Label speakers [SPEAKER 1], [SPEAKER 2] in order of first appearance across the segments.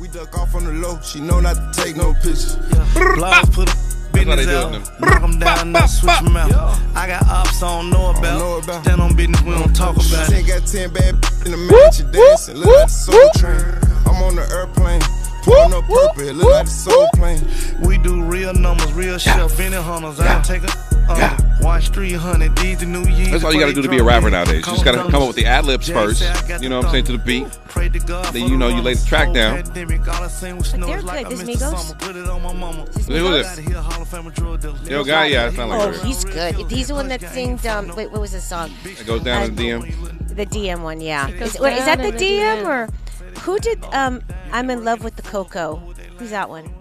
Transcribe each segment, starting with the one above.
[SPEAKER 1] We duck off on the low. She know not to take no pictures.
[SPEAKER 2] Blogs put a
[SPEAKER 3] how they
[SPEAKER 2] business
[SPEAKER 3] do it
[SPEAKER 2] out.
[SPEAKER 3] now.
[SPEAKER 2] Knock 'em down, now switch 'em out. I got ops I don't know about.
[SPEAKER 1] know about.
[SPEAKER 2] Stand on business, we don't talk about
[SPEAKER 1] She
[SPEAKER 2] it.
[SPEAKER 1] ain't got ten bad in the match. She dancing, look like the soul train. I'm on the airplane, pulling up purple. It look like the soul plane.
[SPEAKER 2] We do real numbers, real shit. Benny hunters, I don't take a under. Watch 300, these the new years.
[SPEAKER 3] That's all you gotta do to be a rapper nowadays. You just gotta come up with the ad libs first. You know what I'm saying? To the beat. Then you know you lay the track down.
[SPEAKER 2] They're
[SPEAKER 4] they're good, this Migos.
[SPEAKER 3] Who is this? Yo, guy, yeah, it sound like
[SPEAKER 4] Oh,
[SPEAKER 3] her.
[SPEAKER 4] he's good. He's the one that sings. Um, wait, what was the song?
[SPEAKER 3] It goes down in the DM.
[SPEAKER 4] The DM one, yeah. Is,
[SPEAKER 5] goes
[SPEAKER 4] wait, is that
[SPEAKER 5] down
[SPEAKER 4] the
[SPEAKER 5] in the
[SPEAKER 4] DM
[SPEAKER 5] DM.
[SPEAKER 4] or who did? Um, I'm in love with the Coco. Who's that one?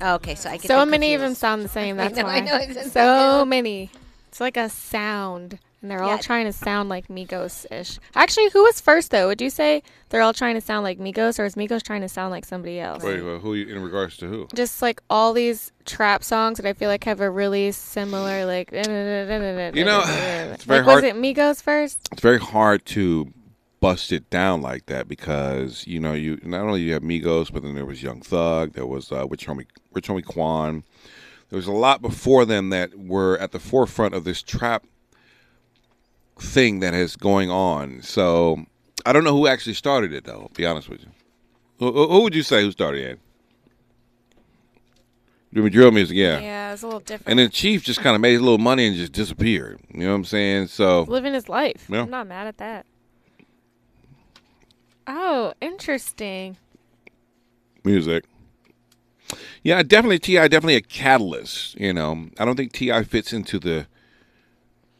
[SPEAKER 4] Oh, okay, so I get
[SPEAKER 5] So
[SPEAKER 4] that
[SPEAKER 5] many of them
[SPEAKER 4] confused.
[SPEAKER 5] sound the same. That's
[SPEAKER 4] know, I
[SPEAKER 5] why.
[SPEAKER 4] know, it doesn't
[SPEAKER 5] so many. It's like a sound, and they're
[SPEAKER 4] Yeah.
[SPEAKER 5] all trying to sound like Migos ish. Actually, who was first though? Would you say they're all trying to sound like Migos, or is Migos trying to sound like somebody else?
[SPEAKER 3] Wait, well, who you, in regards to who?
[SPEAKER 5] Just like all these trap songs that I feel like have a really similar like. You know,
[SPEAKER 3] it's very
[SPEAKER 5] like, Was
[SPEAKER 3] hard-
[SPEAKER 5] it Migos first?
[SPEAKER 3] It's very hard to bust it down like that because you know you not only you have Migos, but then there was Young Thug, there was uh, Rich Homie Rich Homie Quan. There was a lot before them that were at the forefront of this trap thing that is going on. So I don't know who actually started it though. to Be honest with you. Who, who- who would you say who started it? Drill- Drill music, yeah.
[SPEAKER 5] Yeah, it's a little different.
[SPEAKER 3] And then Chief just kind of made his little money and just disappeared. You know what I'm saying? So
[SPEAKER 5] living his life.
[SPEAKER 3] Yeah.
[SPEAKER 5] I'm not mad at that. Oh, interesting.
[SPEAKER 3] music. Yeah, definitely Ti. Definitely a catalyst. You know, I don't think Ti fits into the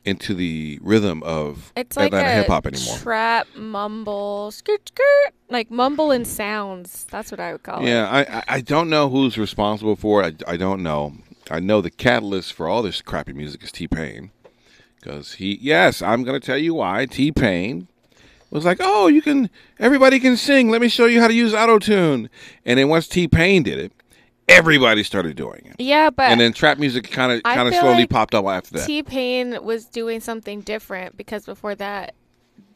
[SPEAKER 3] into the rhythm of
[SPEAKER 5] It's like
[SPEAKER 3] Atlanta
[SPEAKER 5] a
[SPEAKER 3] hip hop anymore.
[SPEAKER 5] trap mumble, skirt skirt, like mumble and sounds. That's what I would call it.
[SPEAKER 3] yeah, I, I I don't know who's responsible for it. I, I don't know. I know the catalyst for all this crappy music is T Pain, because he. Yes, I'm gonna tell you why. T Pain was like, oh, you can. Everybody can sing. Let me show you how to use auto tune. And then once T Pain did it, everybody started doing it.
[SPEAKER 5] Yeah, but
[SPEAKER 3] and then trap music kind of
[SPEAKER 5] I
[SPEAKER 3] kind of
[SPEAKER 5] feel
[SPEAKER 3] slowly
[SPEAKER 5] like
[SPEAKER 3] popped up after that.
[SPEAKER 5] T Pain was doing something different because before that,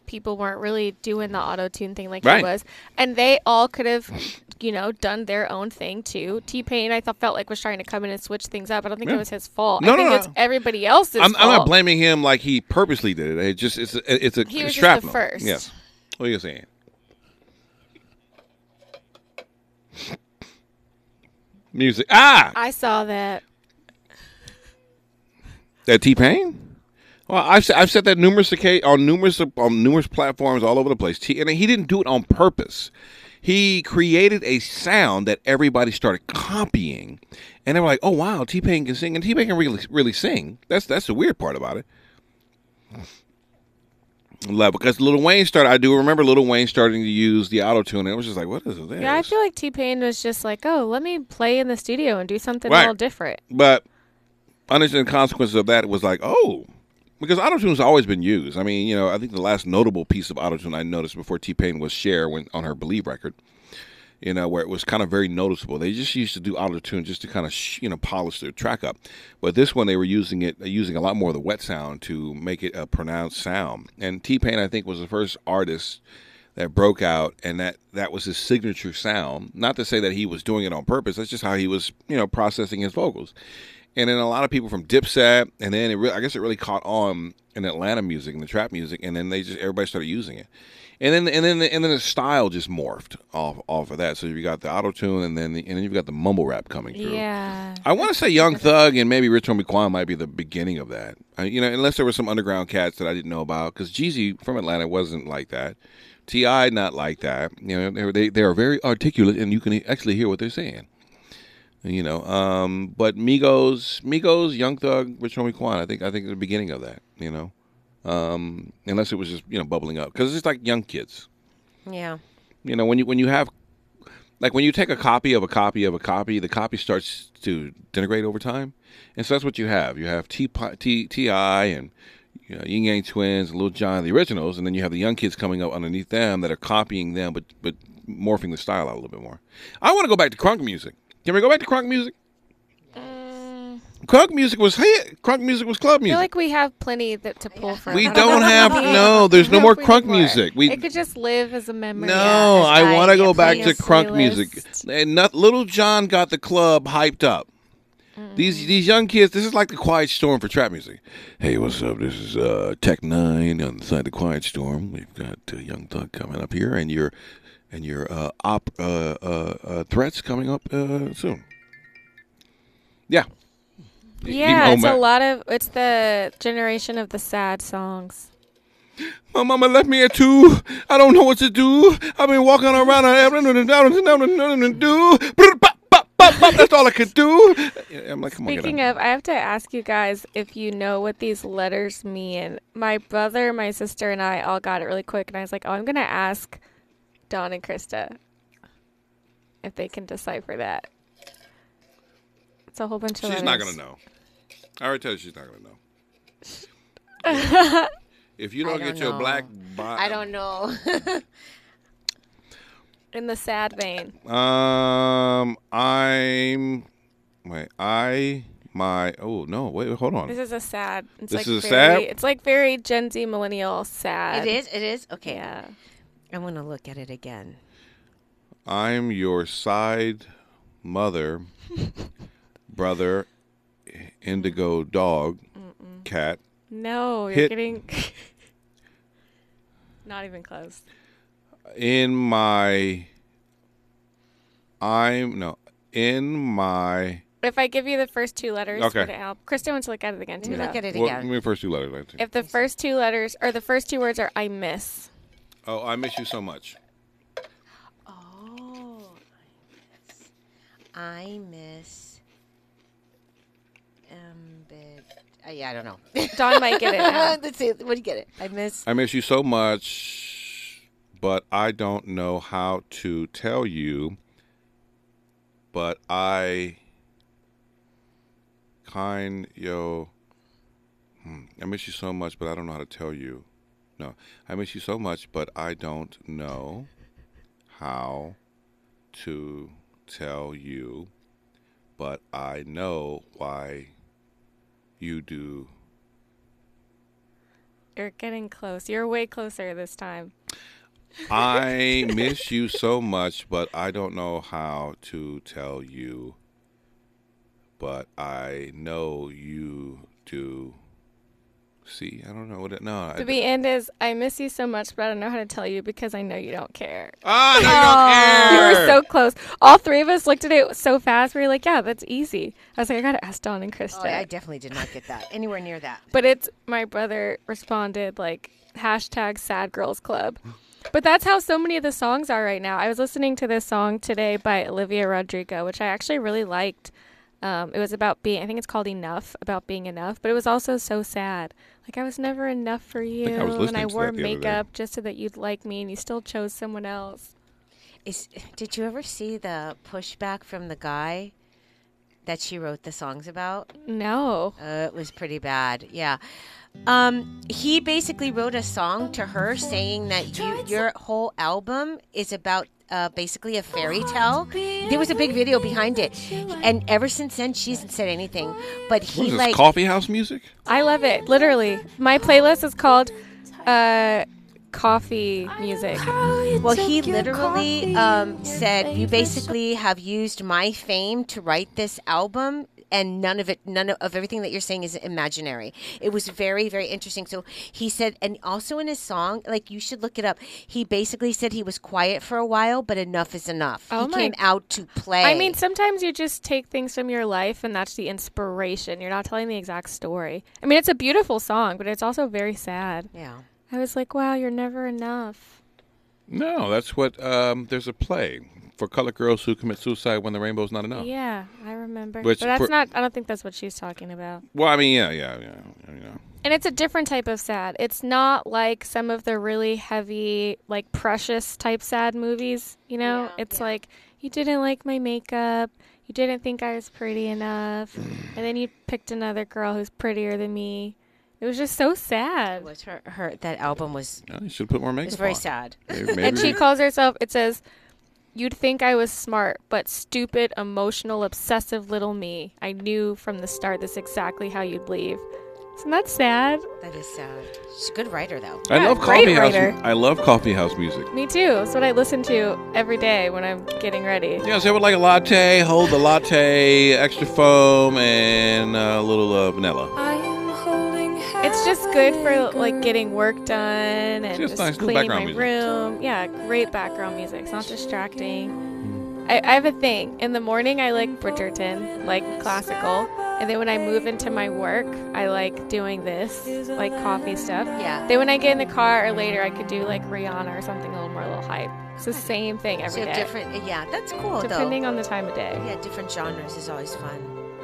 [SPEAKER 5] people weren't really doing the auto tune thing like
[SPEAKER 3] Right.
[SPEAKER 5] he was, and they all could have, you know, done their own thing too. T Pain, I thought felt like was trying to come in and switch things up. I don't think
[SPEAKER 3] Yeah.
[SPEAKER 5] it was his fault.
[SPEAKER 3] No,
[SPEAKER 5] I
[SPEAKER 3] no,
[SPEAKER 5] think
[SPEAKER 3] no.
[SPEAKER 5] it's everybody else's
[SPEAKER 3] I'm,
[SPEAKER 5] fault.
[SPEAKER 3] I'm not blaming him like he purposely did it. It just it's a, it's a
[SPEAKER 5] He was just the
[SPEAKER 3] shrapnel.
[SPEAKER 5] first.
[SPEAKER 3] Yes. What are you saying? Music. Ah,
[SPEAKER 5] I saw that.
[SPEAKER 3] that T Pain. Well, I've said, I've said that numerous occa- on numerous on numerous platforms all over the place. T- and he didn't do it on purpose. He created a sound that everybody started copying, and they were like, "Oh wow, T Pain can sing, and T Pain can really really sing." That's that's the weird part about it. Love because Lil Wayne started. I do remember Lil Wayne starting to use the auto tune, and it was just like, "What is this?"
[SPEAKER 5] Yeah, I feel like T Pain was just like, oh, let me play in the studio and do something
[SPEAKER 3] Right.
[SPEAKER 5] a little different.
[SPEAKER 3] But understanding the consequences of that was like, oh, because autotune's always been used. I mean, you know, I think the last notable piece of autotune I noticed before T Pain was Cher when on her Believe record, you know, where it was kind of very noticeable. They just used to do autotune just to kind of sh- you know polish their track up, but this one they were using it using a lot more of the wet sound to make it a pronounced sound. And T Pain I think was the first artist that broke out and that that was his signature sound not to say that he was doing it on purpose that's just how he was you know processing his vocals and then a lot of people from dipset and then it re- i guess it really caught on in atlanta music and the trap music and then they just everybody started using it and then and then and then the style just morphed off off of that so you got the auto tune and then the, and then you've got the mumble rap coming through
[SPEAKER 5] Yeah.
[SPEAKER 3] I want to say Young Thug and maybe Rich Homie Quan might be the beginning of that. I, you know, unless there were some underground cats that I didn't know about, because Jeezy from Atlanta wasn't like that. Ti not like that. You know, they they they are very articulate, and you can actually hear what they're saying. You know, um, but Migos, Migos, Young Thug, Rich Homie Quan, I think I think the beginning of that. You know, um, unless it was just you know bubbling up, because it's just like young kids.
[SPEAKER 4] Yeah.
[SPEAKER 3] You know, when you when you have like when you take a copy of a copy of a copy, the copy starts to degenerate over time, and so that's what you have. You have T T Ti and you know, Ying Yang Twins and Lil Jon, the originals, and then you have the young kids coming up underneath them that are copying them, but but morphing the style out a little bit more. I want to go back to crunk music. Can we go back to crunk music? Crunk music was hit. Crunk music was
[SPEAKER 5] I
[SPEAKER 3] club
[SPEAKER 5] feel
[SPEAKER 3] music.
[SPEAKER 5] like we have plenty that to pull from.
[SPEAKER 3] We
[SPEAKER 5] I know
[SPEAKER 3] don't
[SPEAKER 5] if
[SPEAKER 3] have-
[SPEAKER 5] we need-
[SPEAKER 3] no, there's
[SPEAKER 5] I don't
[SPEAKER 3] no
[SPEAKER 5] know
[SPEAKER 3] more
[SPEAKER 5] if we need
[SPEAKER 3] crunk music. We-
[SPEAKER 5] it could just live as a memory.
[SPEAKER 3] no,
[SPEAKER 5] as
[SPEAKER 3] I want to go
[SPEAKER 5] a
[SPEAKER 3] back to
[SPEAKER 5] playlist.
[SPEAKER 3] crunk music. And not, Little John got the club hyped up. These these young kids, this is like the Quiet Storm for trap music. Hey, what's up? This is uh, Tech Nine on the side of the Quiet Storm. We've got uh, Young Thug coming up here, and your and your uh, op uh, uh, uh, threats coming up uh, soon. Yeah,
[SPEAKER 5] Yeah, it's a
[SPEAKER 3] Omac.
[SPEAKER 5] lot of it's the generation of the sad songs.
[SPEAKER 3] My mama left me at two. I don't know what to do. I've been walking around. I have nothing to do. Brr, bop, bop, bop, bop. That's all I could do. I'm like, come on, get
[SPEAKER 5] Speaking
[SPEAKER 3] up.
[SPEAKER 5] of, I have to ask you guys if you know what these letters mean. My brother, my sister, and I all got it really quick, and I was like, "Oh, I'm gonna ask Don and Krista if they can decipher that." It's a whole bunch of letters.
[SPEAKER 3] she's not gonna know. I already tell you, she's not gonna know. if you don't,
[SPEAKER 4] don't
[SPEAKER 3] get your
[SPEAKER 4] know.
[SPEAKER 3] black, bi-
[SPEAKER 4] I don't know.
[SPEAKER 5] In the sad vein,
[SPEAKER 3] Um, I'm. Wait, I my. Oh no, wait, hold on.
[SPEAKER 5] this is a sad. It's
[SPEAKER 3] This
[SPEAKER 5] like
[SPEAKER 3] is a
[SPEAKER 5] very,
[SPEAKER 3] sad-
[SPEAKER 5] It's like very Gen Z millennial sad.
[SPEAKER 4] it is. It is. Okay.
[SPEAKER 5] Yeah.
[SPEAKER 4] I'm gonna look at it again.
[SPEAKER 3] I'm your side mother, brother, indigo dog, cat.
[SPEAKER 5] No, you're
[SPEAKER 3] Hit-
[SPEAKER 5] getting. not even close.
[SPEAKER 3] In my. I'm. No. In my.
[SPEAKER 5] If I give you the first two letters,
[SPEAKER 3] Okay.
[SPEAKER 5] would it help? Krista wants to look at it again
[SPEAKER 4] Let
[SPEAKER 5] too.
[SPEAKER 4] me
[SPEAKER 5] though.
[SPEAKER 4] look at it
[SPEAKER 3] Well,
[SPEAKER 4] again.
[SPEAKER 3] give me the first two letters. I think.
[SPEAKER 5] If the first two letters or the first two words are I miss.
[SPEAKER 3] Oh, I miss you so much.
[SPEAKER 4] Oh, I miss. I miss. Um, but, uh, yeah, I don't know.
[SPEAKER 5] Don might get it. now.
[SPEAKER 4] Let's see. What do you get it? I miss.
[SPEAKER 3] I miss you so much, but I don't know how to tell you. But I kind yo hmm, I miss you so much, but I don't know how to tell you. No. I miss you so much, but I don't know how to tell you. But I know why you do
[SPEAKER 5] You're getting close. You're way closer this time.
[SPEAKER 3] I miss you so much, but I don't know how to tell you. But I know you do. See, I don't know what it. No, I,
[SPEAKER 5] To be end is I miss you so much, but I don't know how to tell you because I know you don't care.
[SPEAKER 3] ah,
[SPEAKER 5] Oh,
[SPEAKER 3] no,
[SPEAKER 5] You
[SPEAKER 3] you don't
[SPEAKER 5] were
[SPEAKER 3] care.
[SPEAKER 5] so close. All three of us looked at it so fast. We were like, "Yeah, that's easy." I was like, "I gotta ask Don and Krista."
[SPEAKER 4] Oh, I definitely did not get that. Anywhere near that.
[SPEAKER 5] But it's my brother responded like hashtag sad girls club. But that's how so many of the songs are right now. I was listening to this song today by Olivia Rodrigo, which I actually really liked. Um, it was about being, I think it's called Enough, about being enough, but it was also so sad. Like, I was never enough for you.
[SPEAKER 3] think I was
[SPEAKER 5] and
[SPEAKER 3] listening
[SPEAKER 5] I
[SPEAKER 3] to that
[SPEAKER 5] wore
[SPEAKER 3] the other day.
[SPEAKER 5] makeup just so that you'd like me, and you still chose someone else.
[SPEAKER 4] Is did you ever see the pushback from the guy that she wrote the songs about?
[SPEAKER 5] No.
[SPEAKER 4] Uh, it was pretty bad. Yeah. Um, he basically wrote a song to her saying that you, your whole album is about uh, basically a fairy tale. There was a big video behind it, and ever since then she hasn't said anything. But
[SPEAKER 3] What
[SPEAKER 4] he
[SPEAKER 3] is this
[SPEAKER 4] like
[SPEAKER 3] coffee house music?
[SPEAKER 5] I love it, literally. My playlist is called uh, Coffee Music.
[SPEAKER 4] Well, he literally um, said, "You basically have used my fame to write this album, and none of it, none of, of everything that you're saying is imaginary." It was very, very interesting. So he said, and also in his song, like you should look it up. He basically said he was quiet for a while, but enough is enough.
[SPEAKER 5] Oh
[SPEAKER 4] he
[SPEAKER 5] my-
[SPEAKER 4] came out to play.
[SPEAKER 5] I mean, sometimes you just take things from your life and that's the inspiration. You're not telling the exact story. I mean, it's a beautiful song, but it's also very sad.
[SPEAKER 4] yeah.
[SPEAKER 5] I was like, wow, you're never enough.
[SPEAKER 3] No, that's what. Um, there's a play for colored girls who commit suicide when the rainbow's not enough.
[SPEAKER 5] Yeah, I remember.
[SPEAKER 3] Oh. Which
[SPEAKER 5] but that's
[SPEAKER 3] for-
[SPEAKER 5] not, I don't think that's what she's talking about.
[SPEAKER 3] Well, I mean, yeah, yeah, yeah. You know.
[SPEAKER 5] And it's a different type of sad. It's not like some of the really heavy, like precious type sad movies, you know? it's like, you didn't like my makeup. You didn't think I was pretty enough. and then you picked another girl who's prettier than me. It was just so sad.
[SPEAKER 4] Was her, her that album was
[SPEAKER 3] Yeah, you should put more makeup.
[SPEAKER 4] was very
[SPEAKER 3] on.
[SPEAKER 4] sad.
[SPEAKER 3] Maybe,
[SPEAKER 5] And she
[SPEAKER 3] maybe-
[SPEAKER 5] calls herself, it says, You'd think I was smart, but stupid, emotional, obsessive little me. I knew from the start that's exactly how you'd leave. Isn't that sad?
[SPEAKER 4] That is sad. She's a good writer, though.
[SPEAKER 3] I
[SPEAKER 5] Yeah,
[SPEAKER 3] love
[SPEAKER 5] great
[SPEAKER 3] coffee house.
[SPEAKER 5] writer.
[SPEAKER 3] I love coffee house music.
[SPEAKER 5] Me too. It's what I listen to every day when I'm getting ready.
[SPEAKER 3] Yeah, so I would like a latte. Hold the latte, extra foam, and uh, a little uh, vanilla.
[SPEAKER 5] It's just good for like getting work done and
[SPEAKER 3] It's just
[SPEAKER 5] just
[SPEAKER 3] nice little
[SPEAKER 5] cleaning my
[SPEAKER 3] background music.
[SPEAKER 5] room. Yeah, great background music. It's not distracting.
[SPEAKER 3] Mm-hmm.
[SPEAKER 5] I, I have a thing. In the morning, I like Bridgerton, like classical, and then when I move into my work, I like doing this, like coffee stuff.
[SPEAKER 4] Yeah.
[SPEAKER 5] Then when I get in the car or later, I could do like Rihanna or something a little more, a little hype. It's the same thing every
[SPEAKER 4] So
[SPEAKER 5] day,
[SPEAKER 4] different. Yeah, that's cool,
[SPEAKER 5] depending on the time of day.
[SPEAKER 4] though. Yeah, different genres is always fun.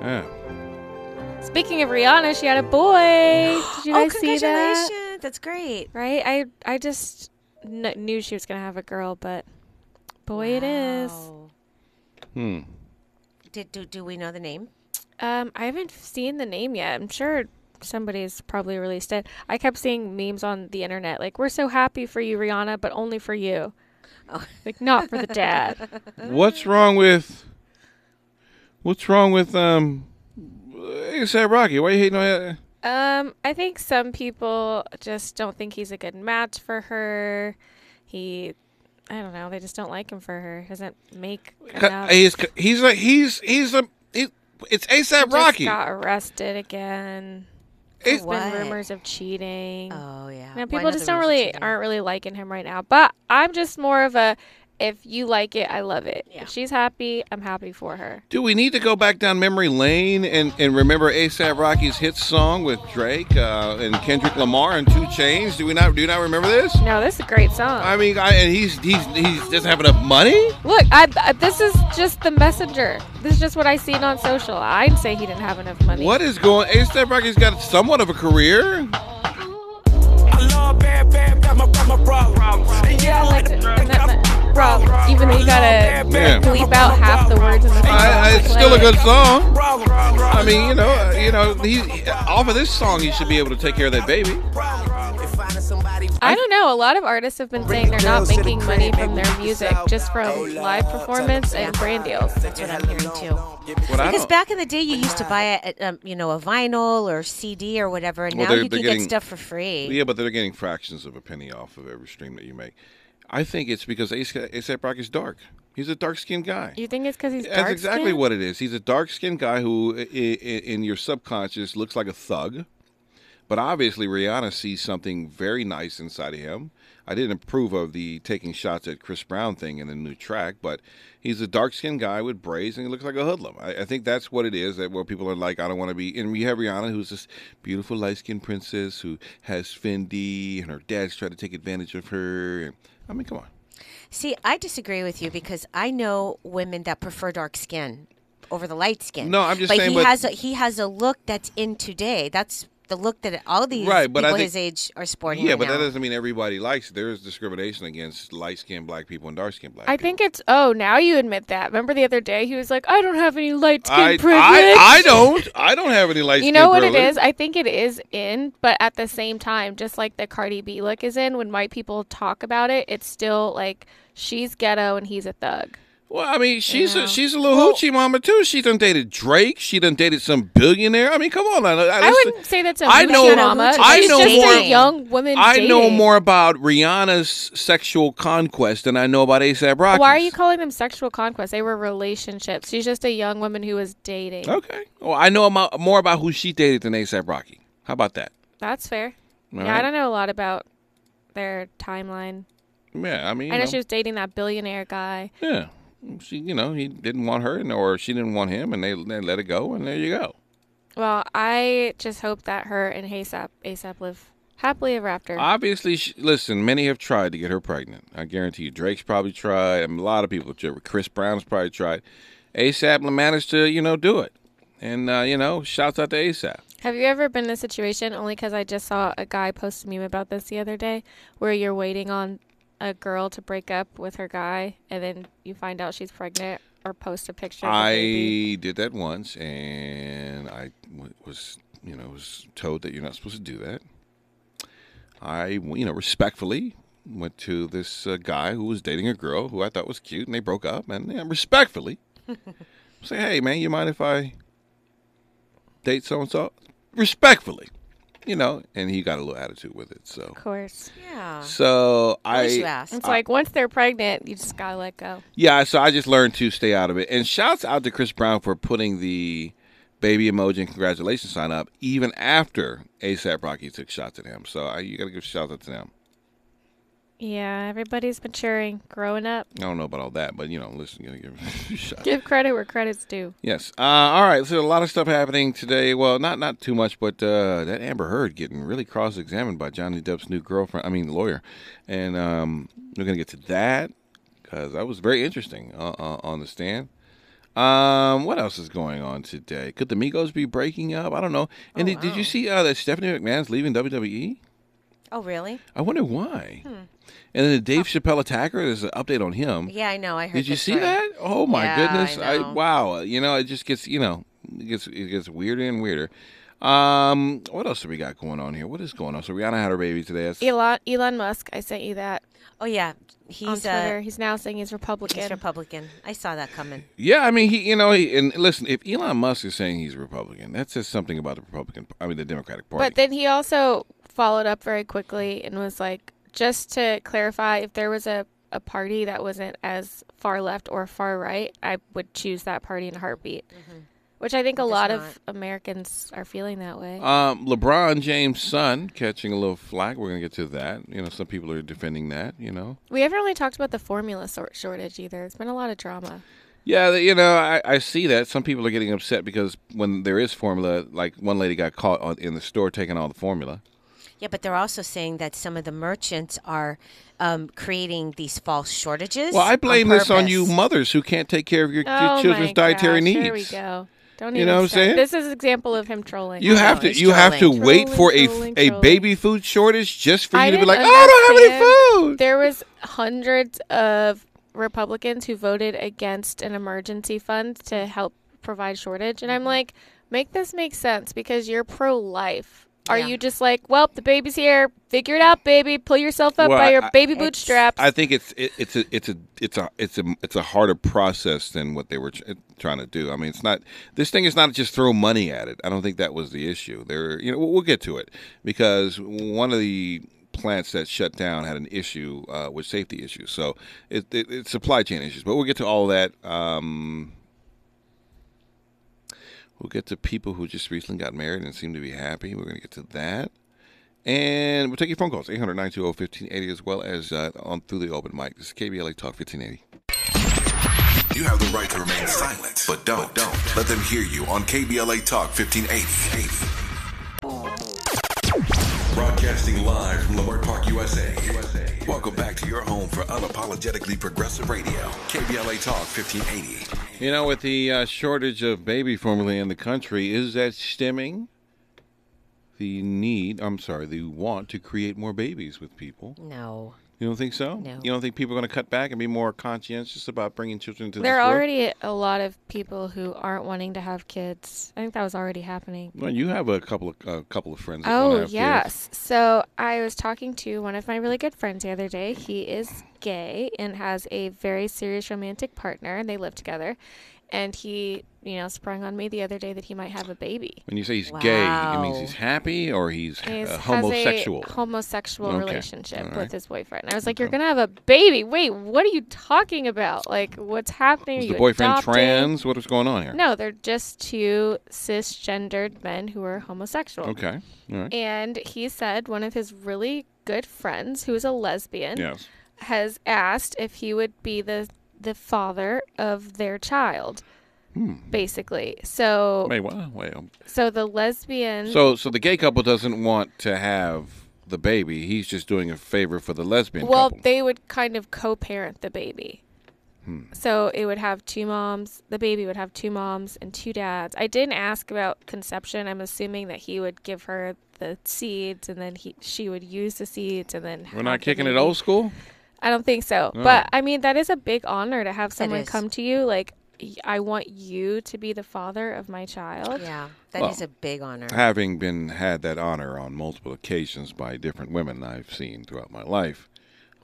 [SPEAKER 3] Yeah.
[SPEAKER 5] Speaking of Rihanna, she had a boy. Did you
[SPEAKER 4] oh,
[SPEAKER 5] guys see that?
[SPEAKER 4] congratulations! That's great.
[SPEAKER 5] Right? I I just kn- knew she was gonna have a girl, but boy, it is.
[SPEAKER 4] Wow.
[SPEAKER 3] Hmm.
[SPEAKER 4] Did do, do we know the name?
[SPEAKER 5] Um, I haven't seen the name yet. I'm sure somebody's probably released it. I kept seeing memes on the internet like, "We're so happy for you, Rihanna, but only for you."
[SPEAKER 4] Oh.
[SPEAKER 5] Like not for the dad.
[SPEAKER 3] What's wrong with? What's wrong with um? ASAP Rocky. Why you hating on that?
[SPEAKER 5] um, I think some people just don't think he's a good match for her. He, I don't know. They just don't like him for her. He doesn't make enough.
[SPEAKER 3] He's he's like he's he's a he, it's ASAP Rocky.
[SPEAKER 5] Just got arrested again. There's
[SPEAKER 3] It's-
[SPEAKER 4] What?
[SPEAKER 5] been rumors of cheating.
[SPEAKER 4] Oh yeah.
[SPEAKER 5] now
[SPEAKER 4] Why
[SPEAKER 5] people
[SPEAKER 4] not
[SPEAKER 5] just
[SPEAKER 4] the
[SPEAKER 5] don't
[SPEAKER 4] reason
[SPEAKER 5] really
[SPEAKER 4] she did.
[SPEAKER 5] aren't really liking him right now. But I'm just more of a if you like it, I love it.
[SPEAKER 4] Yeah.
[SPEAKER 5] If she's happy, I'm happy for her.
[SPEAKER 3] Do we need to go back down memory lane and, and remember ASAP Rocky's hit song with Drake uh, and Kendrick Lamar and Two Chains? Do we not do you not remember this?
[SPEAKER 5] No, this is a great song.
[SPEAKER 3] I mean, I, and he's he's he doesn't have enough money.
[SPEAKER 5] Look, I, I- this is just the messenger. This is just what I seen on social. I'd say he didn't have enough money.
[SPEAKER 3] What is going? ASAP Rocky's got somewhat of a career.
[SPEAKER 6] I love bad, bad, got my, got my problems. And yeah, I like
[SPEAKER 5] Like,
[SPEAKER 6] the
[SPEAKER 5] not my problems. Even though you gotta
[SPEAKER 3] Yeah.
[SPEAKER 5] bleep out half the words in the song.
[SPEAKER 3] I, I, it's still a
[SPEAKER 5] Like,
[SPEAKER 3] good song.
[SPEAKER 6] problems.
[SPEAKER 3] I mean, you know, uh, you know, he, off of this song, he should be able to take care of that baby.
[SPEAKER 5] I don't know. A lot of artists have been saying they're not making money from their music, just from live performance and brand deals.
[SPEAKER 4] That's what I'm hearing too.
[SPEAKER 3] What I
[SPEAKER 4] Because
[SPEAKER 3] don't.
[SPEAKER 4] back in the day, you used to buy a, a um, you know a vinyl or CD or whatever, and
[SPEAKER 3] Well,
[SPEAKER 4] now
[SPEAKER 3] they're-
[SPEAKER 4] you
[SPEAKER 3] they're
[SPEAKER 4] can
[SPEAKER 3] getting-
[SPEAKER 4] get stuff for free.
[SPEAKER 3] Yeah, but they're getting fractions of a penny off of every stream that you make. I think it's because ASAP Rocky's dark. He's a dark-skinned guy.
[SPEAKER 5] You think it's because he's dark
[SPEAKER 3] That's exactly what it is. He's a dark skinned guy who, i- i- in your subconscious, looks like a thug. But obviously, Rihanna sees something very nice inside of him. I didn't approve of the taking shots at Chris Brown thing in the new track, but he's a dark skinned guy with braids and he looks like a hoodlum. I, I think that's what it is that where people are like, I don't want to be. And you have Rihanna, who's this beautiful light skinned princess who has Fendi, and her dad's trying to take advantage of her. And, I mean, come on.
[SPEAKER 4] See, I disagree with you because I know women that prefer dark skin over the light skin.
[SPEAKER 3] No, I'm just
[SPEAKER 4] but
[SPEAKER 3] saying,
[SPEAKER 4] he
[SPEAKER 3] but-
[SPEAKER 4] has a, he has a look that's in today. That's the look that all these
[SPEAKER 3] Right, but I
[SPEAKER 4] people
[SPEAKER 3] think-
[SPEAKER 4] his age are sporting.
[SPEAKER 3] Yeah,
[SPEAKER 4] right
[SPEAKER 3] but that
[SPEAKER 4] now.
[SPEAKER 3] doesn't mean everybody likes. it. There is discrimination against light skinned black people and dark skinned black
[SPEAKER 5] I
[SPEAKER 3] people.
[SPEAKER 5] think it's oh now you admit that. Remember the other day he was like I don't have any light skin
[SPEAKER 3] I,
[SPEAKER 5] privilege.
[SPEAKER 3] I, I don't. I don't have any light
[SPEAKER 5] you
[SPEAKER 3] skin
[SPEAKER 5] know what it
[SPEAKER 3] privilege.
[SPEAKER 5] is? I think it is in, but at the same time, just like the Cardi B look is in, when white people talk about it, it's still like she's ghetto and he's a thug.
[SPEAKER 3] Well, I mean, she's
[SPEAKER 5] know.
[SPEAKER 3] a, she's a little
[SPEAKER 5] Well-
[SPEAKER 3] hoochie mama too. She done dated Drake. She done dated some billionaire. I mean, come on. I, I,
[SPEAKER 5] I
[SPEAKER 3] listen-
[SPEAKER 5] wouldn't say that's a
[SPEAKER 3] I
[SPEAKER 5] hoochie
[SPEAKER 3] know-
[SPEAKER 5] mama.
[SPEAKER 4] I
[SPEAKER 5] She's
[SPEAKER 4] know
[SPEAKER 5] just
[SPEAKER 4] more-
[SPEAKER 5] a young woman.
[SPEAKER 3] I know
[SPEAKER 5] dating.
[SPEAKER 3] more about Rihanna's sexual conquest than I know about ASAP Rocky.
[SPEAKER 5] Why are you calling them sexual conquest? They were relationships. She's just a young woman who was dating.
[SPEAKER 3] Okay. Well, I know about, more about who she dated than ASAP Rocky. How about that?
[SPEAKER 5] That's fair.
[SPEAKER 3] All
[SPEAKER 5] yeah,
[SPEAKER 3] right.
[SPEAKER 5] I don't know a lot about their timeline.
[SPEAKER 3] Yeah, I mean,
[SPEAKER 5] I
[SPEAKER 3] you
[SPEAKER 5] know
[SPEAKER 3] know.
[SPEAKER 5] she was dating that billionaire guy.
[SPEAKER 3] Yeah. She, you know, he didn't want her, and- or she didn't want him, and they, they let it go, and there you go.
[SPEAKER 5] Well, I just hope that her and ASAP ASAP live happily ever after.
[SPEAKER 3] Obviously, she, listen, many have tried to get her pregnant. I guarantee you, Drake's probably tried. I mean, a lot of people have tried. Chris Brown's probably tried. ASAP managed to, you know, do it. And, uh, you know, shouts out to ASAP.
[SPEAKER 5] Have you ever been in a situation only because I just saw a guy post a meme about this the other day where you're waiting on a girl to break up with her guy and then you find out she's pregnant or post a picture of the baby?
[SPEAKER 3] I did that once, and I w- was, you know, was told that you're not supposed to do that. I, you know, respectfully went to this uh, guy who was dating a girl who I thought was cute, and they broke up. And yeah, respectfully, say, "Hey, man, you mind if I date so and so?" Respectfully, you know. And he got a little attitude with it. So,
[SPEAKER 5] Of course.
[SPEAKER 4] Yeah.
[SPEAKER 3] so
[SPEAKER 4] At
[SPEAKER 3] I
[SPEAKER 4] least you asked.
[SPEAKER 5] It's like once they're pregnant, you just gotta let go.
[SPEAKER 3] Yeah, so I just learned to stay out of it. And shouts out to Chris Brown for putting the baby emoji and congratulations sign up even after ASAP Rocky took shots at him. So I, you got to give shouts out to them.
[SPEAKER 5] Yeah, everybody's maturing, growing up.
[SPEAKER 3] I don't know about all that, but you know, listen, you gotta give shots.
[SPEAKER 5] Give credit where credit's due.
[SPEAKER 3] Yes. Uh, all right. So a lot of stuff happening today. Well, not not too much, but uh, that Amber Heard getting really cross-examined by Johnny Depp's new girlfriend. I mean, lawyer. And um, we're gonna get to that because that was very interesting uh, uh, on the stand. Um, what else is going on today? Could the Migos be breaking up? I don't know. And did, did you see uh, that Stephanie McMahon's leaving WWE?
[SPEAKER 4] oh, really?
[SPEAKER 3] I wonder why. And then the Dave Chappelle attacker. There's an update on him.
[SPEAKER 4] Yeah, I know. I heard.
[SPEAKER 3] Did you
[SPEAKER 4] this
[SPEAKER 3] see
[SPEAKER 4] story.
[SPEAKER 3] that? Oh my
[SPEAKER 4] Yeah,
[SPEAKER 3] goodness!
[SPEAKER 4] I
[SPEAKER 3] I,
[SPEAKER 4] know.
[SPEAKER 3] wow. You know, it just gets you know, it gets it gets weirder and weirder. Um, what else do we got going on here? What is going on? So Rihanna had her baby today. That's,
[SPEAKER 5] Elon Elon Musk, I sent you that
[SPEAKER 4] Oh yeah,
[SPEAKER 5] on
[SPEAKER 4] he's
[SPEAKER 5] Twitter.
[SPEAKER 4] a
[SPEAKER 5] he's now saying he's Republican.
[SPEAKER 4] he's Republican. I saw that coming.
[SPEAKER 3] yeah, I mean, he, you know, he, and listen, if Elon Musk is saying he's a Republican, that says something about the Republican. I mean, the Democratic Party.
[SPEAKER 5] But then he also followed up very quickly and was like, just to clarify, if there was a, a party that wasn't as far left or far right, I would choose that party in a heartbeat. Which I think a lot of Americans are feeling that way.
[SPEAKER 3] Um, LeBron James' son catching a little flack. We're gonna get to that. You know, some people are defending that. You know,
[SPEAKER 5] we haven't really talked about the formula sor- shortage either. It's been a lot of drama.
[SPEAKER 3] Yeah, th- you know, I, I see that. Some people are getting upset because when there is formula, like one lady got caught on, in the store taking all the formula.
[SPEAKER 4] Yeah, but they're also saying that some of the merchants are um, creating these false shortages.
[SPEAKER 3] Well, I
[SPEAKER 4] on
[SPEAKER 3] blame this on
[SPEAKER 4] purpose.
[SPEAKER 3] you mothers who can't take care of your, your
[SPEAKER 5] Oh
[SPEAKER 3] children's
[SPEAKER 5] my
[SPEAKER 3] dietary
[SPEAKER 5] gosh,
[SPEAKER 3] needs.
[SPEAKER 5] Here we go. Don't
[SPEAKER 3] You
[SPEAKER 5] even
[SPEAKER 3] know what I'm
[SPEAKER 5] start.
[SPEAKER 3] saying?
[SPEAKER 5] This is an example of him trolling.
[SPEAKER 3] You have
[SPEAKER 4] know,
[SPEAKER 3] to
[SPEAKER 4] it's
[SPEAKER 3] you have to
[SPEAKER 4] trolling.
[SPEAKER 3] wait for
[SPEAKER 5] Trolling,
[SPEAKER 3] a f-
[SPEAKER 5] trolling,
[SPEAKER 3] a
[SPEAKER 5] trolling.
[SPEAKER 3] baby food shortage just for you to be
[SPEAKER 5] didn't
[SPEAKER 3] like, "Oh, I don't have any
[SPEAKER 5] understand.
[SPEAKER 3] food.
[SPEAKER 5] There was hundreds of Republicans who voted against an emergency fund to help provide shortage, and I'm
[SPEAKER 3] Mm-hmm.
[SPEAKER 5] like, make this make sense because you're pro-life. Are
[SPEAKER 4] Yeah.
[SPEAKER 5] you just like, well, the baby's here, figure it out, baby, pull yourself up
[SPEAKER 3] Well,
[SPEAKER 5] by
[SPEAKER 3] I-
[SPEAKER 5] your
[SPEAKER 3] I-
[SPEAKER 5] baby
[SPEAKER 4] It's-
[SPEAKER 5] bootstraps?
[SPEAKER 3] I think it's it, it's a it's a it's a it's a it's a harder process than what they were tr- trying to do. I mean, it's not this thing is not just throw money at it. I don't think that was the issue. There, you know, we'll, we'll get to it because one of the plants that shut down had an issue uh, with safety issues. So it, it it's supply chain issues, but we'll get to all that. Um, we'll get to people who just recently got married and seem to be happy. We're going to get to that. And we'll take your phone calls, 800 1580 as well as uh, on through the open mic. This is KBLA Talk 1580.
[SPEAKER 7] You have the right to remain silent, but don't. don't. Let them hear you on KBLA Talk 1580. Broadcasting live from Lamar Park, USA. Welcome back to your home for unapologetically progressive radio. KBLA Talk 1580.
[SPEAKER 3] You know, with the uh, shortage of baby formula in the country, is that stemming the need, I'm sorry, the want to create more babies with people?
[SPEAKER 4] No.
[SPEAKER 3] You don't think so?
[SPEAKER 4] No.
[SPEAKER 3] You don't think people are going to cut back and be more conscientious about bringing children to
[SPEAKER 5] there
[SPEAKER 3] this
[SPEAKER 5] are
[SPEAKER 3] world?
[SPEAKER 5] already a lot of people who aren't wanting to have kids. I think that was already happening.
[SPEAKER 3] Well, you have a couple of a couple of friends. That wanna
[SPEAKER 5] Oh
[SPEAKER 3] have kids.
[SPEAKER 5] yes. So I was talking to one of my really good friends the other day. He is gay and has a very serious romantic partner, and they live together. And he, you know, sprung on me the other day that he might have a baby.
[SPEAKER 3] When you say he's gay, it means
[SPEAKER 4] Wow.
[SPEAKER 3] he's happy or he's,
[SPEAKER 5] He
[SPEAKER 3] uh,
[SPEAKER 5] has
[SPEAKER 3] homosexual.
[SPEAKER 5] a homosexual
[SPEAKER 3] Okay.
[SPEAKER 5] relationship
[SPEAKER 3] All right.
[SPEAKER 5] with his boyfriend. I was like, "You're gonna have a baby? Wait, what are you talking about? Like, what's happening?
[SPEAKER 3] Is
[SPEAKER 5] Are
[SPEAKER 3] the
[SPEAKER 5] you
[SPEAKER 3] boyfriend
[SPEAKER 5] adopting?"
[SPEAKER 3] trans? What is going on here?
[SPEAKER 5] No, they're just two cisgendered men who are homosexual.
[SPEAKER 3] Okay. All right.
[SPEAKER 5] And he said one of his really good friends, who is a lesbian,
[SPEAKER 3] Yes.
[SPEAKER 5] has asked if he would be the the father of their child. Basically, so
[SPEAKER 3] Hmm. Wait, what? Wait. um,
[SPEAKER 5] so the lesbian.
[SPEAKER 3] So, so the gay couple doesn't want to have the baby. He's just doing a favor for the lesbian
[SPEAKER 5] well,
[SPEAKER 3] couple.
[SPEAKER 5] they would kind of co-parent the baby.
[SPEAKER 3] Hmm.
[SPEAKER 5] So it would have two moms. The baby would have two moms and two dads. I didn't ask about conception. I'm assuming that he would give her the seeds, and then he she would use the seeds, and then
[SPEAKER 3] We're not kicking it
[SPEAKER 5] also.
[SPEAKER 3] old school.
[SPEAKER 5] I don't think so. But I mean, that is a big honor to have someone
[SPEAKER 4] is.
[SPEAKER 5] come to you like, y- I want you to be the father of my child.
[SPEAKER 4] Yeah, that is a big honor.
[SPEAKER 3] Having been had that honor on multiple occasions by different women I've seen throughout my life,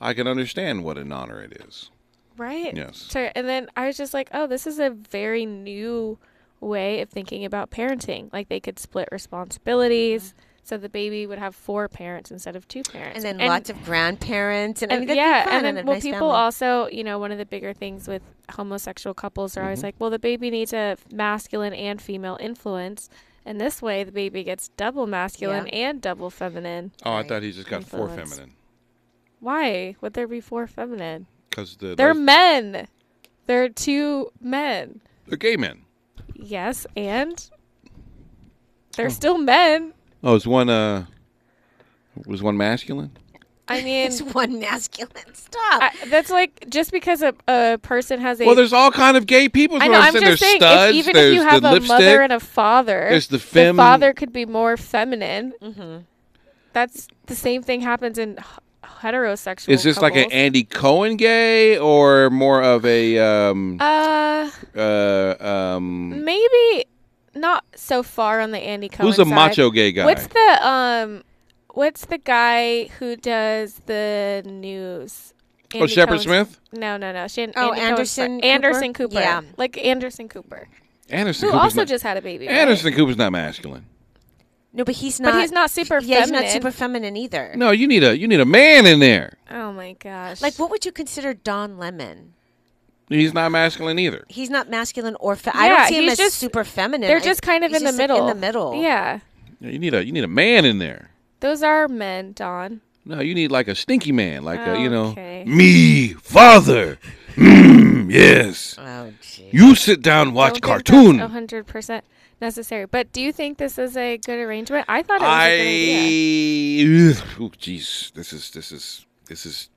[SPEAKER 3] I can understand what an honor it is.
[SPEAKER 5] Right?
[SPEAKER 3] Yes.
[SPEAKER 5] Sure. And then I was just like, oh, this is a very new way of thinking about parenting. Like they could split responsibilities. So the baby would have four parents instead of two parents.
[SPEAKER 4] Mm-hmm. And then lots of grandparents, and, I mean, that'd
[SPEAKER 5] and
[SPEAKER 4] be
[SPEAKER 5] Uh, yeah,
[SPEAKER 4] fun
[SPEAKER 5] and
[SPEAKER 4] a
[SPEAKER 5] then well,
[SPEAKER 4] nice
[SPEAKER 5] people
[SPEAKER 4] family.
[SPEAKER 5] also, you know, one of the bigger things with homosexual couples are
[SPEAKER 4] Mm-hmm.
[SPEAKER 5] always like, well, the baby needs a masculine and female influence, and this way the baby gets double masculine
[SPEAKER 4] Yeah.
[SPEAKER 5] and double feminine.
[SPEAKER 3] Oh, I thought he just got four
[SPEAKER 5] Influence.
[SPEAKER 3] feminine
[SPEAKER 5] Why would there be four feminine?
[SPEAKER 3] because the
[SPEAKER 5] They're
[SPEAKER 3] les-
[SPEAKER 5] men. They're two men.
[SPEAKER 3] they're gay men.
[SPEAKER 5] Yes, and they're still men.
[SPEAKER 3] Oh, is one uh, was one masculine?
[SPEAKER 5] I mean,
[SPEAKER 4] It's one masculine. Stop.
[SPEAKER 5] I, that's like just because a, a person has a
[SPEAKER 3] Well, there's all kind of gay people. is
[SPEAKER 5] I
[SPEAKER 3] what
[SPEAKER 5] know. I'm
[SPEAKER 3] saying.
[SPEAKER 5] just
[SPEAKER 3] there's
[SPEAKER 5] saying,
[SPEAKER 3] studs,
[SPEAKER 5] if, even
[SPEAKER 3] there's
[SPEAKER 5] if you have
[SPEAKER 3] the
[SPEAKER 5] a
[SPEAKER 3] lipstick.
[SPEAKER 5] mother and a father,
[SPEAKER 3] there's the fem-
[SPEAKER 5] father could be more feminine.
[SPEAKER 4] Mm-hmm.
[SPEAKER 5] That's the same thing happens in h- heterosexual.
[SPEAKER 3] is this like an
[SPEAKER 5] couples.
[SPEAKER 3] Andy Cohen gay or more of a um
[SPEAKER 5] uh
[SPEAKER 3] uh um?
[SPEAKER 5] maybe not so far on the Andy Cohen.
[SPEAKER 3] Who's a
[SPEAKER 5] side.
[SPEAKER 3] macho gay guy?
[SPEAKER 5] What's the um? What's the guy who does the news?
[SPEAKER 3] Oh, Shepard
[SPEAKER 5] Cohen's-
[SPEAKER 3] Smith,
[SPEAKER 5] No, no, no. She,
[SPEAKER 4] Oh,
[SPEAKER 5] Andy Cohen's
[SPEAKER 4] Anderson
[SPEAKER 5] fri-
[SPEAKER 4] Cooper?
[SPEAKER 5] Anderson Cooper.
[SPEAKER 4] Yeah.
[SPEAKER 5] like Anderson Cooper,
[SPEAKER 3] Anderson
[SPEAKER 5] who
[SPEAKER 3] Cooper's
[SPEAKER 5] also
[SPEAKER 3] not-
[SPEAKER 5] just had a baby. right?
[SPEAKER 3] Anderson Cooper's not masculine.
[SPEAKER 4] no, but he's not.
[SPEAKER 5] But he's not super
[SPEAKER 4] Yeah, he's
[SPEAKER 5] feminine.
[SPEAKER 4] not super feminine either.
[SPEAKER 3] No, you need a you need a man in there.
[SPEAKER 5] Oh my gosh.
[SPEAKER 4] Like, what would you consider Don Lemon?
[SPEAKER 3] He's not masculine either.
[SPEAKER 4] He's not masculine or fe- I don't
[SPEAKER 5] Yeah,
[SPEAKER 4] see him
[SPEAKER 5] he's
[SPEAKER 4] as
[SPEAKER 5] just-
[SPEAKER 4] super feminine.
[SPEAKER 5] They're
[SPEAKER 4] I-
[SPEAKER 5] just kind of
[SPEAKER 4] he's
[SPEAKER 5] in the
[SPEAKER 4] just, like,
[SPEAKER 5] middle.
[SPEAKER 4] in the middle.
[SPEAKER 5] Yeah.
[SPEAKER 3] Yeah, You need a you need a man in there.
[SPEAKER 5] Those are men, Don.
[SPEAKER 3] No, you need like a stinky man, like a, you know,
[SPEAKER 5] Okay.
[SPEAKER 3] me father. Mm, yes,
[SPEAKER 4] Oh, gee.
[SPEAKER 3] you sit down, watch
[SPEAKER 5] A
[SPEAKER 3] cartoon.
[SPEAKER 5] hundred percent necessary. But do you think this is a good arrangement? I thought it was a good idea.
[SPEAKER 3] I, Ugh, ooh, jeez, this is this is this is.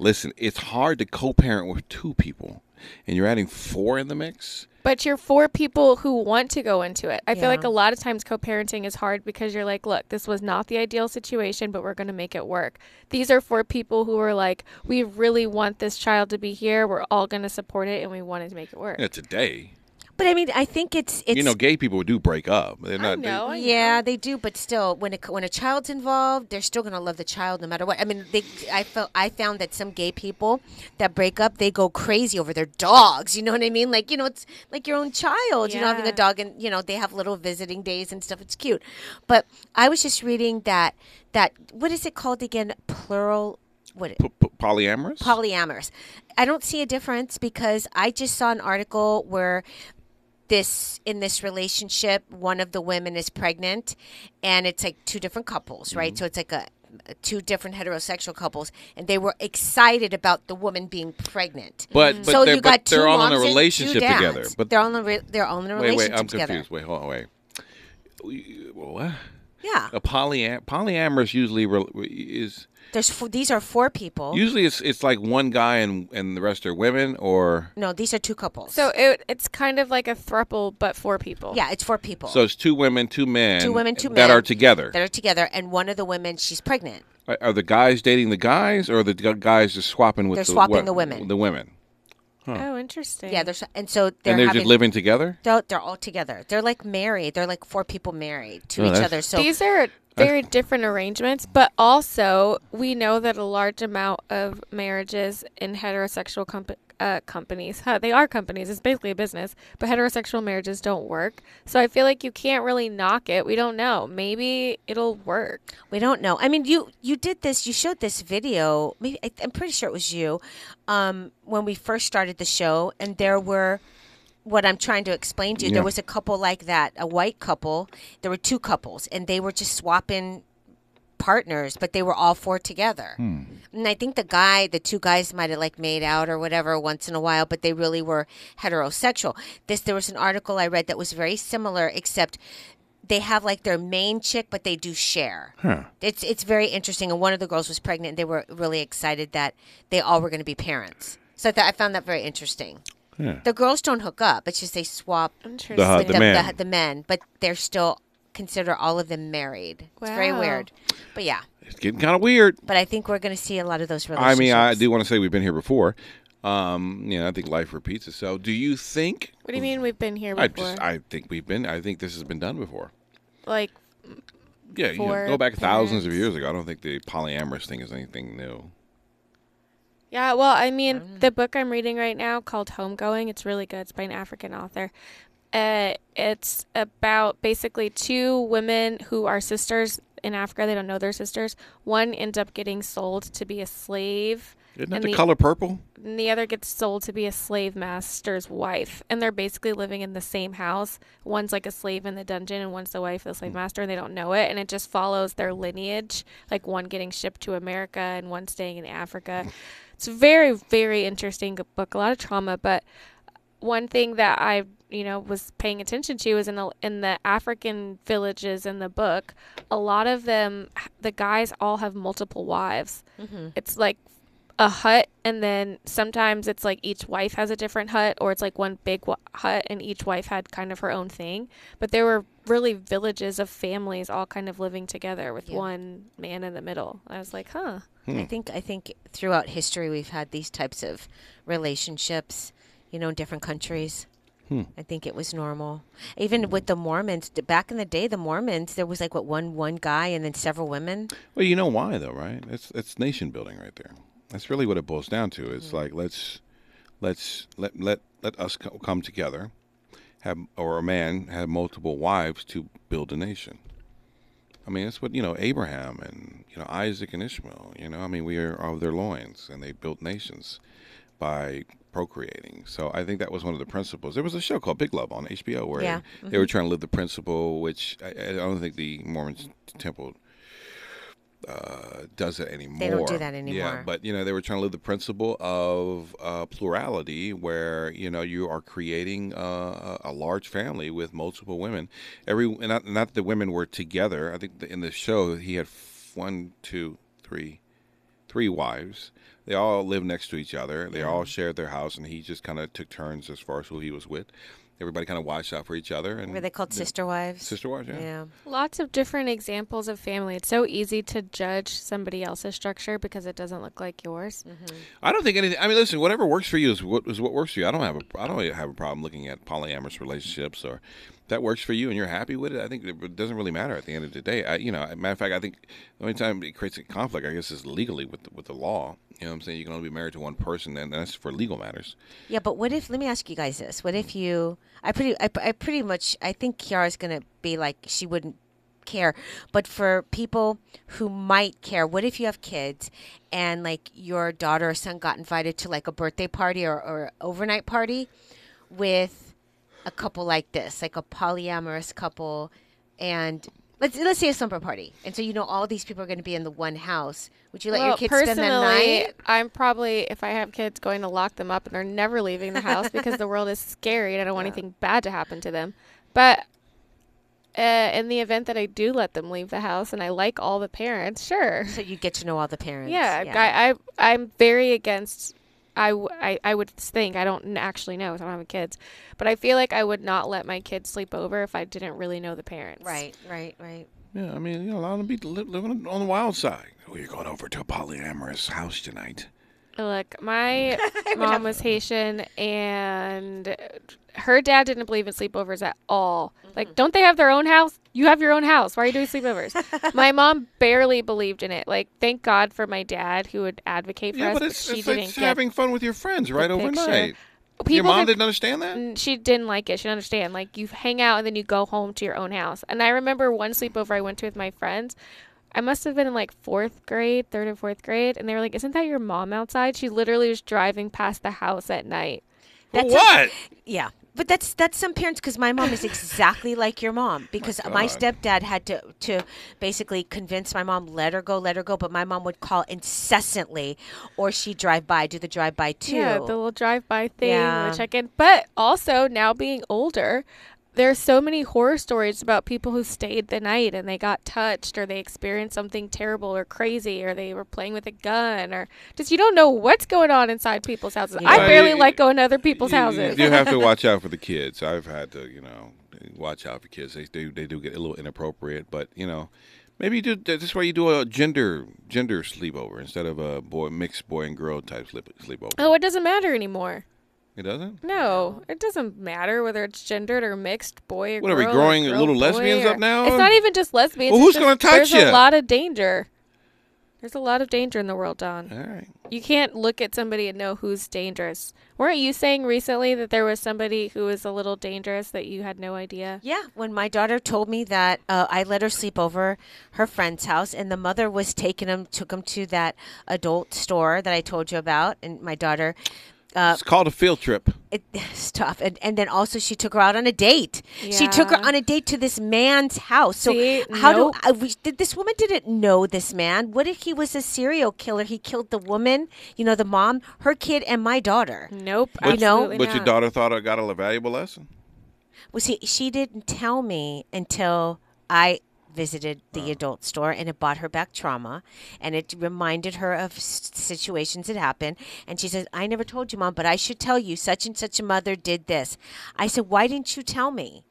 [SPEAKER 3] Listen, it's hard to co-parent with two people, and you're adding four in the mix.
[SPEAKER 5] But you're for people who want to go into it. I
[SPEAKER 4] Yeah.
[SPEAKER 5] feel like a lot of times co-parenting is hard because you're like, look, this was not the ideal situation, but we're going to make it work. These are for people who are like, we really want this child to be here. We're all going to support it, and we wanted to make it work.
[SPEAKER 3] Yeah, today,
[SPEAKER 4] But I mean, I think it's it's
[SPEAKER 3] you know, gay people do break up. They're not.
[SPEAKER 5] I know. I
[SPEAKER 4] Oh, Yeah, they do, but still, when a, when a child's involved, they're still gonna love the child no matter what. I mean, they I felt I found that some gay people that break up, they go crazy over their dogs. You know what I mean? Like you know, it's like your own child. You know, having a
[SPEAKER 5] Yeah.
[SPEAKER 4] dog, and you know, they have little visiting days and stuff. It's cute. But I was just reading that that what is it called again? Plural. What
[SPEAKER 3] P- p- polyamorous.
[SPEAKER 4] polyamorous. I don't see a difference because I just saw an article where this in this relationship one of the women is pregnant and it's like two different couples,
[SPEAKER 3] Mm-hmm.
[SPEAKER 4] right? So it's like a two different heterosexual couples and they were excited about the woman being pregnant.
[SPEAKER 3] but but
[SPEAKER 4] so
[SPEAKER 3] they're,
[SPEAKER 4] you
[SPEAKER 3] but
[SPEAKER 4] got two
[SPEAKER 3] they're all in
[SPEAKER 4] moms
[SPEAKER 3] a
[SPEAKER 4] and two
[SPEAKER 3] relationship
[SPEAKER 4] dads.
[SPEAKER 3] together. But
[SPEAKER 4] they're all in a re- they're all in a
[SPEAKER 3] wait, wait,
[SPEAKER 4] relationship
[SPEAKER 3] I'm
[SPEAKER 4] together.
[SPEAKER 3] confused. Wait, hold on, wait. You- What?
[SPEAKER 4] Yeah.
[SPEAKER 3] A polyam- polyamorous usually re- is
[SPEAKER 4] There's four, these are four people.
[SPEAKER 3] usually it's it's like one guy and and the rest are women or
[SPEAKER 4] no, these are two couples.
[SPEAKER 5] So it, it's kind of like a thruple, but for people.
[SPEAKER 4] yeah, it's four people.
[SPEAKER 3] so it's two women, two men,
[SPEAKER 4] two women, two
[SPEAKER 3] that
[SPEAKER 4] men
[SPEAKER 3] are together.
[SPEAKER 4] That are together and one of the women she's pregnant.
[SPEAKER 3] Are- are the guys dating the guys or are the gu- guys just swapping with
[SPEAKER 4] They're
[SPEAKER 3] the,
[SPEAKER 4] swapping
[SPEAKER 3] what-
[SPEAKER 4] the women.
[SPEAKER 3] The women
[SPEAKER 5] Oh, interesting.
[SPEAKER 4] Yeah, there's and so they're,
[SPEAKER 3] and they're
[SPEAKER 4] having,
[SPEAKER 3] just living together.
[SPEAKER 4] They're, they're all together. They're like married. They're like four people married to
[SPEAKER 3] Oh,
[SPEAKER 4] each
[SPEAKER 3] that's-
[SPEAKER 4] other. So
[SPEAKER 5] These are very different arrangements, but also we know that a large amount of marriages in heterosexual comp- uh, companies, huh, they are companies, it's basically a business, but heterosexual marriages don't work. So I feel like you can't really knock it. We don't know. Maybe it'll work.
[SPEAKER 4] we don't know. I mean, you you did this. You showed this video. Maybe I, I'm pretty sure it was you um, when we first started the show, and there were. What I'm trying to explain to you,
[SPEAKER 3] Yeah.
[SPEAKER 4] there was a couple like that, a white couple. There were two couples, and they were just swapping partners, but they were all four together. And I think the guy, the two guys might have like made out or whatever once in a while, but they really were heterosexual. This there was an article I read that was very similar, except they have like their main chick, but they do share. It's it's very interesting. And one of the girls was pregnant, and they were really excited that they all were going to be parents. So I, thought I found that very interesting.
[SPEAKER 3] Yeah.
[SPEAKER 4] The girls don't hook up; it's just they swap
[SPEAKER 5] Interesting.
[SPEAKER 3] The, the man.
[SPEAKER 4] the, the men, but they're still consider all of them married. It's very
[SPEAKER 5] Wow.
[SPEAKER 4] weird, but yeah.
[SPEAKER 3] it's getting kind of weird.
[SPEAKER 4] But I think we're going to see a lot of those
[SPEAKER 3] I
[SPEAKER 4] relationships.
[SPEAKER 3] mean, I do want to say we've been here before. Um, you know, I think life repeats itself. Do you think?
[SPEAKER 5] What do you mean we've been here
[SPEAKER 3] I
[SPEAKER 5] before?
[SPEAKER 3] just I think we've been. I think this has been done before.
[SPEAKER 5] like,
[SPEAKER 3] Yeah, you know,
[SPEAKER 5] for
[SPEAKER 3] go back thousands of
[SPEAKER 5] parents.
[SPEAKER 3] years ago. I don't think the polyamorous thing is anything new.
[SPEAKER 5] Yeah, well, I mean,
[SPEAKER 3] Mm.
[SPEAKER 5] the book I'm reading right now called Homegoing, it's really good. It's by an African author. Uh, it's about basically two women who are sisters in Africa. They don't know they're sisters. One ends up getting sold to be a slave.
[SPEAKER 3] Isn't
[SPEAKER 5] and
[SPEAKER 3] that the, color purple?
[SPEAKER 5] and the other gets sold to be a slave master's wife. And they're basically living in the same house. One's like a slave in the dungeon, and one's the wife of the slave master, and they don't know it. And it just follows their lineage, like one getting shipped to America and one staying in Africa. It's a very, very interesting book. A lot of trauma, but one thing that I you know was paying attention to is in the in the African villages in the book, a lot of them the guys all have multiple wives. It's like a hut, and then sometimes it's like each wife has a different hut, or it's like one big w- hut, and each wife had kind of her own thing. But there were really villages of families all kind of living together with one man in the middle. I was like, huh.
[SPEAKER 4] I think I think throughout history we've had these types of relationships, you know, in different countries.
[SPEAKER 3] Hmm.
[SPEAKER 4] I think it was normal. Even with the Mormons, d- back in the day, the Mormons there was like what one one guy and then several women.
[SPEAKER 3] Well, you know why though, right? That's that's nation building right there. That's really what it boils down to. It's like let's let's let let let us co- come together, have or a man have multiple wives to build a nation. I mean, that's what you know Abraham and you know Isaac and Ishmael. You know, I mean, we are of their loins, and they built nations by procreating. So I think that was one of the principles. There was a show called Big Love on HBO where
[SPEAKER 4] Yeah.
[SPEAKER 3] they were trying to live the principle, which I, I don't think the Mormon temple uh, does it anymore.
[SPEAKER 4] They don't do that
[SPEAKER 3] Yeah,
[SPEAKER 4] anymore.
[SPEAKER 3] but you know they were trying to live the principle of uh, plurality, where you know you are creating uh, a a large family with multiple women. Every and not, not that the women were together. I think the, in the show he had f- one, two, three, three wives. They all lived next to each other. They all shared their house, and he just kind of took turns as far as who he was with. Everybody kind of watched out for each other. And
[SPEAKER 4] Were they called sister wives?
[SPEAKER 3] sister wives? Yeah.
[SPEAKER 4] Yeah.
[SPEAKER 5] Lots of different examples of family. It's so easy to judge somebody else's structure because it doesn't look like yours.
[SPEAKER 3] I don't think anything. I mean, listen, whatever works for you is what is what works for you. I don't have a I don't have a problem looking at polyamorous relationships or if that works for you and you're happy with it. I think it doesn't really matter at the end of the day. I, you know, matter of fact, I think the only time it creates a conflict, I guess, is legally with the, with the law. You know, what I'm saying you can only be married to one person, and that's for legal matters.
[SPEAKER 4] Yeah, but what if? Let me ask you guys this: What if you? I pretty, I, I pretty much, I think Kiara's gonna be like she wouldn't care, but for people who might care, what if you have kids and like your daughter or son got invited to like a birthday party or, or overnight party with a couple like this, like a polyamorous couple, and. Let's, let's say a slumber party, and so you know all these people are going to be in the one house. Would you let your
[SPEAKER 5] Well,
[SPEAKER 4] kids
[SPEAKER 5] personally,
[SPEAKER 4] spend the night?
[SPEAKER 5] I'm probably, if I have kids, going to lock them up and they're never leaving the house because the world is scary and I don't want anything bad to happen to them. But uh, in the event that I do let them leave the house and I like all the parents, sure.
[SPEAKER 4] So you get to know all the parents.
[SPEAKER 5] Yeah, I, I I'm very against. I, w- I, I would think I don't n- actually know. 'cause I don't have kids, but I feel like I would not let my kids sleep over if I didn't really know the parents.
[SPEAKER 4] right, right, right.
[SPEAKER 3] Yeah, I mean, you know, allow them to be li- living on the wild side. Oh, you're going over to a polyamorous house tonight.
[SPEAKER 5] Look, my mom was Haitian, and her dad didn't believe in sleepovers at all. Like, don't they have their own house? You have your own house. Why are you doing sleepovers? my mom barely believed in it. Like, thank God for my dad who would advocate for
[SPEAKER 3] Yeah,
[SPEAKER 5] us.
[SPEAKER 3] but it's,
[SPEAKER 5] she
[SPEAKER 3] it's,
[SPEAKER 5] didn't
[SPEAKER 3] it's
[SPEAKER 5] get
[SPEAKER 3] having fun with your friends right
[SPEAKER 5] the picture.
[SPEAKER 3] overnight.
[SPEAKER 5] People Mm,
[SPEAKER 3] your mom
[SPEAKER 5] could-
[SPEAKER 3] didn't understand that.
[SPEAKER 5] n- she didn't like it. She didn't understand. Like you hang out and then you go home to your own house. And I remember one sleepover I went to with my friends. I must have been in like fourth grade, third or fourth grade, and they were like, "Isn't that your mom outside?" She literally was driving past the house at night.
[SPEAKER 3] But
[SPEAKER 4] That's
[SPEAKER 3] what?
[SPEAKER 4] Yeah. But that's that's some parents because my mom is exactly like your mom because my stepdad had to to basically convince my mom let her go let her go but my mom would call incessantly or she would drive by do the drive by too
[SPEAKER 5] Yeah, the little drive-by thing,
[SPEAKER 4] Yeah.
[SPEAKER 5] the check-in. But also now being older, there's so many horror stories about people who stayed the night and they got touched or they experienced something terrible or crazy or they were playing with a gun or just you don't know what's going on inside people's houses. I
[SPEAKER 3] Well,
[SPEAKER 5] barely
[SPEAKER 3] you-
[SPEAKER 5] like going to other people's
[SPEAKER 3] you-
[SPEAKER 5] houses.
[SPEAKER 3] You do have to watch out for the kids. I've had to, you know, watch out for kids. They do they do get a little inappropriate, but you know, maybe you do. That's why you do a gender gender sleepover instead of a boy mixed boy and girl type sleep, sleepover.
[SPEAKER 5] Oh, it doesn't matter anymore.
[SPEAKER 3] It doesn't.
[SPEAKER 5] No, it doesn't matter whether it's gendered or mixed, boy or
[SPEAKER 3] What,
[SPEAKER 5] what,
[SPEAKER 3] are we
[SPEAKER 5] girl.
[SPEAKER 3] growing
[SPEAKER 5] or girl,
[SPEAKER 3] little
[SPEAKER 5] boy
[SPEAKER 3] lesbians
[SPEAKER 5] or-
[SPEAKER 3] up now?
[SPEAKER 5] It's not even just lesbians.
[SPEAKER 3] Well,
[SPEAKER 5] it's
[SPEAKER 3] who's
[SPEAKER 5] just-
[SPEAKER 3] gonna touch
[SPEAKER 5] There's a
[SPEAKER 3] ya?
[SPEAKER 5] lot of danger. There's a lot of danger in the world, Don.
[SPEAKER 3] All right.
[SPEAKER 5] You can't look at somebody and know who's dangerous. Weren't you saying recently that there was somebody who was a little dangerous that you had no idea?
[SPEAKER 4] Yeah, when my daughter told me that uh, I let her sleep over her friend's house, and the mother was taking him, took him to that adult store that I told you about, and my daughter, Uh,
[SPEAKER 3] It's called a field trip.
[SPEAKER 4] it, it's tough, and, and then also she took her out on a date. She took her
[SPEAKER 5] Yeah.
[SPEAKER 4] on a date to this man's house. So
[SPEAKER 5] See?
[SPEAKER 4] how
[SPEAKER 5] Nope.
[SPEAKER 4] do I, we, did this woman didn't know this man? What if he was a serial killer? He killed the woman, you know, the mom, her kid, and my daughter.
[SPEAKER 5] Nope.
[SPEAKER 4] You know-
[SPEAKER 5] absolutely
[SPEAKER 3] But your
[SPEAKER 5] not.
[SPEAKER 3] daughter thought I got a valuable lesson.
[SPEAKER 4] Well, see, she didn't tell me until I visited the adult store and it brought her back trauma and it reminded her of s- situations that happened and she said i never told you mom but i should tell you such and such a mother did this i said why didn't you tell me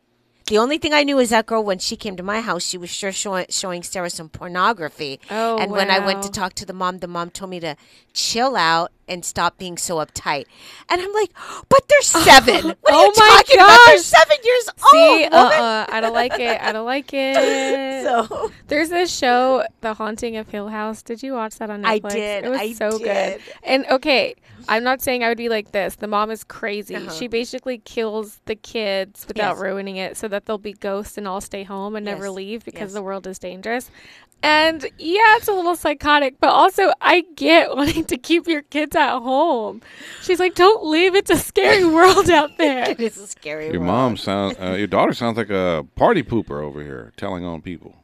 [SPEAKER 4] the only thing i knew is that girl when she came to my house she was sure showing, showing sarah some pornography
[SPEAKER 5] Oh,
[SPEAKER 4] and when i went to
[SPEAKER 5] wow.
[SPEAKER 4] talk to the mom the mom told me to chill out and stop being so uptight and i'm like but they're seven what are
[SPEAKER 5] Oh
[SPEAKER 4] you
[SPEAKER 5] my
[SPEAKER 4] talking about they're
[SPEAKER 5] gosh.
[SPEAKER 4] seven years
[SPEAKER 5] See,
[SPEAKER 4] old Oh, woman.
[SPEAKER 5] uh-uh, I don't like it. I don't like it.
[SPEAKER 4] So
[SPEAKER 5] There's this show, The Haunting of Hill House. Did you watch that on Netflix?
[SPEAKER 4] I did.
[SPEAKER 5] It was
[SPEAKER 4] I
[SPEAKER 5] so
[SPEAKER 4] did.
[SPEAKER 5] good. And okay, I'm not saying I would be like this. The mom is crazy. She basically kills the kids without
[SPEAKER 4] Uh-huh. Yes.
[SPEAKER 5] ruining it so that they'll be ghosts and all stay home and never
[SPEAKER 4] Yes.
[SPEAKER 5] leave because
[SPEAKER 4] Yes.
[SPEAKER 5] the world is dangerous. And yeah, it's a little psychotic, but also I get wanting to keep your kids at home. She's like, don't leave. It's a scary world out there.
[SPEAKER 4] this is scary.
[SPEAKER 3] Your
[SPEAKER 4] world.
[SPEAKER 3] mom sounds. Uh, your daughter sounds like a party pooper over here, telling on people.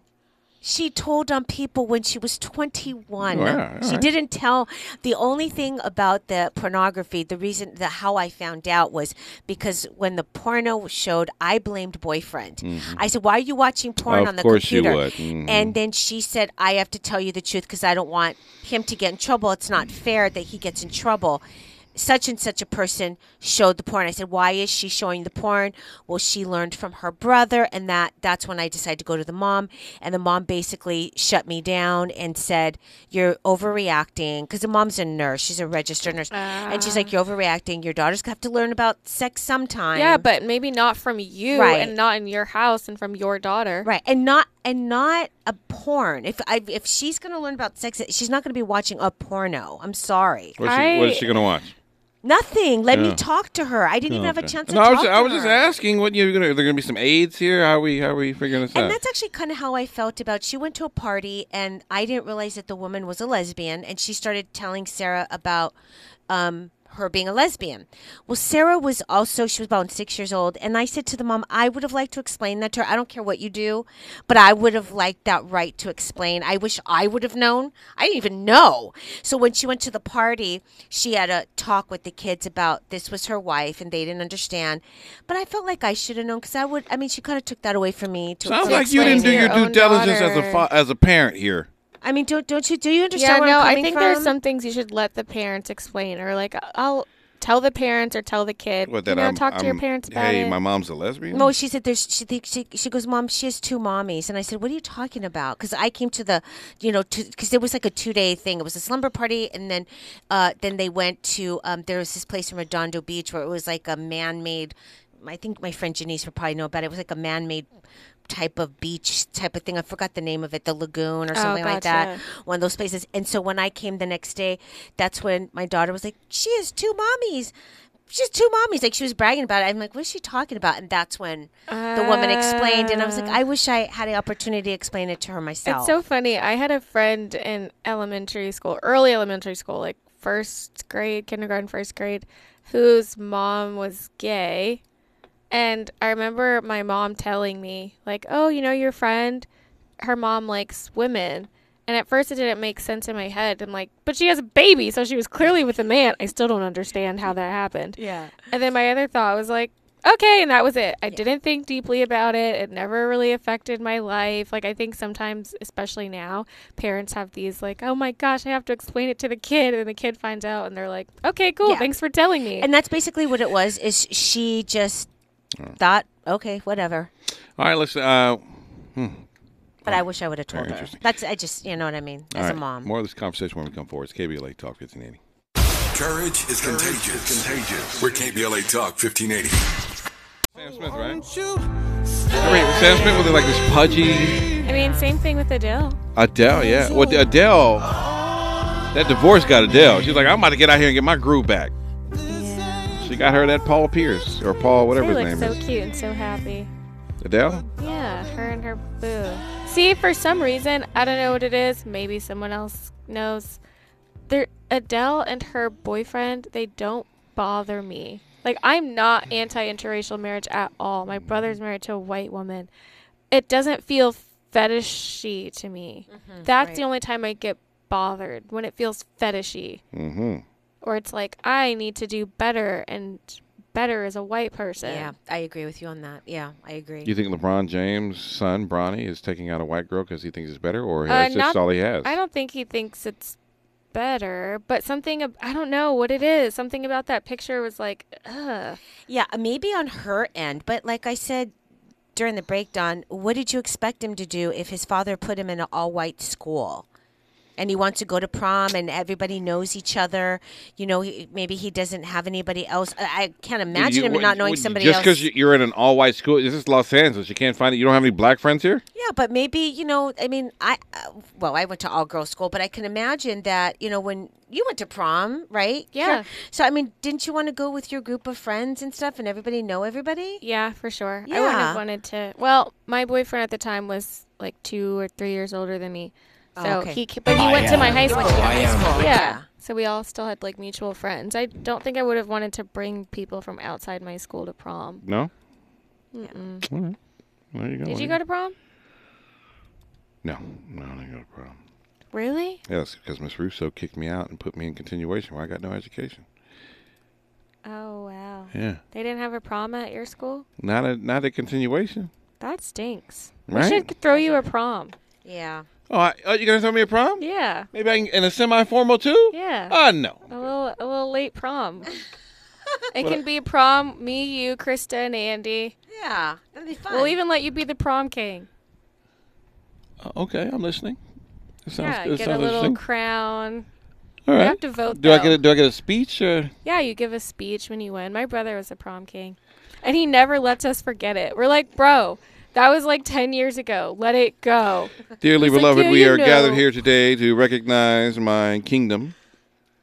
[SPEAKER 4] She told on people when she was 21.
[SPEAKER 3] Oh, yeah,
[SPEAKER 4] she
[SPEAKER 3] alright.
[SPEAKER 4] didn't tell. The only thing about the pornography, the reason the how I found out was because when the porno showed, I blamed boyfriend. I said, "Why are you watching porn
[SPEAKER 3] Mm-hmm. Of
[SPEAKER 4] on the
[SPEAKER 3] course you
[SPEAKER 4] computer?"
[SPEAKER 3] would. Mhm.
[SPEAKER 4] And then she said, "I have to tell you the truth because I don't want him to get in trouble. It's not fair that he gets in trouble." Such and such a person showed the porn. I said, "Why is she showing the porn?" Well, she learned from her brother, and that that's when I decided to go to the mom. And the mom basically shut me down and said, "You're overreacting," because the mom's a nurse. She's a registered nurse, and she's like, "You're overreacting. Your daughter's gonna have to learn about sex sometime."
[SPEAKER 5] Yeah, but maybe not from you
[SPEAKER 4] Right.
[SPEAKER 5] and not in your house and from your daughter.
[SPEAKER 4] Right, and not and not a porn. If I, if she's going to learn about sex, she's not going to be watching a porno. I'm sorry,
[SPEAKER 3] What's she, what is
[SPEAKER 5] I-
[SPEAKER 3] she gonna watch?
[SPEAKER 4] nothing. Let
[SPEAKER 3] Yeah. Oh,
[SPEAKER 4] me talk to her. I didn't even have a
[SPEAKER 3] Okay.
[SPEAKER 4] chance.
[SPEAKER 3] No,
[SPEAKER 4] to
[SPEAKER 3] I was,
[SPEAKER 4] talk
[SPEAKER 3] I
[SPEAKER 4] to
[SPEAKER 3] was just
[SPEAKER 4] her.
[SPEAKER 3] asking. What you gonna? Are there gonna be some aids here? How are we? How are we figuring this
[SPEAKER 4] And
[SPEAKER 3] out?
[SPEAKER 4] that's actually kind of how I felt about. She went to a party, and I didn't realize that the woman was a lesbian, and she started telling Sarah about um, her being a lesbian. Well, Sarah was also she was about six years old, and I said to the mom, I would have liked to explain that to her. I don't care what you do, but I would have liked that right to explain. I wish I would have known. I didn't even know. So when she went to the party, she had a talk with the kids about this was her wife, and they didn't understand. But I felt like I should have known because I would. I mean, she kind of took that away from me. To
[SPEAKER 3] Sounds
[SPEAKER 4] to
[SPEAKER 3] like you
[SPEAKER 4] explain
[SPEAKER 3] didn't
[SPEAKER 4] it.
[SPEAKER 3] do your
[SPEAKER 5] your
[SPEAKER 3] due
[SPEAKER 5] own
[SPEAKER 3] diligence as a
[SPEAKER 5] daughter.
[SPEAKER 3] fa- as a parent here.
[SPEAKER 4] I mean, don't don't you do you understand
[SPEAKER 5] Yeah,
[SPEAKER 4] where
[SPEAKER 5] no,
[SPEAKER 4] I'm
[SPEAKER 5] I
[SPEAKER 4] coming
[SPEAKER 5] think
[SPEAKER 4] from?
[SPEAKER 5] there's some things you should let the parents explain, or like I'll tell the parents or tell the kid.
[SPEAKER 3] What
[SPEAKER 5] you
[SPEAKER 3] that?
[SPEAKER 5] know,
[SPEAKER 3] I'm,
[SPEAKER 5] talk to your
[SPEAKER 3] I'm-
[SPEAKER 5] parents about
[SPEAKER 3] hey,
[SPEAKER 5] it.
[SPEAKER 3] my mom's a lesbian.
[SPEAKER 4] No, she said there's. She thinks she, she goes, mom. She has two mommies, and I said, what are you talking about? Because I came to the, you know, because it was like a two day thing. It was a slumber party, and then, uh, then they went to um, there was this place in Redondo Beach where it was like a man made. I think my friend Janice would probably know about it. It was like a man made type of beach type of thing. I forgot the name of it, the lagoon or something like that.
[SPEAKER 5] Oh, gotcha.
[SPEAKER 4] One of those places. And so when I came the next day, that's when my daughter was like, she has two mommies. She has two mommies. Like she was bragging about it. I'm like, what is she talking about? And that's when the woman explained. And I was like, I wish I had an opportunity to explain it to her myself.
[SPEAKER 5] It's so funny. I had a friend in elementary school, early elementary school, like first grade, kindergarten, first grade, whose mom was gay. And I remember my mom telling me, like, oh, you know, your friend, her mom likes women. And at first it didn't make sense in my head. I'm like, but she has a baby, so she was clearly with a man. I still don't understand how that happened.
[SPEAKER 4] yeah.
[SPEAKER 5] And then my other thought was like, okay, and that was it. I didn't think deeply about it. It never really affected my life. Like I think sometimes, especially now, parents have these like, oh my gosh, I have to explain it to the kid, and the kid finds out, and they're like, okay, cool,
[SPEAKER 4] Yeah.
[SPEAKER 5] thanks for telling me.
[SPEAKER 4] And that's basically what it was. Is she just thought, okay, whatever.
[SPEAKER 3] All right, let's. Uh,
[SPEAKER 4] But I wish I would have told her.
[SPEAKER 3] interesting.
[SPEAKER 4] That's I just you know what I mean
[SPEAKER 3] all
[SPEAKER 4] as
[SPEAKER 3] right,
[SPEAKER 4] a mom.
[SPEAKER 3] More of this conversation when we come forward. It's KBLA Talk 1580.
[SPEAKER 7] Courage is contagious. contagious. We're KBLA Talk 1580.
[SPEAKER 3] Sam Smith, right? Remember Sam Smith was like this pudgy
[SPEAKER 5] I mean, same thing with Adele.
[SPEAKER 3] Adele. Yeah. Well, Adele That divorce got Adele. She's like, I'm about to get out here and get my groove back. She got her that Paul Pierce or Paul whatever
[SPEAKER 5] they
[SPEAKER 3] his name
[SPEAKER 5] look
[SPEAKER 3] is.
[SPEAKER 5] so cute and so happy.
[SPEAKER 3] Adele.
[SPEAKER 5] Yeah, her and her boo. See, for some reason, I don't know what it is. Maybe someone else knows. They're, Adele and her boyfriend, they don't bother me. Like, I'm not anti interracial marriage at all. My brother's married to a white woman. It doesn't feel fetishy to me. That's the only time I get bothered when it feels fetishy.
[SPEAKER 3] Mm-hmm.
[SPEAKER 5] Or it's like, I need to do better, and better as a white person.
[SPEAKER 4] Yeah, I agree with you on that. Yeah, I agree.
[SPEAKER 3] You think LeBron James' son Bronny is taking out a white girl because he thinks it's better, or
[SPEAKER 5] Uh,
[SPEAKER 3] that's just
[SPEAKER 5] not-
[SPEAKER 3] all he has?
[SPEAKER 5] I don't think he thinks it's better, but something ab- I don't know what it is. Something about that picture was like, ugh.
[SPEAKER 4] Yeah, maybe on her end, but like I said during the break, Don, what did you expect him to do if his father put him in an all-white school? And he wants to go to prom, and everybody knows each other. You know, he, maybe he doesn't have anybody else. I, I can't
[SPEAKER 3] Dude,
[SPEAKER 4] imagine
[SPEAKER 3] you-
[SPEAKER 4] him
[SPEAKER 3] what-
[SPEAKER 4] not knowing
[SPEAKER 3] what-
[SPEAKER 4] somebody
[SPEAKER 3] just
[SPEAKER 4] else.
[SPEAKER 3] because you're in an all-white school, this is Los Angeles. You can't find it. You don't have any black friends here.
[SPEAKER 4] Yeah, but maybe you know. I mean, I uh, well, I went to all girls school, but I can imagine that you know when you went to prom, right?
[SPEAKER 5] Yeah.
[SPEAKER 4] So I mean, didn't you want to go with your group of friends and stuff, and everybody know everybody?
[SPEAKER 5] Yeah, for sure. I wouldn't
[SPEAKER 4] Yeah.
[SPEAKER 5] have wanted to. Well, my boyfriend at the time was like two or three years older than me, so
[SPEAKER 4] okay.
[SPEAKER 5] he ca- but he went to my high school.
[SPEAKER 3] Oh,
[SPEAKER 4] School,
[SPEAKER 5] Yeah. So we all still had like mutual friends. I don't think I would have wanted to bring people from outside my school to prom.
[SPEAKER 3] No. All right. There you go.
[SPEAKER 5] Did you go to prom?
[SPEAKER 3] No, no, I didn't go to prom.
[SPEAKER 5] Really?
[SPEAKER 3] Yes, because Miss Russo kicked me out and put me in continuation where I got no education.
[SPEAKER 5] Oh wow.
[SPEAKER 3] Yeah.
[SPEAKER 5] They didn't have a prom at your school?
[SPEAKER 3] Not a not a continuation.
[SPEAKER 5] That stinks.
[SPEAKER 3] Right?
[SPEAKER 5] We should throw you a prom.
[SPEAKER 4] Yeah.
[SPEAKER 3] Oh, I, oh you're gonna throw me a prom?
[SPEAKER 5] Yeah.
[SPEAKER 3] Maybe I can in a semi-formal too.
[SPEAKER 5] Yeah.
[SPEAKER 3] Oh no.
[SPEAKER 5] A little, a little late prom. It can be prom, me, you, Krista, and Andy.
[SPEAKER 4] Yeah, that'd be fun.
[SPEAKER 5] We'll even let you be the prom king.
[SPEAKER 3] Uh, Okay, I'm listening. That sounds
[SPEAKER 5] Yeah,
[SPEAKER 3] good.
[SPEAKER 5] get a
[SPEAKER 3] sounds
[SPEAKER 5] little
[SPEAKER 3] interesting.
[SPEAKER 5] crown.
[SPEAKER 3] All right.
[SPEAKER 5] You have to vote.
[SPEAKER 3] do I
[SPEAKER 5] though.
[SPEAKER 3] get a, do I get a speech or?
[SPEAKER 5] Yeah, you give a speech when you win. My brother was a prom king, and he never lets us forget it. We're like, bro, that was like ten years ago. Let it go.
[SPEAKER 3] Dearly
[SPEAKER 5] He's like,
[SPEAKER 3] beloved,
[SPEAKER 5] "Yeah,
[SPEAKER 3] we
[SPEAKER 5] you
[SPEAKER 3] are
[SPEAKER 5] know."
[SPEAKER 3] gathered here today to recognize my kingdom.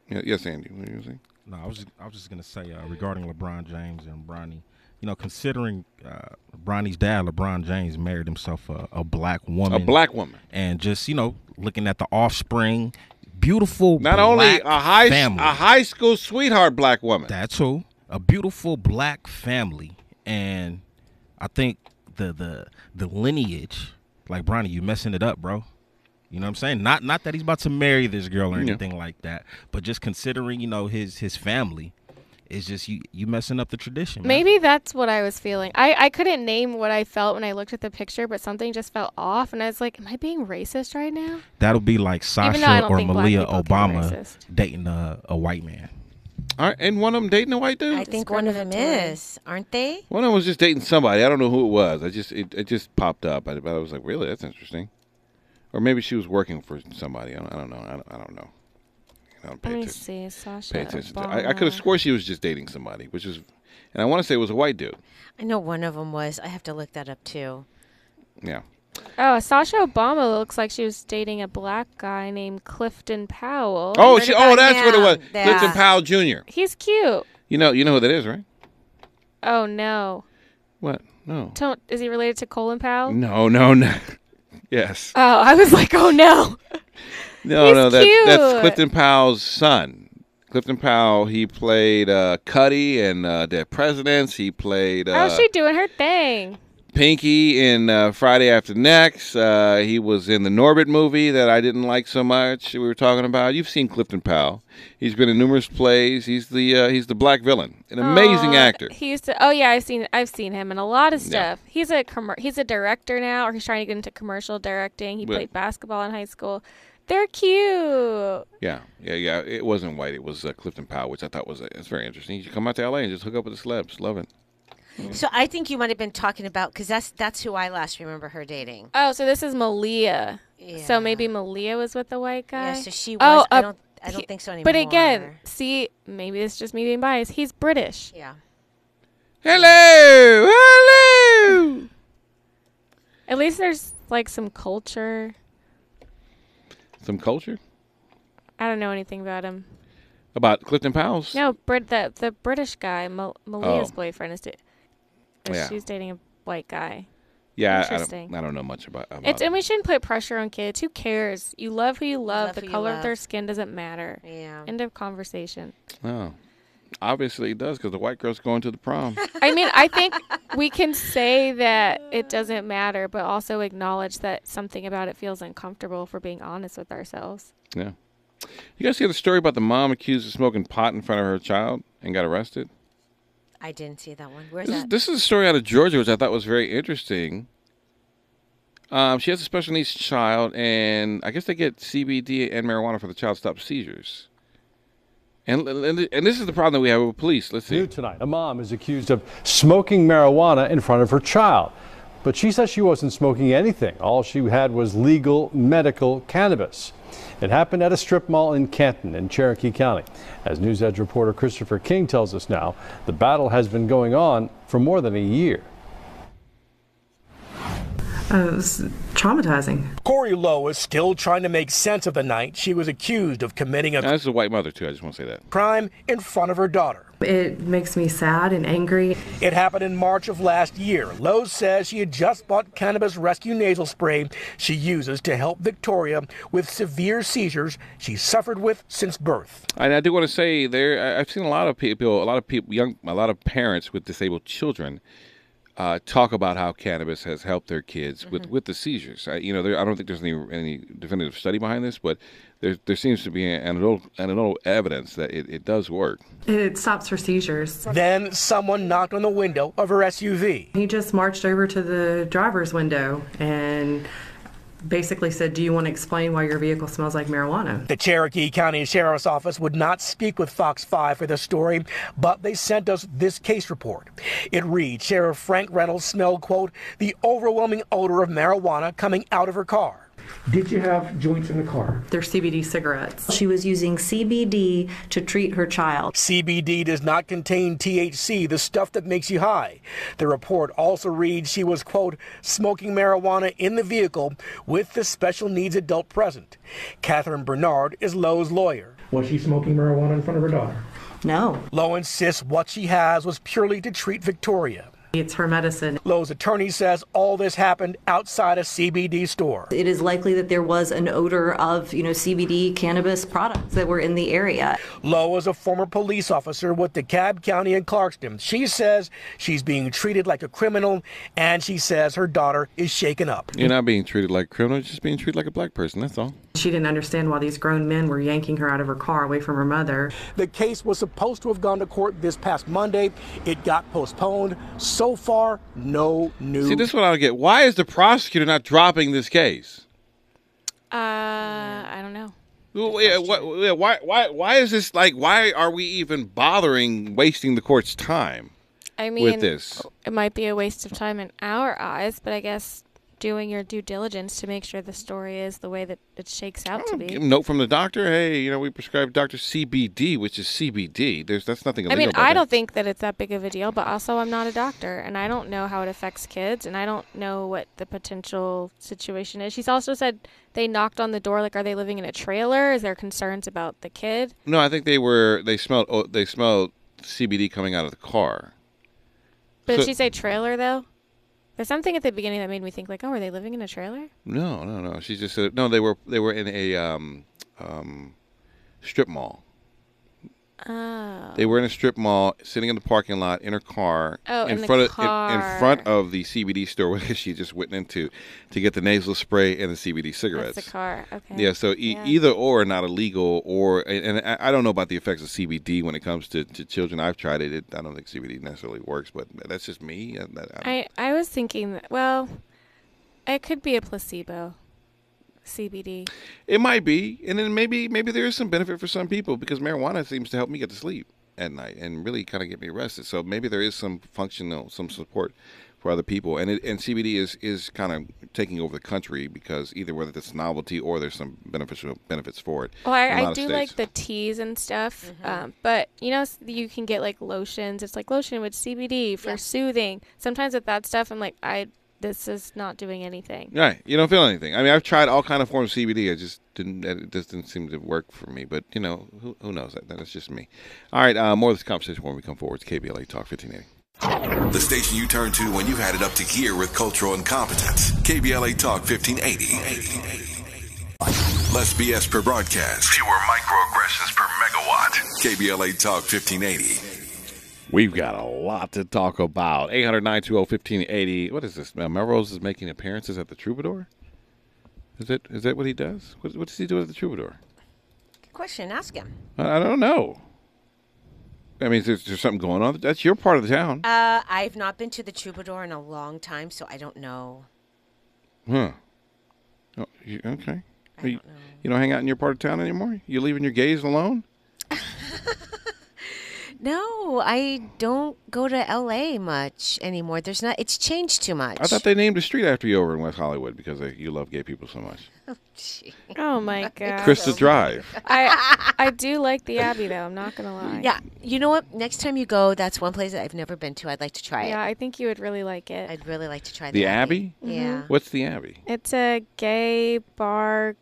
[SPEAKER 3] Yeah, Yes, Andy. What are you saying?
[SPEAKER 8] No, I was just, I was just gonna say uh, regarding LeBron James and Bronny. You know, considering uh, Bronny's dad, LeBron James, married himself uh, a, a black woman.
[SPEAKER 3] A black woman.
[SPEAKER 8] and just you know looking at the offspring, beautiful.
[SPEAKER 3] Not
[SPEAKER 8] black
[SPEAKER 3] only a high
[SPEAKER 8] family.
[SPEAKER 3] a high school sweetheart black woman.
[SPEAKER 8] That's who. A beautiful black family, and I think the the the lineage. Like Bronny, you messing it up, bro. You know what I'm saying? Not not that he's about to marry this girl or
[SPEAKER 3] Yeah.
[SPEAKER 8] anything like that, but just considering you know his his family, it's just you you messing up the tradition. man.
[SPEAKER 5] Maybe that's what I was feeling. I, I couldn't name what I felt when I looked at the picture, but something just felt off, and I was like, "Am I being racist right now?"
[SPEAKER 8] that'll be like
[SPEAKER 5] Even though I
[SPEAKER 8] Sasha
[SPEAKER 5] don't
[SPEAKER 8] or
[SPEAKER 5] think black
[SPEAKER 8] Malia
[SPEAKER 5] people can be
[SPEAKER 8] Obama
[SPEAKER 5] racist.
[SPEAKER 8] dating a, a white man.
[SPEAKER 3] All right, and one of them dating a white dude.
[SPEAKER 4] I think one of them
[SPEAKER 5] discriminatory.
[SPEAKER 4] is, aren't they?
[SPEAKER 3] One of them was just dating somebody. I don't know who it was. I just it, it just popped up. I, but I was like, really, that's interesting. Or maybe she was working for somebody. I don't, I don't know. I don't, I don't know. I don't pay
[SPEAKER 5] Let me uh, see,
[SPEAKER 3] attention.
[SPEAKER 5] Sasha.
[SPEAKER 3] Pay attention. To,
[SPEAKER 5] Obama.
[SPEAKER 3] I, I could have swore she was just dating somebody, which is, and I want to say it was a white dude.
[SPEAKER 4] I know one of them was. I have to look that up too.
[SPEAKER 3] Yeah.
[SPEAKER 5] Oh, Sasha Obama looks like she was dating a black guy named Clifton Powell.
[SPEAKER 3] Oh,
[SPEAKER 4] heard
[SPEAKER 3] she.
[SPEAKER 4] about
[SPEAKER 3] Oh, that's what it
[SPEAKER 4] him.
[SPEAKER 3] was.
[SPEAKER 4] Yeah.
[SPEAKER 3] Clifton Powell Jr.
[SPEAKER 5] He's cute.
[SPEAKER 3] You know, you know who that is, right?
[SPEAKER 5] Oh no,
[SPEAKER 3] What? No.
[SPEAKER 5] don't. Is he related to Colin Powell?
[SPEAKER 3] No, no, no. yes.
[SPEAKER 5] Oh, I was like, oh no.
[SPEAKER 3] No,
[SPEAKER 5] He's
[SPEAKER 3] no, that, that's
[SPEAKER 5] cute.
[SPEAKER 3] Clifton Powell's son. Clifton Powell, he played uh, Cuddy in uh, Dead Presidents. He played uh,
[SPEAKER 5] How's she doing her thing?
[SPEAKER 3] Pinky in uh, Friday After Next. Uh, he was in the Norbit movie that I didn't like so much. We were talking about. You've seen Clifton Powell. He's been in numerous plays. He's the uh, he's the black villain. An amazing
[SPEAKER 5] Aw,
[SPEAKER 3] actor.
[SPEAKER 5] He used to. Oh yeah, I've seen. I've seen him in a lot of
[SPEAKER 3] Yeah.
[SPEAKER 5] stuff. He's a commer- He's a director now, or he's trying to get into commercial directing. He
[SPEAKER 3] Well-
[SPEAKER 5] played basketball in high school. They're cute.
[SPEAKER 3] Yeah, yeah, yeah. It wasn't white. It was uh, Clifton Powell, which I thought was uh, it's very interesting. You should come out to L.A. and just hook up with the celebs. Love it.
[SPEAKER 4] So I think you might have been talking about because that's that's who I last remember her dating.
[SPEAKER 5] Oh, so this is Malia.
[SPEAKER 4] Yeah.
[SPEAKER 5] So maybe Malia was with the white guy.
[SPEAKER 4] Yeah, so she
[SPEAKER 5] Oh,
[SPEAKER 4] was. I
[SPEAKER 5] uh,
[SPEAKER 4] don't. I don't
[SPEAKER 5] he-
[SPEAKER 4] think so anymore.
[SPEAKER 5] But again, see, maybe it's just me being biased. He's British.
[SPEAKER 4] yeah.
[SPEAKER 3] Hello, hello.
[SPEAKER 5] At least there's like some culture.
[SPEAKER 3] Some culture?
[SPEAKER 5] I don't know anything about him.
[SPEAKER 3] About Clifton Powell's?
[SPEAKER 5] No, Brit the the British guy, Mal- Malia's
[SPEAKER 3] Oh.
[SPEAKER 5] boyfriend is. Da- or
[SPEAKER 3] Yeah.
[SPEAKER 5] She's dating a white guy.
[SPEAKER 3] yeah, I- I,
[SPEAKER 5] Interesting.
[SPEAKER 3] don't, I don't know much about. about
[SPEAKER 5] It's
[SPEAKER 3] it.
[SPEAKER 5] and we shouldn't put pressure on kids. Who cares? You love who you love.
[SPEAKER 4] love
[SPEAKER 5] the
[SPEAKER 4] who you
[SPEAKER 5] color of their
[SPEAKER 4] love.
[SPEAKER 5] skin doesn't matter.
[SPEAKER 4] Yeah.
[SPEAKER 5] End of conversation.
[SPEAKER 3] Oh. Obviously, it does because the white girl's going to the prom.
[SPEAKER 5] I mean, I think we can say that it doesn't matter, but also acknowledge that something about it feels uncomfortable if we're being honest with ourselves.
[SPEAKER 3] yeah. You guys hear the story about the mom accused of smoking pot in front of her child and got arrested?
[SPEAKER 4] I didn't see that one. Where's
[SPEAKER 3] This is,
[SPEAKER 4] that?
[SPEAKER 3] this is a story out of Georgia, which I thought was very interesting. Um, she has a special needs child, and I guess they get CBD and marijuana for the child to stop seizures. And, and and this is the problem that we have with police. Let's see.
[SPEAKER 9] New tonight, a mom is accused of smoking marijuana in front of her child. But she says she wasn't smoking anything. All she had was legal medical cannabis. It happened at a strip mall in Canton in Cherokee County. As News Edge reporter Christopher King tells us now, the battle has been going on for more than a year.
[SPEAKER 10] Uh, it's traumatizing.
[SPEAKER 6] Corey Lowe is still trying to make sense of the night she was accused of committing
[SPEAKER 3] Now,
[SPEAKER 6] a
[SPEAKER 3] this is a white mother too. I just want to say that.
[SPEAKER 6] crime in front of her daughter.
[SPEAKER 10] It makes me sad and angry.
[SPEAKER 6] It happened in March of last year. Lowe says she had just bought cannabis rescue nasal spray she uses to help Victoria with severe seizures she suffered with since birth.
[SPEAKER 3] And I do want to say there, I- I've seen a lot of people, a lot of people, young, a lot of parents with disabled children uh, talk about how cannabis has helped their kids with, with the seizures. I, you know, there, I don't think there's any any definitive study behind this, but there there seems to be anecdotal, anecdotal evidence that it, it does work.
[SPEAKER 10] It stops her seizures.
[SPEAKER 6] Then someone knocked on the window of her SUV.
[SPEAKER 10] He just marched over to the driver's window and basically said, Do you want to explain why your vehicle smells like marijuana?
[SPEAKER 6] The Cherokee County Sheriff's Office would not speak with Fox 5 for this story, but they sent us this case report. It reads Sheriff Frank Reynolds smelled, quote, the overwhelming odor of marijuana coming out of her car.
[SPEAKER 11] Did you have joints in the car?
[SPEAKER 10] They're CBD cigarettes.
[SPEAKER 12] She was using CBD to treat her child.
[SPEAKER 6] CBD does not contain THC, the stuff that makes you high. The report also reads she was, quote, smoking marijuana in the vehicle with the special needs adult present. Catherine Bernard is Lowe's lawyer.
[SPEAKER 11] Was she smoking marijuana in front of her daughter?
[SPEAKER 12] No.
[SPEAKER 6] Lowe insists what she has was purely to treat Victoria.
[SPEAKER 10] It's her medicine.
[SPEAKER 6] Lowe's attorney says all this happened outside a CBD store.
[SPEAKER 12] It is likely that there was an odor of, you know, CBD cannabis products that were in the area.
[SPEAKER 6] Lowe is a former police officer with DeKalb County in Clarkston. She says she's being treated like a criminal, and she says her daughter is shaken up.
[SPEAKER 3] You're not being treated like criminals, you're just being treated like a black person. That's all.
[SPEAKER 10] She didn't understand why these grown men were yanking her out of her car away from her mother.
[SPEAKER 6] The case was supposed to have gone to court this past Monday. It got postponed. So far, no news.
[SPEAKER 3] See, this is what I don't get. Why is the prosecutor not dropping this case?
[SPEAKER 5] Uh, I don't know.
[SPEAKER 3] Well, yeah, why, yeah, why, why, why is this like? Why are we even bothering wasting the court's time
[SPEAKER 5] I mean,
[SPEAKER 3] with this?
[SPEAKER 5] it might be a waste of time in our eyes, but I guess doing your due diligence to make sure the story is the way that it shakes out to
[SPEAKER 3] Give
[SPEAKER 5] be.
[SPEAKER 3] a note from the doctor. Hey, you know, we prescribed Doctor CBD, which is CBD. There's that's nothing
[SPEAKER 5] I
[SPEAKER 3] illegal.
[SPEAKER 5] mean,
[SPEAKER 3] about
[SPEAKER 5] I
[SPEAKER 3] that.
[SPEAKER 5] don't think that it's that big of a deal, but also I'm not a doctor and I don't know how it affects kids and I don't know what the potential situation is. She's also said they knocked on the door like are they living in a trailer? Is there concerns about the kid?
[SPEAKER 3] No, I think they were. They smelled. Oh, they smelled CBD coming out of the car.
[SPEAKER 5] But
[SPEAKER 3] So-
[SPEAKER 5] did she say trailer though? There's something at the beginning that made me think like, "Oh, are they living in a trailer?"
[SPEAKER 3] No, no, no. She just said no. They were. They were in a um, um, strip mall.
[SPEAKER 5] Oh.
[SPEAKER 3] They were in a strip mall, sitting in the parking lot in her car,
[SPEAKER 5] Oh,
[SPEAKER 3] in
[SPEAKER 5] in the
[SPEAKER 3] front of In, in
[SPEAKER 5] car.
[SPEAKER 3] front of the CBD store where she just went into to get the nasal spray and the CBD cigarettes.
[SPEAKER 5] That's the car. Okay.
[SPEAKER 3] Yeah, so e-
[SPEAKER 5] Yeah.
[SPEAKER 3] either or not illegal, or and and I I don't know about the effects of CBD when it comes to, to children. I've tried it. it. I don't think CBD necessarily works, but that's just me. I, I-
[SPEAKER 5] I I was thinking that, well, it could be a placebo. CBD.
[SPEAKER 3] it might be, and then maybe maybe there is some benefit for some people because marijuana seems to help me get to sleep at night and really kind of get me rested. So maybe there is some functional some support for other people, and it, and CBD is is kind of taking over the country because either whether it's novelty or there's some beneficial benefits for it.
[SPEAKER 5] Well,
[SPEAKER 3] in a
[SPEAKER 5] I,
[SPEAKER 3] lot
[SPEAKER 5] I
[SPEAKER 3] of
[SPEAKER 5] do
[SPEAKER 3] states.
[SPEAKER 5] like the teas and stuff, um, but you know s- you can get like lotions. It's like lotion with CBD for soothing. Sometimes with that stuff, I'm like I this is not doing anything.
[SPEAKER 3] Right. You don't feel anything. I mean, I've tried all kind of forms of CBD. I just didn't. It just didn't seem to work for me. But you know, who, who knows? That that's just me. All right. Uh, more of this conversation when we come forward. It's KBLA Talk 1580.
[SPEAKER 7] The station you turn to when you've had it up to here with cultural incompetence. KBLA Talk 1580. Less BS per broadcast. Fewer microaggressions per megawatt. KBLA Talk 1580.
[SPEAKER 3] We've got a lot to talk about. 800 1580 What is this? Now, Melrose is making appearances at the Troubadour? Is that, is that what he does? What, what does he do at the Troubadour?
[SPEAKER 4] Good question. Ask him.
[SPEAKER 3] I, I don't know. I mean, there's, there's something going on. That's your part of the town.
[SPEAKER 4] Uh, I've not been to the Troubadour in a long time, so I don't know.
[SPEAKER 3] Huh. Oh, you, okay. Are you, you don't hang out in your part of town anymore? You leaving your gays alone?
[SPEAKER 4] No, I don't go to L.A. much anymore. There's not. It's changed too much.
[SPEAKER 3] I thought they named a street after you over in West Hollywood because they, you love gay people so much.
[SPEAKER 5] Oh my god.
[SPEAKER 3] Krista Drive.
[SPEAKER 5] I I do like the Abbey though. I'm not gonna lie.
[SPEAKER 4] Yeah, you know what? Next time you go, that's one place that I've never been to. I'd like to try
[SPEAKER 5] Yeah,
[SPEAKER 4] it.
[SPEAKER 5] I think you would really like it.
[SPEAKER 4] I'd really like to try Mm-hmm.
[SPEAKER 3] The Abbey?
[SPEAKER 4] Yeah.
[SPEAKER 3] What's the Abbey?
[SPEAKER 5] It's a gay bar,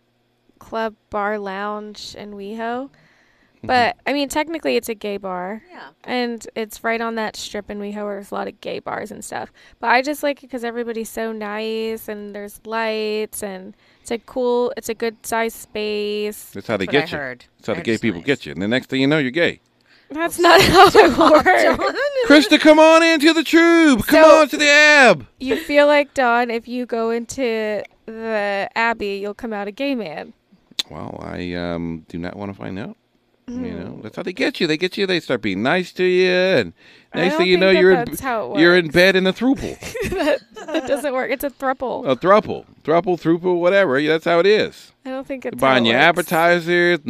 [SPEAKER 5] club bar lounge in WeHo.
[SPEAKER 3] Mm-hmm.
[SPEAKER 5] But I mean, technically, it's a gay bar.
[SPEAKER 4] Yeah.
[SPEAKER 5] And it's right on that strip in WeHo where there's a lot of gay bars and stuff. But I just like it because everybody's so nice and there's lights and it's a cool, it's a good sized space.
[SPEAKER 3] That's how they get you. That's how the gay people get you. And the next thing you know, you're gay.
[SPEAKER 5] That's not how it works.
[SPEAKER 3] Krista, come on into the tube. Come on to the ab.
[SPEAKER 5] You feel like Don if you go into the Abbey, you'll come out a gay man.
[SPEAKER 3] Well, I um, do not want to find out.
[SPEAKER 5] Hmm.
[SPEAKER 3] You know, that's how they get you. They get you. They start being nice to you, and
[SPEAKER 5] I
[SPEAKER 3] next
[SPEAKER 5] don't
[SPEAKER 3] thing you
[SPEAKER 5] think
[SPEAKER 3] know,
[SPEAKER 5] that
[SPEAKER 3] you're in,
[SPEAKER 5] that's how it
[SPEAKER 3] you're in bed in a throuple,
[SPEAKER 5] that, that doesn't work. It's a thruple.
[SPEAKER 3] a thruple, thruple, throuple, whatever. Yeah, That's how it is.
[SPEAKER 5] I don't think it's
[SPEAKER 3] Buying your
[SPEAKER 5] how it works.
[SPEAKER 3] appetizers,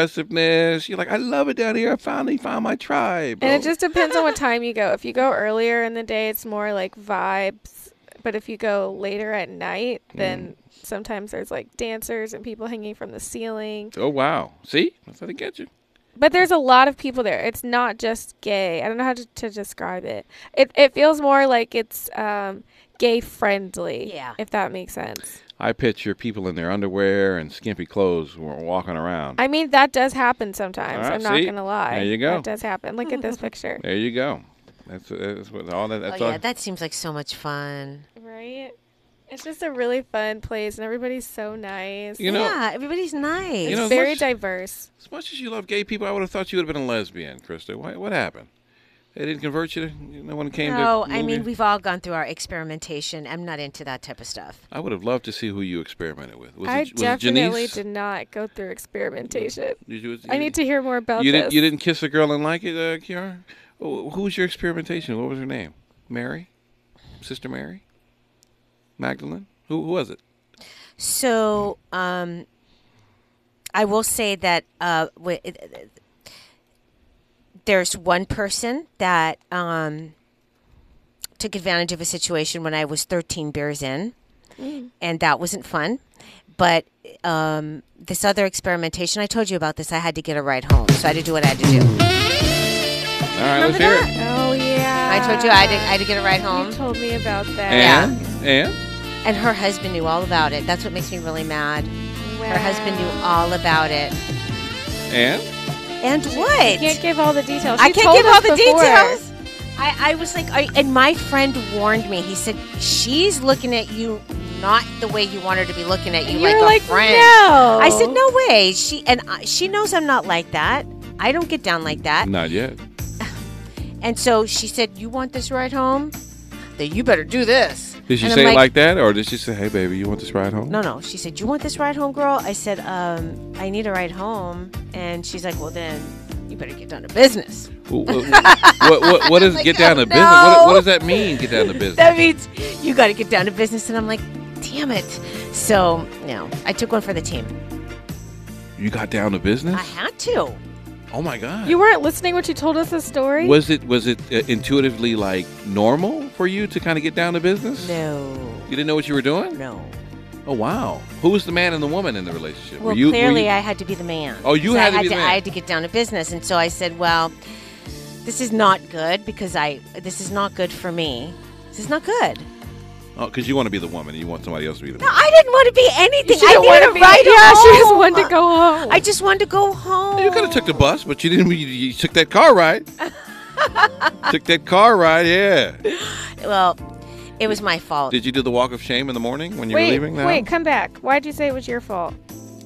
[SPEAKER 3] non-aggressiveness. You're like, I love it down here. I finally found my tribe.
[SPEAKER 5] And
[SPEAKER 3] Oh.
[SPEAKER 5] it just depends on what time you go. If you go earlier in the day, it's more like vibes. But if you go later at night,
[SPEAKER 3] Mm.
[SPEAKER 5] then sometimes there's like dancers and people hanging from the ceiling.
[SPEAKER 3] oh wow, see, that's how they get you.
[SPEAKER 5] But there's a lot of people there. It's not just gay. I don't know how to, to describe it. It it feels more like it's um, gay friendly. Yeah. If that makes sense.
[SPEAKER 3] I picture people in their underwear and skimpy clothes who are walking around.
[SPEAKER 5] I mean that does happen sometimes.
[SPEAKER 3] Alright,
[SPEAKER 5] I'm not
[SPEAKER 3] see?
[SPEAKER 5] gonna lie.
[SPEAKER 3] There you go.
[SPEAKER 5] That does happen. Look at this picture.
[SPEAKER 3] There you go. That's, that's what all that. That's
[SPEAKER 4] oh yeah,
[SPEAKER 3] all.
[SPEAKER 4] that seems like so much fun.
[SPEAKER 5] Right. It's just a really fun place, and everybody's so nice.
[SPEAKER 3] You know-
[SPEAKER 4] yeah, everybody's nice.
[SPEAKER 5] it's
[SPEAKER 3] You know, as
[SPEAKER 5] very
[SPEAKER 3] much-
[SPEAKER 5] diverse.
[SPEAKER 3] As much as you love gay people, I would have thought you would have been a lesbian, Krista. Why, what happened? They didn't convert you. To, no one came.
[SPEAKER 4] no,
[SPEAKER 3] to
[SPEAKER 4] I
[SPEAKER 3] move
[SPEAKER 4] mean
[SPEAKER 3] you?
[SPEAKER 4] we've all gone through our experimentation. I'm not into that type of stuff.
[SPEAKER 3] I would have loved to see who you experimented with. Was
[SPEAKER 5] I
[SPEAKER 3] it, was
[SPEAKER 5] definitely
[SPEAKER 3] it Janice?
[SPEAKER 5] did not go through experimentation.
[SPEAKER 3] Did you-
[SPEAKER 5] I need to hear more about
[SPEAKER 3] You
[SPEAKER 5] this.
[SPEAKER 3] didn't. You didn't kiss a girl and like it, uh, Kiara. Oh, who was your experimentation? What was her name? Mary, Sister Mary, Magdalene. Who, who was it?
[SPEAKER 4] So, um, I will say that uh, wi- it- it- there's one person that um, took advantage of a situation when I was 13 beers in,
[SPEAKER 5] Mm.
[SPEAKER 4] and that wasn't fun. But um, this other experimentation, I told you about this, I had to get a ride home, so I had to do what I had to do.
[SPEAKER 3] All right, let's hear it.
[SPEAKER 5] Oh yeah.
[SPEAKER 4] I told you I had to, I had to get a ride home.
[SPEAKER 5] You told me about that.
[SPEAKER 3] And and
[SPEAKER 4] And her husband knew all about it. That's what makes me really mad. Her husband knew all about it.
[SPEAKER 3] and
[SPEAKER 4] And what?
[SPEAKER 5] You can't give all the details.
[SPEAKER 4] I
[SPEAKER 5] You
[SPEAKER 4] can't
[SPEAKER 5] told
[SPEAKER 4] give
[SPEAKER 5] us
[SPEAKER 4] all the
[SPEAKER 5] before.
[SPEAKER 4] details. I, I was like, I, and my friend warned me. He said, she's looking at you not the way you want her to be looking at you,
[SPEAKER 5] You
[SPEAKER 4] like
[SPEAKER 5] were
[SPEAKER 4] a
[SPEAKER 5] like,
[SPEAKER 4] friend.
[SPEAKER 5] "No."
[SPEAKER 4] I said, no way. She and I, she knows I'm not like that. I don't get down like that.
[SPEAKER 3] not yet.
[SPEAKER 4] And so she said, you want this ride home? Then you better do this.
[SPEAKER 3] Did she
[SPEAKER 4] And I'm
[SPEAKER 3] say it like that, or did she say, "Hey, baby, you want this ride home"?
[SPEAKER 4] No, no. She said, "You want this ride home, girl?" I said, um, "I need a ride home." And she's like, "Well, then you better get down to business."
[SPEAKER 3] What, what, what, what does
[SPEAKER 4] Like,
[SPEAKER 3] get down
[SPEAKER 4] oh,
[SPEAKER 3] to business? What, what
[SPEAKER 4] no.
[SPEAKER 3] does that mean? Get down to business.
[SPEAKER 4] That means you got to get down to business. And I'm like, "Damn it!" So no, I took one for the team.
[SPEAKER 3] You got down to business?
[SPEAKER 4] I had to.
[SPEAKER 3] Oh my god.
[SPEAKER 5] You weren't listening when you told us the story.
[SPEAKER 3] Was it was it uh, intuitively like normal for you to kind of get down to business?
[SPEAKER 4] No.
[SPEAKER 3] You didn't know what you were doing?
[SPEAKER 4] No.
[SPEAKER 3] Oh wow. Who was the man and the woman in the relationship?
[SPEAKER 4] Well,
[SPEAKER 3] you,
[SPEAKER 4] clearly
[SPEAKER 3] you-
[SPEAKER 4] I had to be the man.
[SPEAKER 3] Oh, you
[SPEAKER 4] So
[SPEAKER 3] had to
[SPEAKER 4] I had
[SPEAKER 3] be the
[SPEAKER 4] to,
[SPEAKER 3] man.
[SPEAKER 4] I had to get down to business, and so I said, "Well, this is not good because I this is not good for me. This is not good."
[SPEAKER 3] Oh, because you want to be the woman. You want somebody else to be the
[SPEAKER 4] No, I didn't want to be anything.
[SPEAKER 5] You
[SPEAKER 4] I
[SPEAKER 5] didn't
[SPEAKER 4] didn't want
[SPEAKER 5] wanna
[SPEAKER 4] to
[SPEAKER 5] be-
[SPEAKER 4] ride
[SPEAKER 5] yeah,
[SPEAKER 4] home.
[SPEAKER 5] she just wanted to go home.
[SPEAKER 4] I just wanted to go home.
[SPEAKER 3] You could have took the bus, but you didn't. You, you took that car ride. took that car ride. Yeah.
[SPEAKER 4] Well, it was my fault.
[SPEAKER 3] Did you do the walk of shame in the morning when you
[SPEAKER 5] wait,
[SPEAKER 3] were leaving? Now?
[SPEAKER 5] wait, come back. Why'd you say it was your fault?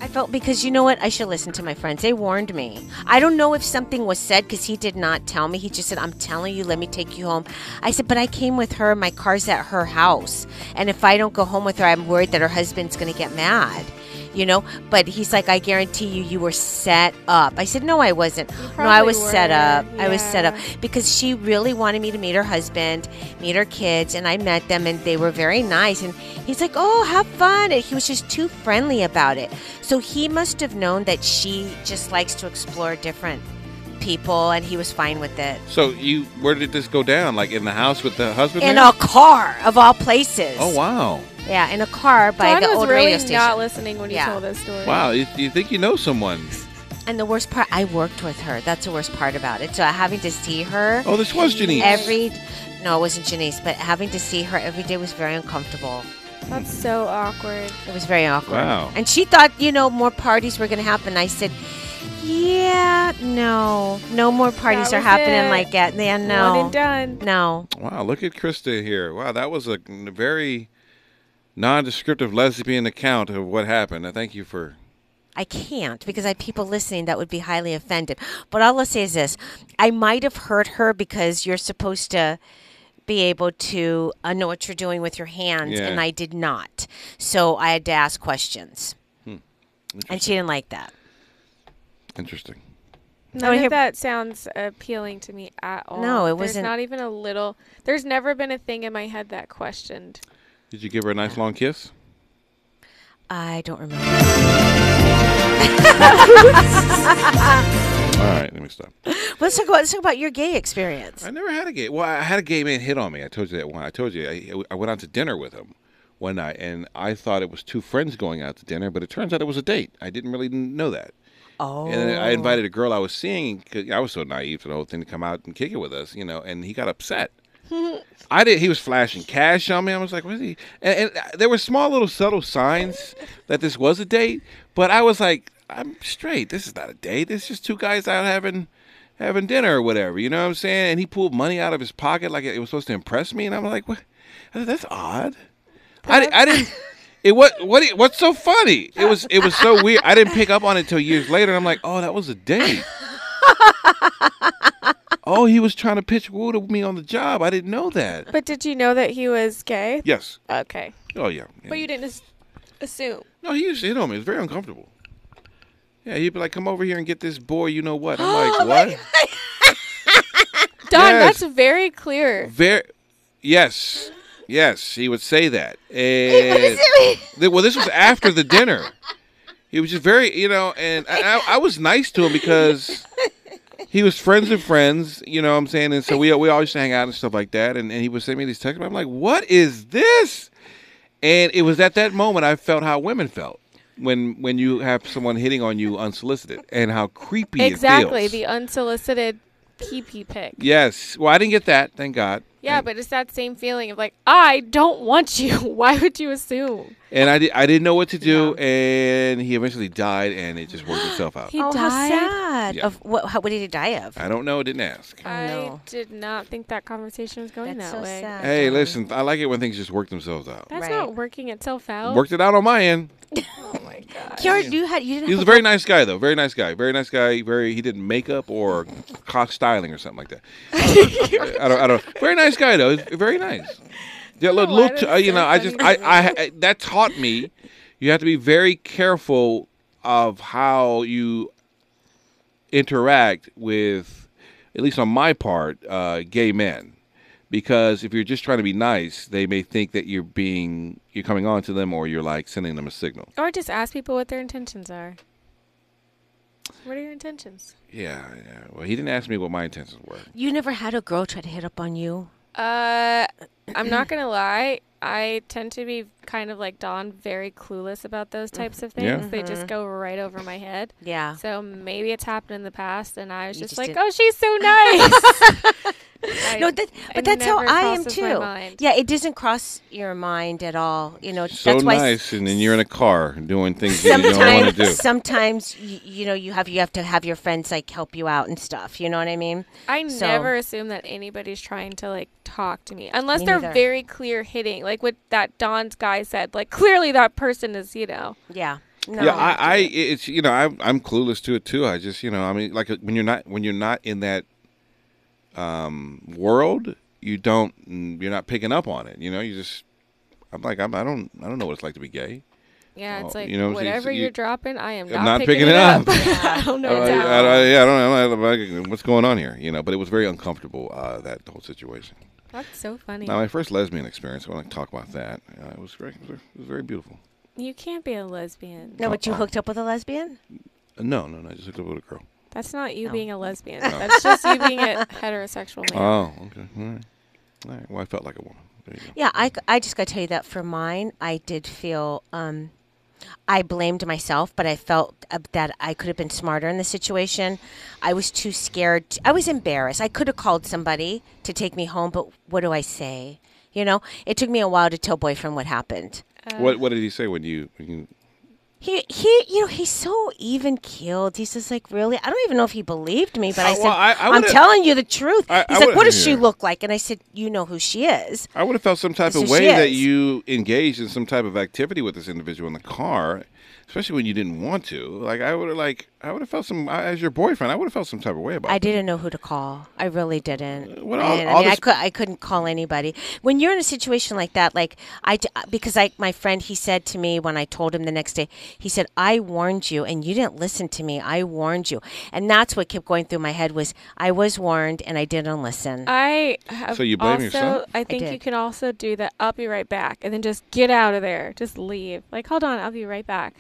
[SPEAKER 4] I felt because you know what? I should listen to my friends. They warned me. I don't know if something was said because he did not tell me. He just said, I'm telling you, let me take you home. I said, but I came with her. My car's at her house. And if I don't go home with her, I'm worried that her husband's going to get mad. You know, but he's like, I guarantee you, you were set up. I said, No, I wasn't. No, I
[SPEAKER 5] probably
[SPEAKER 4] was set
[SPEAKER 5] were,
[SPEAKER 4] up. I was set up
[SPEAKER 5] yeah.
[SPEAKER 4] because she really wanted me to meet her husband, meet her kids, and I met them and they were very nice. And he's like, "Oh, have fun!" And he was just too friendly about it. So he must have known that she just likes to explore different people, and he was fine with it.
[SPEAKER 3] So you, where did this go down? Like in the house with the husband?
[SPEAKER 4] In
[SPEAKER 3] there?
[SPEAKER 4] a car, of all places.
[SPEAKER 3] Oh wow,
[SPEAKER 4] Yeah, in a car by
[SPEAKER 5] Dawn
[SPEAKER 4] the
[SPEAKER 5] was
[SPEAKER 4] old
[SPEAKER 5] really
[SPEAKER 4] radio station.
[SPEAKER 5] not listening when you
[SPEAKER 4] Yeah.
[SPEAKER 5] told this story.
[SPEAKER 3] wow. You, you think you know someone?
[SPEAKER 4] And the worst part, I worked with her. That's the worst part about it. So having to see her.
[SPEAKER 3] Oh, this was Janice.
[SPEAKER 4] Every, no, it wasn't Janice, but having to see her every day was very uncomfortable.
[SPEAKER 5] That's so awkward.
[SPEAKER 4] It was very awkward.
[SPEAKER 3] Wow.
[SPEAKER 4] And she thought, you know, more parties were going to happen. I said, yeah, no, no more parties
[SPEAKER 5] That
[SPEAKER 4] are
[SPEAKER 5] was
[SPEAKER 4] happening
[SPEAKER 5] it.
[SPEAKER 4] like that. Yeah, no,
[SPEAKER 5] One and done.
[SPEAKER 4] no.
[SPEAKER 3] Wow, look at Krista here. Wow, that was a very nondescriptive lesbian account of what happened. I thank you for.
[SPEAKER 4] I can't because I have people listening that would be highly offended. But all I'll say is this I might have hurt her because you're supposed to be able to uh, know what you're doing with your hands,
[SPEAKER 3] Yeah.
[SPEAKER 4] and I did not. So I had to ask questions.
[SPEAKER 3] Hmm.
[SPEAKER 4] And she didn't like that.
[SPEAKER 3] Interesting.
[SPEAKER 5] None
[SPEAKER 4] here-
[SPEAKER 5] of that sounds appealing to me at all.
[SPEAKER 4] No, it
[SPEAKER 5] There's
[SPEAKER 4] wasn't-
[SPEAKER 5] not even a little. There's never been a thing in my head that questioned.
[SPEAKER 3] Did you give her a nice long kiss?
[SPEAKER 4] I don't remember.
[SPEAKER 3] All right, let me stop.
[SPEAKER 4] Let's talk about let's talk about your gay experience.
[SPEAKER 3] I never had a gay. Well, I had a gay man hit on me. I told you that one. I told you I, I went out to dinner with him one night, and I thought it was two friends going out to dinner, but it turns out it was a date. I didn't really know that.
[SPEAKER 4] Oh,
[SPEAKER 3] And then I invited a girl I was seeing. 'cause I was so naive to the whole thing to come out and kick it with us, you know. And he got upset. I did. He was flashing cash on me. I was like, "What is he?" And, and there were small, little, subtle signs that this was a date. But I was like, "I'm straight. This is not a date. This is just two guys out having having dinner or whatever." You know what I'm saying? And he pulled money out of his pocket like it was supposed to impress me. And I'm like, "What? I said, That's odd." I, di- I didn't. It what what it- what's so funny? It was it was so weird. I didn't pick up on it until years later. And I'm like, "Oh, that was a date." oh, he was trying to pitch woo to me on the job. I didn't know that.
[SPEAKER 5] But did you know that he was gay?
[SPEAKER 3] Yes.
[SPEAKER 5] Okay.
[SPEAKER 3] Oh yeah.
[SPEAKER 5] But you didn't as- assume.
[SPEAKER 3] no, he used to hit on me. It was very uncomfortable. Yeah, he'd be like, "Come over here and get this boy." You know what? I'm
[SPEAKER 5] Oh
[SPEAKER 3] like, "What?"
[SPEAKER 5] Don,
[SPEAKER 3] Yes.
[SPEAKER 5] that's very clear.
[SPEAKER 3] Very. Yes. Yes, he would say that. And Th- well, this was after the dinner. He was just very, you know, and I, I, I was nice to him because he was friends of friends, you know what I'm saying? And so we we always hang out and stuff like that. And, and he would send me these texts. I'm like, what is this? And it was at that moment I felt how women felt when when you have someone hitting on you unsolicited and how creepy
[SPEAKER 5] Exactly.
[SPEAKER 3] it feels.
[SPEAKER 5] The unsolicited pee pee pick.
[SPEAKER 3] yes. Well, I didn't get that, thank God.
[SPEAKER 5] Yeah, but it's that same feeling of like, I don't want you. Why would you assume?
[SPEAKER 3] And I, di- I didn't know what to do, and he eventually died, and it just worked itself out.
[SPEAKER 5] He
[SPEAKER 4] oh, how
[SPEAKER 5] died?
[SPEAKER 4] sad.
[SPEAKER 3] Yeah.
[SPEAKER 4] Of what, how, what did he die of?
[SPEAKER 3] I don't know. Didn't ask.
[SPEAKER 5] I
[SPEAKER 4] no.
[SPEAKER 5] did not think that conversation was going
[SPEAKER 4] That's
[SPEAKER 5] that
[SPEAKER 4] so
[SPEAKER 5] way.
[SPEAKER 4] sad.
[SPEAKER 3] Hey, listen, I like it when things just work themselves out.
[SPEAKER 5] That's
[SPEAKER 4] Right.
[SPEAKER 5] not working itself out.
[SPEAKER 3] Worked it out on my end.
[SPEAKER 4] Kiara, you had you didn't
[SPEAKER 3] He was
[SPEAKER 4] have
[SPEAKER 3] a very nice guy, though. Very nice guy. Very nice guy. Very. He did makeup or cock styling or something like that. I don't. I don't. Very nice guy, though. He's Very nice. Yeah, look,
[SPEAKER 5] know why
[SPEAKER 3] look.
[SPEAKER 5] that's
[SPEAKER 3] uh, you
[SPEAKER 5] so
[SPEAKER 3] know, I just, I, I, I, that taught me, you have to be very careful of how you interact with, at least on my part, uh, gay men, because if you're just trying to be nice, they may think that you're being, you're coming on to them, or you're like sending them a signal.
[SPEAKER 5] Or just ask people what their intentions are. What are your intentions?
[SPEAKER 3] Yeah, yeah. Well, he didn't ask me what my intentions were.
[SPEAKER 4] you never had a girl try to hit up on you.
[SPEAKER 5] Uh, I'm not gonna lie. I tend to be kind of like Dawn, very clueless about those types of things.
[SPEAKER 3] Yeah.
[SPEAKER 5] They just go right over my head.
[SPEAKER 4] Mm-hmm. Yeah.
[SPEAKER 5] So maybe it's happened in the past, and I was
[SPEAKER 4] You
[SPEAKER 5] just,
[SPEAKER 4] just
[SPEAKER 5] like,
[SPEAKER 4] didn't-
[SPEAKER 5] "Oh, she's so nice,"
[SPEAKER 4] no, that,
[SPEAKER 5] it
[SPEAKER 4] but that's how
[SPEAKER 5] never
[SPEAKER 4] I am
[SPEAKER 5] crosses my
[SPEAKER 4] too.
[SPEAKER 5] mind.
[SPEAKER 4] Yeah, it doesn't cross your mind at all. You know,
[SPEAKER 3] So
[SPEAKER 4] that's why s-
[SPEAKER 3] nice, and then you're in a car doing things that you don't want to do.
[SPEAKER 4] sometimes sometimes you, you know you have you have to have your friends like help you out and stuff. You know what I mean?
[SPEAKER 5] I
[SPEAKER 4] So-
[SPEAKER 5] never assume that anybody's trying to like talk to me unless
[SPEAKER 4] Me
[SPEAKER 5] they're
[SPEAKER 4] neither.
[SPEAKER 5] very clear hitting, like what that Don's guy said. Like clearly that person is, you know.
[SPEAKER 4] Yeah.
[SPEAKER 3] Yeah, I, I, it's you know, I'm, I'm clueless to it too. I just, you know, I mean, like uh, when you're not when you're not in that um, world, you don't, you're not picking up on it. You know, you just, I'm like, I'm, I don't, I don't know what it's like to be gay.
[SPEAKER 5] Yeah, it's
[SPEAKER 3] Oh,
[SPEAKER 5] like
[SPEAKER 3] you know what I'm saying?
[SPEAKER 5] whatever
[SPEAKER 3] So you-
[SPEAKER 5] you're dropping, I am
[SPEAKER 3] I'm
[SPEAKER 5] not, picking, it up. I don't know.
[SPEAKER 3] I,
[SPEAKER 5] what's
[SPEAKER 3] I,
[SPEAKER 5] happening.
[SPEAKER 3] I- yeah, I don't, I don't know what's going on here. You know, but it was very uncomfortable uh, that whole situation.
[SPEAKER 5] That's so funny.
[SPEAKER 3] Now, my first lesbian experience. I want to talk about that. Uh, it was very, it was very beautiful.
[SPEAKER 5] you can't be a lesbian.
[SPEAKER 4] No, but you
[SPEAKER 3] Uh-huh.
[SPEAKER 4] hooked up with a lesbian.
[SPEAKER 3] Uh, No, no, no, I just hooked up with a girl.
[SPEAKER 5] That's not you
[SPEAKER 4] No.
[SPEAKER 5] being a lesbian.
[SPEAKER 4] No.
[SPEAKER 5] That's just you being a heterosexual man.
[SPEAKER 3] Oh, okay, all right, all right. Well, I felt like a woman. There you go.
[SPEAKER 4] Yeah, I, I just got to tell you that for mine, I did feel um, I blamed myself, but I felt uh, that I could have been smarter in the situation. I was too scared. t- I was embarrassed. I could have called somebody to take me home, but what do I say? You know, it took me a while to tell boyfriend what happened.
[SPEAKER 3] What What did he say when you? When you
[SPEAKER 4] He, he, you know, he's so even keeled. He's just like, really? I don't even know if he believed me, but I
[SPEAKER 3] Uh,
[SPEAKER 4] said,
[SPEAKER 3] well, I- I
[SPEAKER 4] am
[SPEAKER 3] would've-
[SPEAKER 4] telling you the truth.
[SPEAKER 3] I- I
[SPEAKER 4] he's like,
[SPEAKER 3] would've-
[SPEAKER 4] what does she
[SPEAKER 3] yeah.
[SPEAKER 4] look like? And I said, you know who she is.
[SPEAKER 3] I would have felt some type
[SPEAKER 4] That's
[SPEAKER 3] of
[SPEAKER 4] who she
[SPEAKER 3] way that
[SPEAKER 4] is.
[SPEAKER 3] you engaged in some type of activity with this individual in the car, especially when you didn't want to. Like I would have like I would have felt some I- as your boyfriend. I would have felt some type of way about.
[SPEAKER 4] I
[SPEAKER 3] it.
[SPEAKER 4] didn't know who to call. I really didn't.
[SPEAKER 3] what all-
[SPEAKER 4] And,
[SPEAKER 3] Uh, all
[SPEAKER 4] I mean, I,
[SPEAKER 3] this-
[SPEAKER 4] could, I couldn't call anybody. When you're in a situation like that, like I, d- uh, because I, my friend, he said to me when I told him the next day, he said, "I warned you, and you didn't listen to me. I warned you," and that's what kept going through my head was, "I was warned, and I didn't listen."
[SPEAKER 5] I have
[SPEAKER 3] So you blame
[SPEAKER 5] also,
[SPEAKER 3] yourself?
[SPEAKER 5] I think
[SPEAKER 4] did.
[SPEAKER 5] you can also do that. I'll be right back, and then just get out of there. Just leave. Like, hold on, I'll be right back.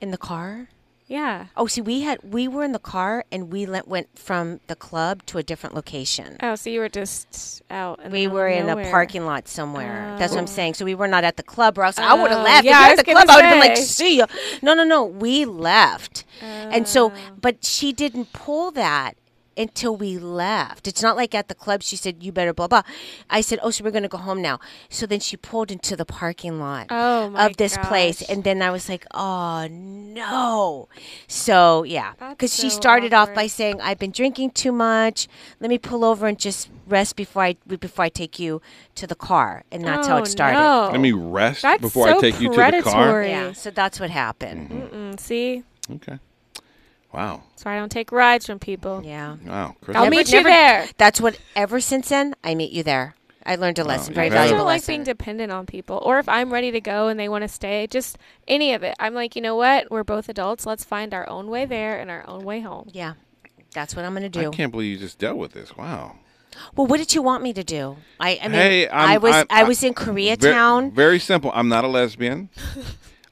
[SPEAKER 4] in the car.
[SPEAKER 5] Yeah.
[SPEAKER 4] Oh, see, we had we were in the car, and we le- went from the club to a different location.
[SPEAKER 5] Oh, so you were just out. In the
[SPEAKER 4] We
[SPEAKER 5] middle
[SPEAKER 4] were
[SPEAKER 5] of
[SPEAKER 4] in a
[SPEAKER 5] nowhere.
[SPEAKER 4] parking lot somewhere. That's what
[SPEAKER 5] Oh.
[SPEAKER 4] I'm saying. So we were not at the club, or else I would
[SPEAKER 5] Oh,
[SPEAKER 4] have left.
[SPEAKER 5] yeah, I
[SPEAKER 4] if we were
[SPEAKER 5] was
[SPEAKER 4] at the
[SPEAKER 5] gonna
[SPEAKER 4] club, I would have been like,
[SPEAKER 5] say.
[SPEAKER 4] "See ya." No, no, no. We left, and so,
[SPEAKER 5] Oh.
[SPEAKER 4] but she didn't pull that until we left. It's not like at the club. She said, "You better blah blah." I said, "Oh, so we're gonna go home now." So then she pulled into the parking lot
[SPEAKER 5] Oh, my
[SPEAKER 4] of this place,
[SPEAKER 5] gosh.
[SPEAKER 4] and then I was like, "Oh no!" So yeah, because
[SPEAKER 5] That's
[SPEAKER 4] she
[SPEAKER 5] so
[SPEAKER 4] started off by
[SPEAKER 5] awkward.
[SPEAKER 4] saying, "I've been drinking too much. Let me pull over and just rest before I before I take you to the car." And that's how
[SPEAKER 5] Oh,
[SPEAKER 4] it started.
[SPEAKER 5] no.
[SPEAKER 3] Let me rest
[SPEAKER 5] That's
[SPEAKER 3] before I
[SPEAKER 5] so
[SPEAKER 3] take you to the car.
[SPEAKER 5] predatory.
[SPEAKER 4] Yeah, so that's what happened.
[SPEAKER 3] Mm-hmm.
[SPEAKER 5] Mm, see,
[SPEAKER 3] Okay. Wow.
[SPEAKER 5] so I don't take rides from people.
[SPEAKER 4] Yeah,
[SPEAKER 3] Wow. Chris,
[SPEAKER 5] I'll
[SPEAKER 4] Never-
[SPEAKER 5] meet you
[SPEAKER 4] never-
[SPEAKER 5] there.
[SPEAKER 4] That's what. Ever since then, I meet you there. I learned a lesson,
[SPEAKER 3] you
[SPEAKER 4] very
[SPEAKER 3] better-
[SPEAKER 5] I
[SPEAKER 4] valuable
[SPEAKER 5] don't like
[SPEAKER 4] lesson.
[SPEAKER 5] being dependent on people, or if I'm ready to go and they want to stay, just any of it. I'm like, you know what? We're both adults. Let's find our own way there and our own way home.
[SPEAKER 4] yeah, that's what I'm gonna
[SPEAKER 3] I
[SPEAKER 4] do.
[SPEAKER 3] can't believe you just dealt with this. Wow.
[SPEAKER 4] Well, what did you want me to do? I, I mean,
[SPEAKER 3] Hey, I'm-
[SPEAKER 4] I was
[SPEAKER 3] I'm-
[SPEAKER 4] I was in
[SPEAKER 3] Ve-
[SPEAKER 4] Koreatown.
[SPEAKER 3] Very, simple. I'm not a lesbian.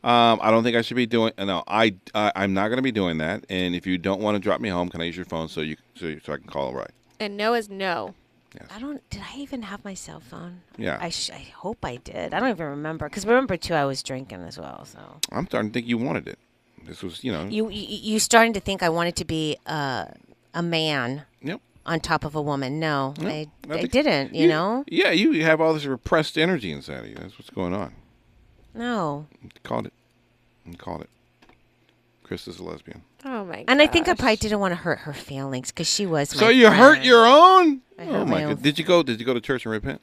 [SPEAKER 3] um, I don't think I should be doing. No, I, I I'm not going to be doing that. And if you don't want to drop me home, can I use your phone so you so, so I can call right?
[SPEAKER 5] And no is no.
[SPEAKER 4] I don't. Did I even have my cell phone?
[SPEAKER 3] Yeah.
[SPEAKER 4] I, sh- I hope I did. I don't even remember because remember too, I was drinking as well. So
[SPEAKER 3] I'm starting to think you wanted it. This was, you know.
[SPEAKER 4] you you, you starting to think I wanted to be uh, a man
[SPEAKER 3] yep.
[SPEAKER 4] on top of a woman? No,
[SPEAKER 3] yep.
[SPEAKER 4] I,
[SPEAKER 3] I
[SPEAKER 4] I
[SPEAKER 3] think-
[SPEAKER 4] didn't. You, know?
[SPEAKER 3] Yeah, you have all this repressed energy inside of you. That's what's going on.
[SPEAKER 4] No.
[SPEAKER 3] Called it. You called it. Chris is a lesbian.
[SPEAKER 5] Oh my.
[SPEAKER 4] And I think I
[SPEAKER 5] gosh.
[SPEAKER 4] probably didn't want to hurt her feelings because she was.
[SPEAKER 3] so
[SPEAKER 4] my
[SPEAKER 3] you hurt
[SPEAKER 4] friend.
[SPEAKER 3] your own.
[SPEAKER 4] I
[SPEAKER 3] oh
[SPEAKER 4] hurt
[SPEAKER 3] my
[SPEAKER 4] my
[SPEAKER 3] god!
[SPEAKER 4] own.
[SPEAKER 3] Did you go? Did you go to church and repent?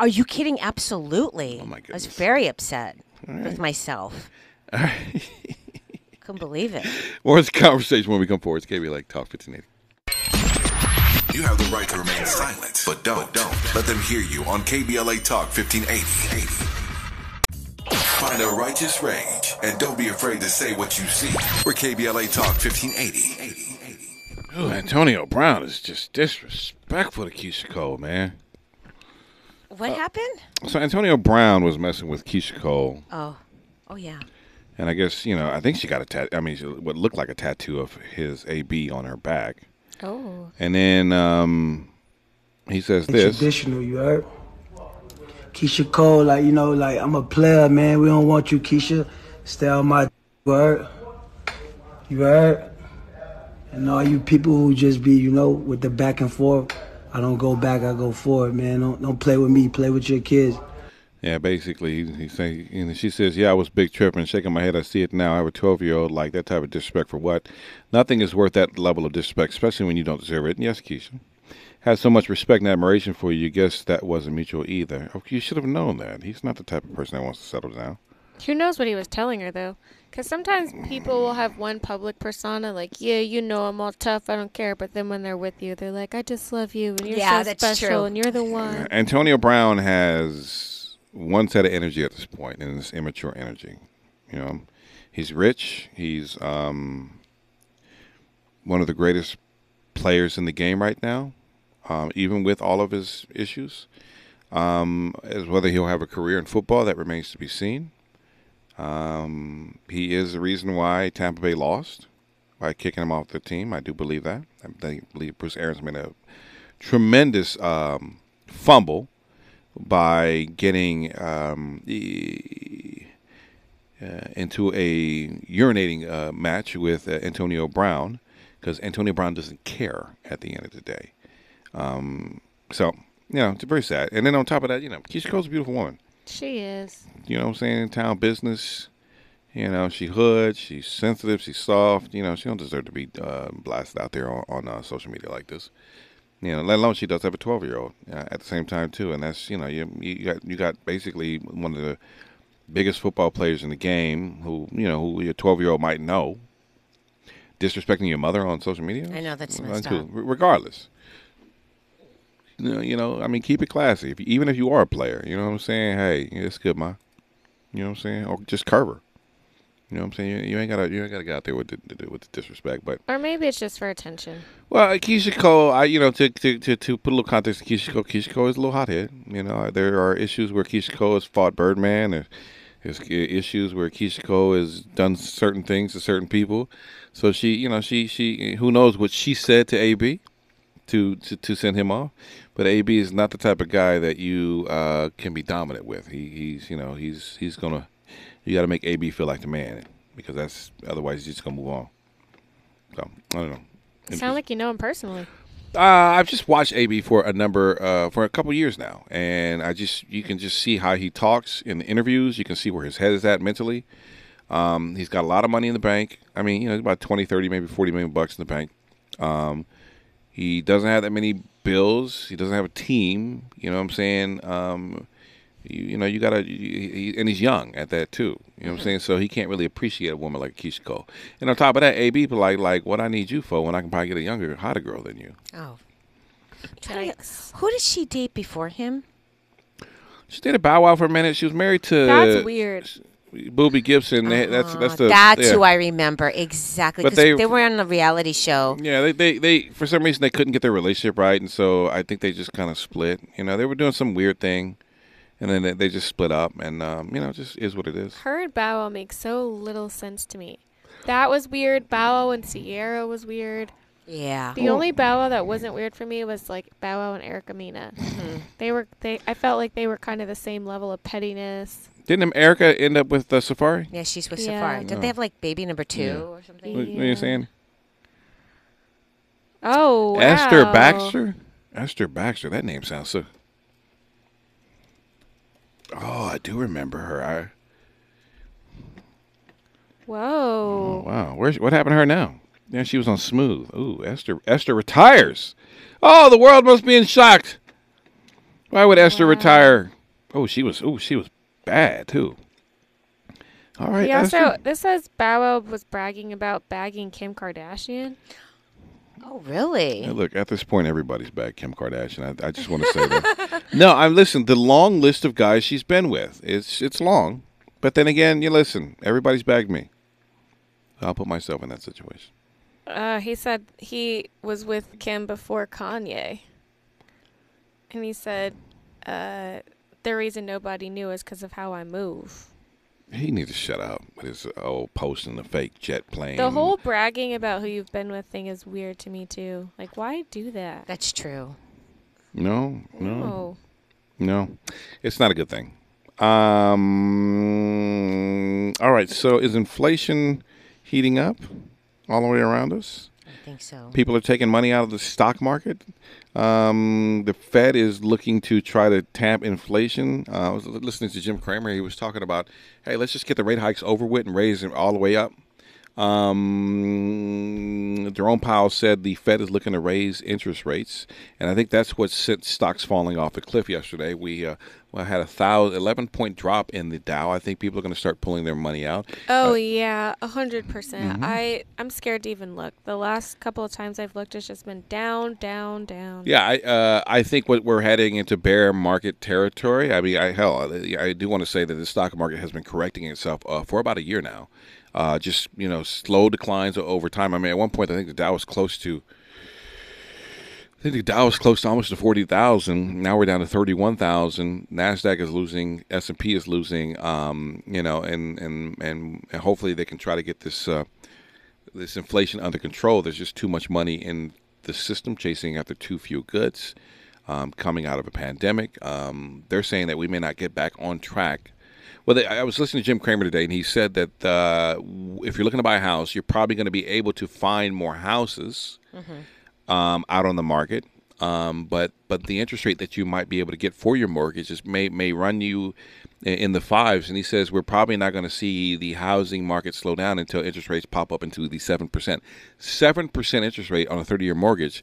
[SPEAKER 4] Are you kidding? Absolutely.
[SPEAKER 3] Oh, my
[SPEAKER 4] I was
[SPEAKER 3] goodness.
[SPEAKER 4] very upset
[SPEAKER 3] right.
[SPEAKER 4] with myself. Couldn't believe it.
[SPEAKER 3] More of the conversation when we come forward. It's KB like Talk 1580.
[SPEAKER 7] You have the right to remain silent, but don't, don't. Let them hear you on KBLA Talk 1580. Find a righteous rage and don't be afraid to say what you see. We're KBLA Talk 1580.
[SPEAKER 3] Ooh, Antonio Brown is just disrespectful to Keisha Cole, man. Oh.
[SPEAKER 4] What happened?
[SPEAKER 3] So Antonio Brown was messing with Keisha Cole,
[SPEAKER 4] Oh, oh yeah.
[SPEAKER 3] and I guess you know I think she got a tat. I mean, she- what looked like a tattoo of his AB on her back,
[SPEAKER 5] Oh.
[SPEAKER 3] and then um, he says this.
[SPEAKER 13] Traditional, you heard? Keisha Cole, like, you know, like, I'm a player, man. We don't want you, Keisha. Stay on my word. You heard? And all you people who just be, you know, with the back and forth, I don't go back. I go forward, man. Don't don't play with me. Play with your kids.
[SPEAKER 3] Yeah, basically, he, he say, and she says, "Yeah, I was big tripping, shaking my head. I see it now. I have a twelve-year-old like that type of disrespect for what? Nothing is worth that level of disrespect, especially when you don't deserve it." And yes, Keisha has so much respect and admiration for you. You guess that wasn't mutual either. Oh, you should have known that. He's not the type of person that wants to settle down.
[SPEAKER 5] Who knows what he was telling her though? Because sometimes people will have one public persona, like, yeah, you know, I'm all tough, I don't care. But then when they're with you, they're like, I just love you, and you're
[SPEAKER 4] Yeah,
[SPEAKER 5] so
[SPEAKER 4] that's
[SPEAKER 5] special,
[SPEAKER 4] true.
[SPEAKER 5] and you're the one.
[SPEAKER 3] Antonio Brown has one set of energy at this point, and it's immature energy. You know, he's rich. He's um, one of the greatest players in the game right now, um, even with all of his issues. Um, as whether he'll have a career in football, that remains to be seen. Um, he is the reason why Tampa Bay lost by kicking him off the team. I do believe that. I think- believe Bruce Arians made a tremendous um, fumble by getting um, e- uh, into a urinating uh, match with uh, Antonio Brown because Antonio Brown doesn't care at the end of the day. Um, so, you know, it's very sad. And then on top of that, you know, Keisha Cole's a beautiful woman
[SPEAKER 5] She is.
[SPEAKER 3] you know what I'm saying, in town business. You know, she hood, she's sensitive, she's soft. You know, she don't deserve to be uh, blasted out there on, on uh, social media like this. You know, let alone she does have a 12 year old uh, at the same time too, and that's you know you you got you got basically one of the biggest football players in the game who you know who your 12 year old might know disrespecting your mother on social media.
[SPEAKER 4] I know, that's messed
[SPEAKER 3] Uncool.
[SPEAKER 4] up.
[SPEAKER 3] Re- Regardless, you know, you know, I mean, keep it classy. If, even if you are a player, you know what I'm saying. Hey, it's good, ma. You know what I'm saying, or just curb her. You know what I'm saying. You, you ain't gotta you ain't gotta get out there with the, with the disrespect, but
[SPEAKER 5] Or maybe it's just for attention.
[SPEAKER 3] well, Keisha Cole, I you know to to, to to put a little context to Keisha Cole, Keisha Cole is a little hothead. You know, there are issues where Keisha Cole has fought Birdman, and there's issues where Keisha Cole has done certain things to certain people. So she, you know, she she who knows what she said to AB to to, to send him off, but AB is not the type of guy that you uh, can be dominant with. He, he's you know he's he's gonna you got to make AB feel like the man because that's otherwise he's just gonna move on. So I don't know.
[SPEAKER 5] Sound like you know him personally.
[SPEAKER 3] Uh, I've just watched AB for a number uh, for a couple years now, and I just you can just see how he talks in the interviews. You can see where his head is at mentally. Um, he's got a lot of money in the bank. I mean, you know, about 20, 30, maybe 40 million bucks in the bank. Um, he doesn't have that many bills. He doesn't have a team. You know what I'm saying? Um, you, you know, you gotta, you, he, and he's young at that too. You know what I'm saying? So he can't really appreciate a woman like Keisha Cole. And on top of that, AB be like, like, what I need you for when I can probably get a younger, hotter girl than you.
[SPEAKER 4] Oh. Tell you- Who did she date before him?
[SPEAKER 3] She did a Bow Wow for a minute. She was married to
[SPEAKER 4] That's weird. Uh,
[SPEAKER 3] Booby Gibson. They- That's that's the
[SPEAKER 4] That's
[SPEAKER 3] yeah.
[SPEAKER 4] who I remember exactly.
[SPEAKER 3] But
[SPEAKER 4] 'cause
[SPEAKER 3] they-
[SPEAKER 4] they, were on a reality show.
[SPEAKER 3] Yeah, they, they they for some reason they couldn't get their relationship right, and so I think they just kind of split. You know, they were doing some weird thing, and then they, they just split up, and um, you know, it just is what it is.
[SPEAKER 5] Her and Bow Wow make so little sense to me. That was weird. Bow Wow and Sierra was weird.
[SPEAKER 4] Yeah.
[SPEAKER 5] The only Bow Wow that wasn't weird for me was like Bow Wow and Erica Mina. They were they. I felt like they were kind of the same level of pettiness.
[SPEAKER 3] Didn't Erica end up with uh, Safari?
[SPEAKER 4] Yeah, she's with
[SPEAKER 5] Yeah.
[SPEAKER 4] Safari. Don't
[SPEAKER 3] No.
[SPEAKER 4] they have like baby number two
[SPEAKER 3] Yeah.
[SPEAKER 4] or something?
[SPEAKER 3] What, what are you saying?
[SPEAKER 5] Oh, wow.
[SPEAKER 3] Esther Baxter. Esther Baxter. That name sounds so. Oh, I do remember her. I,
[SPEAKER 5] Whoa.
[SPEAKER 3] Oh, Wow, where's what happened to her now? Yeah, she was on Smooth. Ooh, Esther. Esther retires. Oh, the world must be in shock. Why would Esther retire? Oh, she was. Oh, she was bad too. All right,
[SPEAKER 5] he also
[SPEAKER 3] Esther.
[SPEAKER 5] this says Bow Wow was bragging about bagging Kim Kardashian.
[SPEAKER 4] Oh, really?
[SPEAKER 3] Yeah, look, at this point, everybody's back. Kim Kardashian. I, I just want to say that. No, I'm listen. The long list of guys she's been with. It's it's long, but then again, you listen. Everybody's bagged me. I'll put myself in that situation.
[SPEAKER 5] Uh, he said he was with Kim before Kanye. And he said, uh, the reason nobody knew is because of how I move.
[SPEAKER 3] He needs to shut up with his uh, old posting the fake jet plane.
[SPEAKER 5] The whole bragging about who you've been with thing is weird to me, too. Like, why do that? Oh.
[SPEAKER 4] That's true.
[SPEAKER 3] No, no, Uh,
[SPEAKER 5] No.
[SPEAKER 3] no. It's not a good thing. Um. All right. So is inflation heating up all the way around us?
[SPEAKER 4] I think so.
[SPEAKER 3] People are taking money out of the stock market. Um, the Fed is looking to try to tamp inflation. Uh, I was li- listening to Jim Cramer. He was talking about, hey, let's just get the rate hikes over with and raise them all the way up. Um, Jerome Powell said the Fed is looking to raise interest rates, and I think that's what sent stocks falling off a cliff yesterday. We uh, well, had a thousand, 11 point drop in the Dow. I think people are going to start pulling their money out.
[SPEAKER 5] Oh yeah, a hundred percent.
[SPEAKER 3] Mhm.
[SPEAKER 5] I I'm scared to even look. The last couple of times I've looked, it's just been down, down, down.
[SPEAKER 3] Yeah, I uh, I think what we're heading into bear market territory. I mean, I hell, I, I do want to say that the stock market has been correcting itself uh, for about a year now. Uh, just you know, slow declines o- over time. I mean, at one point, I think the Dow was close to. I think the Dow was close to almost to forty thousand. Now we're down to thirty-one thousand. Nasdaq is losing. S and P is losing. Um, you know, and and and hopefully they can try to get this uh, this inflation under control. There's just too much money in the system chasing after too few goods. Um, coming out of a pandemic, um, they're saying that we may not get back on track. Well, they, I I was listening to Jim Cramer today, and he said that uh, w- if you're looking to buy a house, you're probably going to be able to find more houses
[SPEAKER 14] Mhm.
[SPEAKER 3] um, out on the market. Um, but but the interest rate that you might be able to get for your mortgage is may may run you i- in the fives. And he says we're probably not going to see the housing market slow down until interest rates pop up into the seven percent. Seven percent interest rate on a thirty year mortgage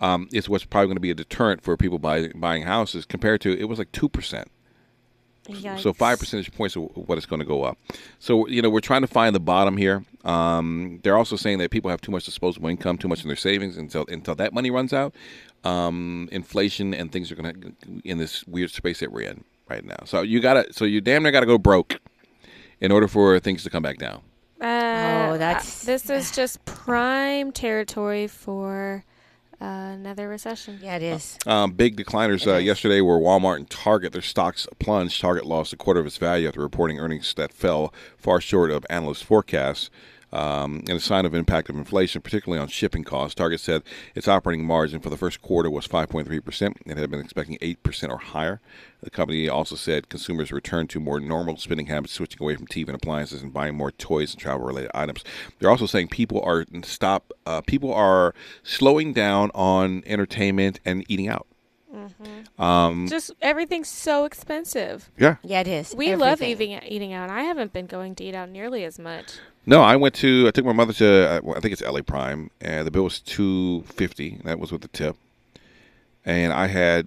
[SPEAKER 3] um, is what's probably going to be a deterrent for people buying buying houses compared to it was like two percent. So five percentage points of what it's going to go up. So you know we're trying to find the bottom here. Um, they're also saying that people have too much disposable income, too much in their savings until until that money runs out. Um, inflation and things are going to in this weird space that we're in right now. So you got to so you damn near got to go broke in order for things to come back down.
[SPEAKER 5] Uh,
[SPEAKER 4] Oh,
[SPEAKER 5] I-
[SPEAKER 4] that's-
[SPEAKER 5] this is just prime territory for uh, another recession.
[SPEAKER 4] Yeah, it is.
[SPEAKER 3] Um, big decliners uh, yesterday were Walmart and Target. Their stocks plunged. Target lost a quarter of its value after reporting earnings that fell far short of analysts' forecasts. Um, and a sign of impact of inflation, particularly on shipping costs. Target said its operating margin for the first quarter was 5.3%. It had been expecting 8% or higher. The company also said consumers returned to more normal spending habits, switching away from TV and appliances and buying more toys and travel-related items. They're also saying people are stop. Uh, people are slowing down on entertainment and eating out. Um,
[SPEAKER 5] Just everything's so expensive.
[SPEAKER 3] Yeah.
[SPEAKER 4] Yeah, it is.
[SPEAKER 5] We love
[SPEAKER 4] Everything.
[SPEAKER 5] eating eating out. I haven't been going to eat out nearly as much.
[SPEAKER 3] no, I went to. I took my mother to. uh, well, I think it's LA Prime, and the bill was two fifty. That was with the tip, and I had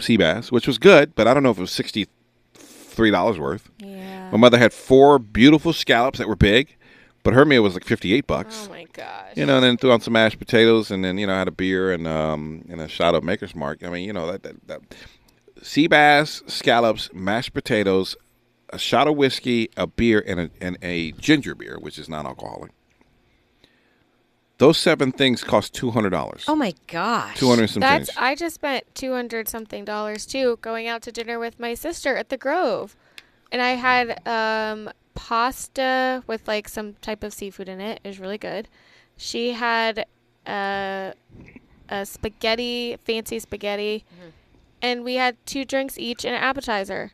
[SPEAKER 3] sea bass, which was good, but I don't know if it was sixty three dollars worth.
[SPEAKER 5] Yeah.
[SPEAKER 3] My mother had four beautiful scallops that were big, but her meal was like fifty eight bucks. Oh my gosh! You know, and then threw on some mashed potatoes, and then you know had a beer and um and a shot of Maker's Mark. I mean, you know that that, that sea bass, scallops, mashed potatoes, a shot of whiskey, a beer, and a and a ginger beer, which is non alcoholic. Those seven things cost two hundred dollars.
[SPEAKER 4] Oh my gosh.
[SPEAKER 3] Two hundred some
[SPEAKER 5] That's
[SPEAKER 3] change.
[SPEAKER 5] I just spent two hundred something dollars too going out to dinner with my sister at the Grove, and I had um, pasta with like some type of seafood in it. It was really good. She had uh, a spaghetti, fancy spaghetti, and we had two drinks each and an appetizer.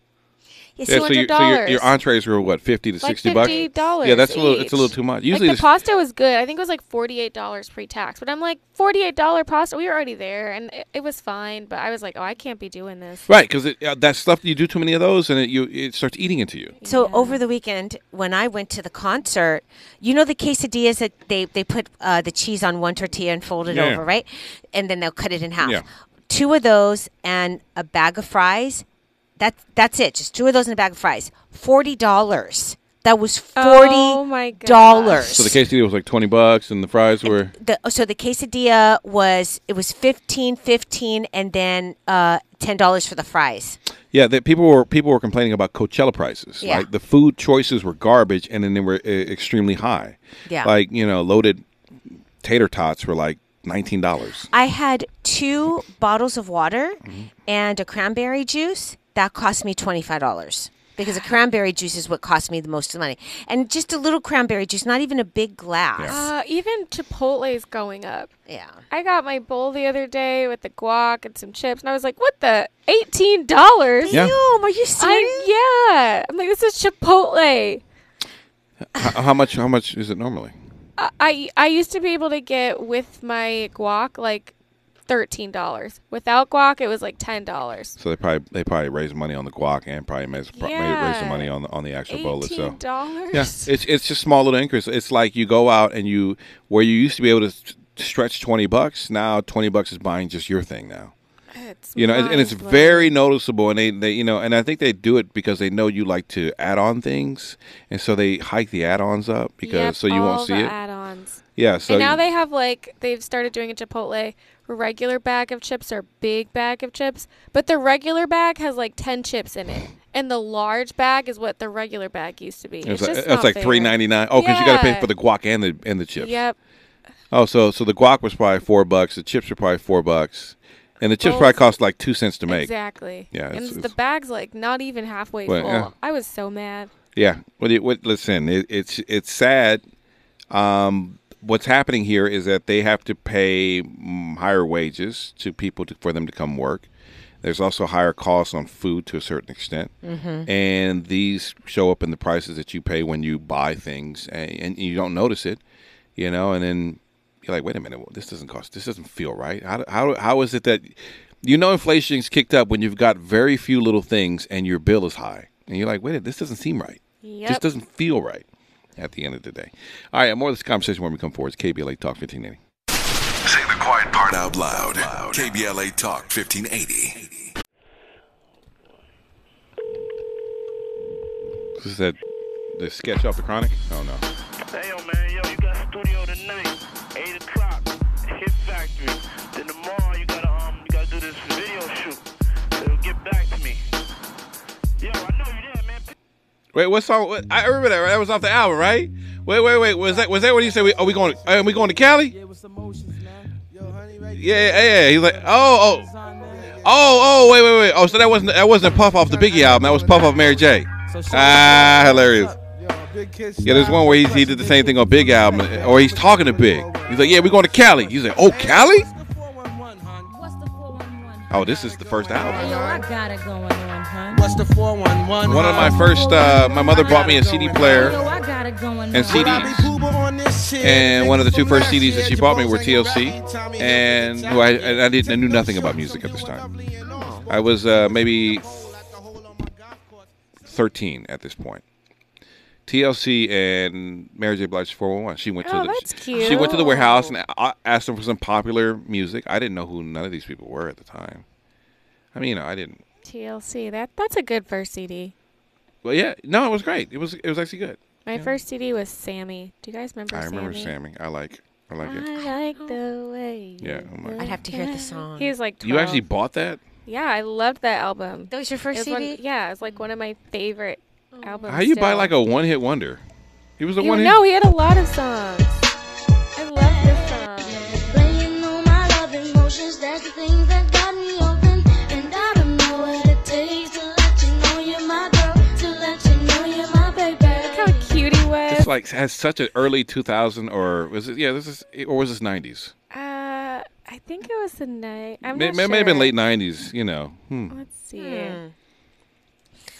[SPEAKER 5] It's
[SPEAKER 3] Yeah,
[SPEAKER 5] two
[SPEAKER 3] so, you,
[SPEAKER 5] hundred
[SPEAKER 3] so your,
[SPEAKER 5] dollars.
[SPEAKER 3] your entrees were what fifty to
[SPEAKER 5] like
[SPEAKER 3] sixty
[SPEAKER 5] fifty dollars.
[SPEAKER 3] bucks. Yeah, that's a little. It's a little too much. Usually,
[SPEAKER 5] like
[SPEAKER 3] this-
[SPEAKER 5] the pasta was good. I think it was like forty-eight dollars pre-tax, but I'm like forty-eight dollar pasta. We were already there, and it, it was fine. But I was like, oh, I can't be doing this.
[SPEAKER 3] Right, because uh, that stuff you do too many of those, and it, you it starts eating into you.
[SPEAKER 4] So over the weekend, when I went to the concert, you know the quesadillas that they they put uh, the cheese on one tortilla and fold it
[SPEAKER 15] Yeah.
[SPEAKER 4] over, right? And then they'll cut it in half.
[SPEAKER 15] Yeah.
[SPEAKER 4] Two of those and a bag of fries. That that's it. Just two of those and a bag of fries. Forty dollars. That was forty
[SPEAKER 5] Oh my gosh.
[SPEAKER 4] dollars.
[SPEAKER 3] So the quesadilla was like twenty bucks, and the fries were
[SPEAKER 4] the oh, so the quesadilla was it was 15 15 and then uh, $10 for the fries
[SPEAKER 3] yeah. That people were people were complaining about Coachella prices.
[SPEAKER 4] Yeah.
[SPEAKER 3] Like the food choices were garbage, and then they were uh, extremely high.
[SPEAKER 4] Yeah.
[SPEAKER 3] Like you know, loaded tater tots were like nineteen dollars.
[SPEAKER 4] i had two bottles of water
[SPEAKER 3] Mm-hmm.
[SPEAKER 4] and a cranberry juice that cost me $25 because a cranberry juice is what cost me the most money and just a little cranberry juice not even a big glass
[SPEAKER 5] Uh, even Chipotle's going up.
[SPEAKER 4] Yeah.
[SPEAKER 5] I got my bowl the other day with the guac and some chips, and I was like, what the? $18? Damn,
[SPEAKER 3] Yeah.
[SPEAKER 4] are you
[SPEAKER 5] serious? yeah. I'm like, this is Chipotle.
[SPEAKER 3] how, how much? How much is it normally?
[SPEAKER 5] I- I I used to be able to get with my guac like thirteen dollars. Without guac, it was like ten dollars.
[SPEAKER 3] So they probably they probably raised money on the guac and probably made, pro- made raised some
[SPEAKER 5] Yeah.
[SPEAKER 3] money on the on the actual bowl itself.
[SPEAKER 5] $18?
[SPEAKER 3] Yeah, it's it's just small little increase. It's like you go out and you where you used to be able to s- stretch twenty bucks. Now twenty bucks is buying just your thing now.
[SPEAKER 5] It's
[SPEAKER 3] you know, and, and it's
[SPEAKER 5] mind-blowing.
[SPEAKER 3] very noticeable. And they, they you know, and I think they do it because they know you like to add on things, and so they hike the add-ons up because
[SPEAKER 5] Yep,
[SPEAKER 3] so you
[SPEAKER 5] all
[SPEAKER 3] won't see
[SPEAKER 5] the
[SPEAKER 3] it.
[SPEAKER 5] add-ons.
[SPEAKER 3] Yeah. So
[SPEAKER 5] and now
[SPEAKER 3] you-
[SPEAKER 5] they have like they've started doing a Chipotle regular bag of chips or big bag of chips, but the regular bag has like ten chips in it, and the large bag is what the regular bag used to be.
[SPEAKER 3] It's
[SPEAKER 5] It's,
[SPEAKER 3] like,
[SPEAKER 5] just
[SPEAKER 3] it's like three ninety nine. Oh, because you got to pay
[SPEAKER 5] Yeah.
[SPEAKER 3] for the guac and the and the chips.
[SPEAKER 5] Yep.
[SPEAKER 3] Oh, so so the guac was probably four bucks. The chips were probably four bucks, and the chips
[SPEAKER 5] Both.
[SPEAKER 3] probably cost like two cents to make.
[SPEAKER 5] Exactly.
[SPEAKER 3] Yeah.
[SPEAKER 5] and
[SPEAKER 3] It's,
[SPEAKER 5] it's
[SPEAKER 3] it's-
[SPEAKER 5] the bag's like not even halfway
[SPEAKER 3] Well,
[SPEAKER 5] full.
[SPEAKER 3] yeah.
[SPEAKER 5] I was so mad.
[SPEAKER 3] yeah. What, do you- what, listen, it, it's it's sad. Um, what's happening here is that they have to pay mm, higher wages to people to, for them to come work. There's also higher costs on food to a certain extent,
[SPEAKER 14] Mhm.
[SPEAKER 3] and these show up in the prices that you pay when you buy things, and, and you don't notice it, you know. And then you're like, wait a minute, this doesn't cost. This doesn't feel right. How how how is it that you know inflation's kicked up when you've got very few little things and your bill is high, and you're like, wait, a minute, this doesn't seem right. This
[SPEAKER 5] Yep.
[SPEAKER 3] doesn't feel right at the end of the day. All right, more of this conversation when we come forward. It's KBLA Talk 1580.
[SPEAKER 7] Say the quiet part out loud. KBLA Talk 1580.
[SPEAKER 3] This is that the sketch off the chronic? Oh no.
[SPEAKER 2] Hey, yo, man, yo, you got studio tonight, 8 o'clock, Hit Factory. Then tomorrow you gotta, um, you gotta do this video shoot. So get back to me. Yo, I know you there, man.
[SPEAKER 3] Wait, what song? What, I remember that. Right? That was off the album, right? Wait, wait, wait. Was that was that what he said? We, are we going? Are we going to Cali? Yeah, yeah, yeah. He's like, oh, oh, oh, oh. Wait, wait, wait. Oh, so that wasn't that wasn't Puff off the Biggie album. That was Puff off Mary J. Ah, hilarious. Yeah, there's one where he, he did the same thing on Big album, or he's talking to Big. He's like, yeah, we're going to Cali. He's like, oh, Cali? Oh, this is the first album.
[SPEAKER 15] I got it going on, huh?
[SPEAKER 16] What's the 411?
[SPEAKER 3] One of my first. Uh, my mother bought me a CD player.
[SPEAKER 15] Yo, I got it going
[SPEAKER 3] and CDs. And one of the two first CDs that she bought me were TLC, and well, I, and I didn't I knew nothing about music at this time. I was uh, maybe thirteen at this point. TLC and Mary J. Blige's 411. She went
[SPEAKER 5] Oh,
[SPEAKER 3] to the
[SPEAKER 5] that's
[SPEAKER 3] she- she went to the
[SPEAKER 5] cute.
[SPEAKER 3] warehouse and a- asked them for some popular music. I didn't know who none of these people were at the time. I mean, you know, I didn't.
[SPEAKER 5] TLC. That that's a good first CD.
[SPEAKER 3] Well, yeah, no, it was great. It was it was actually good.
[SPEAKER 5] My
[SPEAKER 3] Yeah.
[SPEAKER 5] first CD was Sammy. Do you guys remember?
[SPEAKER 3] I remember
[SPEAKER 5] Sammy?
[SPEAKER 3] Sammy. I like I like it.
[SPEAKER 5] I like the way.
[SPEAKER 3] Yeah, oh my
[SPEAKER 4] I'd have to hear the song.
[SPEAKER 5] He was like 12.
[SPEAKER 3] You actually bought that?
[SPEAKER 5] Yeah, I loved that album. That
[SPEAKER 4] was your first
[SPEAKER 5] one-
[SPEAKER 4] CD?
[SPEAKER 5] yeah, it's like one of my favorite albums.
[SPEAKER 3] How you buy
[SPEAKER 5] still.
[SPEAKER 3] like a one hit wonder? He was a
[SPEAKER 5] You
[SPEAKER 3] one
[SPEAKER 5] know,
[SPEAKER 3] hit.
[SPEAKER 5] he had a lot of songs. I love this song.
[SPEAKER 17] Playing on my love emotions, that's the thing that got me open. And I don't know what it takes to let you know you're my girl, to let you know you're my baby. Look
[SPEAKER 5] how cute he was.
[SPEAKER 3] It's like has such an early 2000 or was it? Yeah, this is or was this 90s?
[SPEAKER 5] Uh, I think it was the night. I'm
[SPEAKER 3] may,
[SPEAKER 5] not
[SPEAKER 3] may-
[SPEAKER 5] sure.
[SPEAKER 3] may have been late 90s. You know, hmm.
[SPEAKER 5] Let's see.
[SPEAKER 4] Hmm.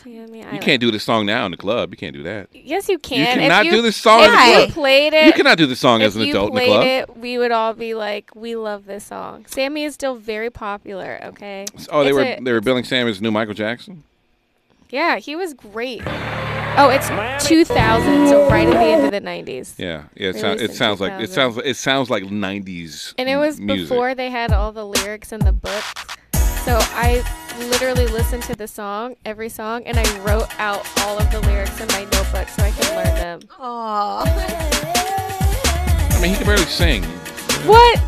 [SPEAKER 5] Sammy,
[SPEAKER 3] you can't do this song now in the club. You can't do that.
[SPEAKER 5] Yes, you can.
[SPEAKER 3] You
[SPEAKER 5] If
[SPEAKER 3] cannot
[SPEAKER 5] you-
[SPEAKER 3] do this song in the
[SPEAKER 5] If
[SPEAKER 3] club.
[SPEAKER 5] you played it,
[SPEAKER 3] You cannot do this song as
[SPEAKER 5] if
[SPEAKER 3] an
[SPEAKER 5] you
[SPEAKER 3] adult in the
[SPEAKER 5] played
[SPEAKER 3] club.
[SPEAKER 5] It, we would all be like, "We love this song." Sammy is still very popular. Okay.
[SPEAKER 3] Oh, they
[SPEAKER 5] It's
[SPEAKER 3] were
[SPEAKER 5] a-
[SPEAKER 3] they were billing Sam as new Michael Jackson.
[SPEAKER 5] yeah, he was great. Oh, it's 2000, so right at the end of the 90s.
[SPEAKER 3] Yeah, yeah. It,
[SPEAKER 5] Released
[SPEAKER 3] sound, it
[SPEAKER 5] in
[SPEAKER 3] sounds like it
[SPEAKER 5] 2000.
[SPEAKER 3] sounds it sounds like 90s.
[SPEAKER 5] And it was
[SPEAKER 3] m- music.
[SPEAKER 5] before they had all the lyrics in the book. So I literally listened to the song, every song, and I wrote out all of the lyrics in my notebook so I could learn them. Aww.
[SPEAKER 3] I mean, he can barely sing.
[SPEAKER 5] What?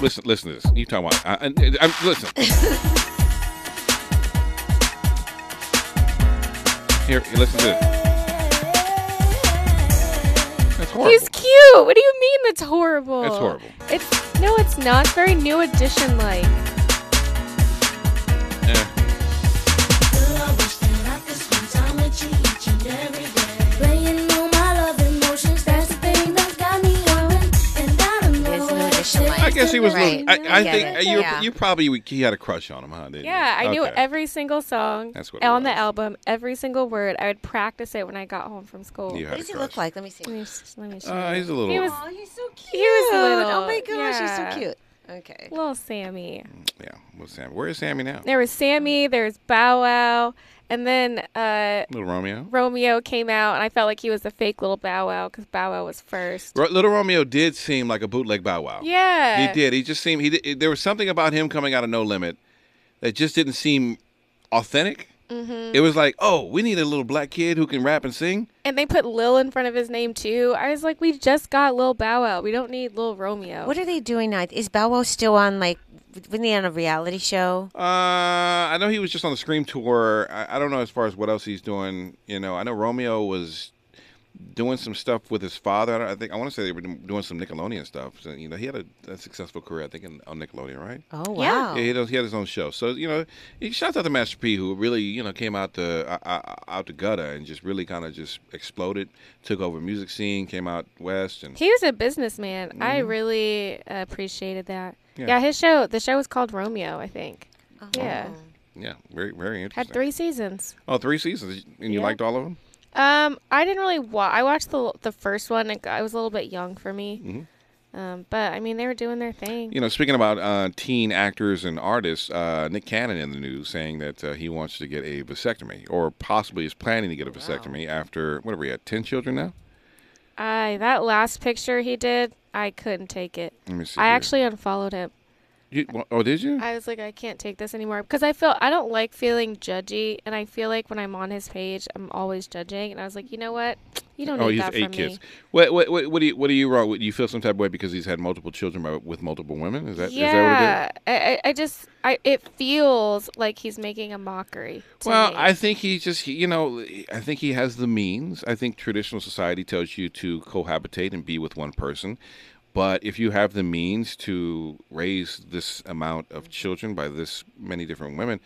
[SPEAKER 3] Listen, listen to this. You talking about? I, I, I, listen. Here, listen to this. That's horrible.
[SPEAKER 5] He's cute. What do you mean that's horrible?
[SPEAKER 3] That's horrible.
[SPEAKER 5] It's no, it's not. It's very new edition like.
[SPEAKER 3] Eh.
[SPEAKER 17] Playing on my love emotions, that's the thing that got me open. And I don't know
[SPEAKER 4] There's no
[SPEAKER 17] what it
[SPEAKER 4] addition
[SPEAKER 17] takes
[SPEAKER 3] I guess she was.
[SPEAKER 4] Right.
[SPEAKER 3] little- I,
[SPEAKER 4] I
[SPEAKER 3] I
[SPEAKER 4] get
[SPEAKER 3] think uh,
[SPEAKER 4] it.
[SPEAKER 3] you,
[SPEAKER 4] Yeah.
[SPEAKER 3] you probably would- he had a crush on him, huh? Didn't you?
[SPEAKER 5] Yeah, I knew
[SPEAKER 3] Okay.
[SPEAKER 5] every single song
[SPEAKER 3] That's what it
[SPEAKER 5] on the album, every single word. I would practice it when I got home from school.
[SPEAKER 3] You had What a does he look crush.
[SPEAKER 4] like? Let me see.
[SPEAKER 5] Let me, s- let me show
[SPEAKER 3] Uh,
[SPEAKER 5] you.
[SPEAKER 3] he's a little-
[SPEAKER 5] He was,
[SPEAKER 4] Aw, Oh, he's so cute.
[SPEAKER 5] He was little.
[SPEAKER 4] Oh my gosh, he's so
[SPEAKER 5] yeah.
[SPEAKER 4] cute. Okay.
[SPEAKER 5] Little Sammy.
[SPEAKER 3] Yeah, with Sammy. Where is Sammy now?
[SPEAKER 5] There was Sammy. There was Bow Wow, and then uh,
[SPEAKER 3] Little Romeo.
[SPEAKER 5] Romeo came out, and I felt like he was the fake little Bow Wow because Bow Wow was first.
[SPEAKER 3] Ro- Little Romeo did seem like a bootleg Bow Wow.
[SPEAKER 5] Yeah.
[SPEAKER 3] he did. He just seemed he. Did, there was something about him coming out of No Limit that just didn't seem authentic.
[SPEAKER 5] Mhm.
[SPEAKER 3] It was like, oh, we need a little black kid who can rap and sing.
[SPEAKER 5] And they put Lil in front of his name too. I was like, we just got Lil Bow Wow. We don't need Lil Romeo.
[SPEAKER 4] What are they doing now? Is Bow Wow still on like? Wasn't he on a reality show?
[SPEAKER 3] Uh, I know he was just on the Scream tour. I, I don't know as far as what else he's doing. You know, I know Romeo was doing some stuff with his father. I, don't, I think I want to say they were doing some Nickelodeon stuff. So, you know, he had a, a successful career, I think, in, on Nickelodeon, right?
[SPEAKER 4] Oh wow.
[SPEAKER 3] Yeah, he, does, he had his own show. So you know, he shouts out to Master P, who really you know came out the uh, uh, out the gutter and just really kind of just exploded, took over music scene, came out west, and
[SPEAKER 5] He was a businessman. I
[SPEAKER 3] Mhm.
[SPEAKER 5] really appreciated that.
[SPEAKER 3] Yeah.
[SPEAKER 5] Yeah. his show. The show was called Romeo, I think. Yeah,
[SPEAKER 3] Oh. yeah, very very interesting.
[SPEAKER 5] had three seasons.
[SPEAKER 3] Oh, three seasons, and you
[SPEAKER 5] Yeah.
[SPEAKER 3] liked all of them.
[SPEAKER 5] Um, I didn't really watch. I watched the the first one. It, I was a little bit young for me.
[SPEAKER 3] Mm-hmm.
[SPEAKER 5] Um, but I mean, they were doing their thing.
[SPEAKER 3] You know, speaking about uh, teen actors and artists, uh, Nick Cannon in the news saying that uh, he wants to get a vasectomy, or possibly is planning to get a vasectomy after what are we at ten children now?
[SPEAKER 5] I that last picture he did, I couldn't take it.
[SPEAKER 3] Let me see
[SPEAKER 5] I
[SPEAKER 3] here.
[SPEAKER 5] actually unfollowed him.
[SPEAKER 3] You,
[SPEAKER 5] Uh,
[SPEAKER 3] well, oh, did you?
[SPEAKER 5] I was like, I can't take this anymore because I feel I don't like feeling judgy, and I feel like when I'm on his page, I'm always judging. And I was like, you know what? You don't
[SPEAKER 3] oh,
[SPEAKER 5] need
[SPEAKER 3] he's
[SPEAKER 5] that
[SPEAKER 3] eight
[SPEAKER 5] from
[SPEAKER 3] kids.
[SPEAKER 5] me.
[SPEAKER 3] What, what what what do you what do you wrong? with- Do you feel some type of way because he's had multiple children by, with multiple women? Is that is that what it
[SPEAKER 5] yeah,
[SPEAKER 3] is?
[SPEAKER 5] I, I I just I it feels like he's making a mockery. to
[SPEAKER 3] Well,
[SPEAKER 5] me.
[SPEAKER 3] I think he just he- you know I think he has the means. I think traditional society tells you to cohabitate and be with one person. But if you have the means to raise this amount of children by this many different women,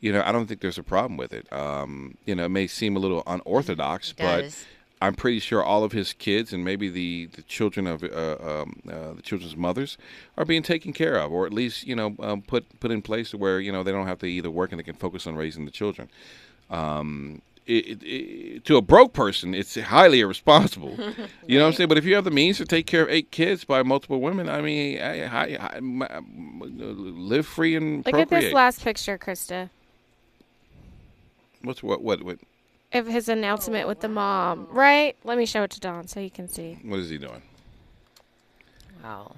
[SPEAKER 3] you know, I don't think there's a problem with it. Um, you know, it may seem a little unorthodox, but
[SPEAKER 4] does.
[SPEAKER 3] I'm pretty sure all of his kids and maybe the, the children of uh, um, uh, the children's mothers are being taken care of, or at least you know um, put put in place where you know they don't have to either work and they can focus on raising the children. Um, it, it, it, to a broke person, it's highly irresponsible. You know what I'm saying? But if you have the means to take care of eight kids by multiple women, I mean, I, I, I, my- live free and
[SPEAKER 5] Look at
[SPEAKER 3] procreate.
[SPEAKER 5] this last picture, Krista,
[SPEAKER 3] What's what what what
[SPEAKER 5] of his announcement with the mom. Right? Let me show it to Don so you can see.
[SPEAKER 3] what is he doing?
[SPEAKER 4] Wow.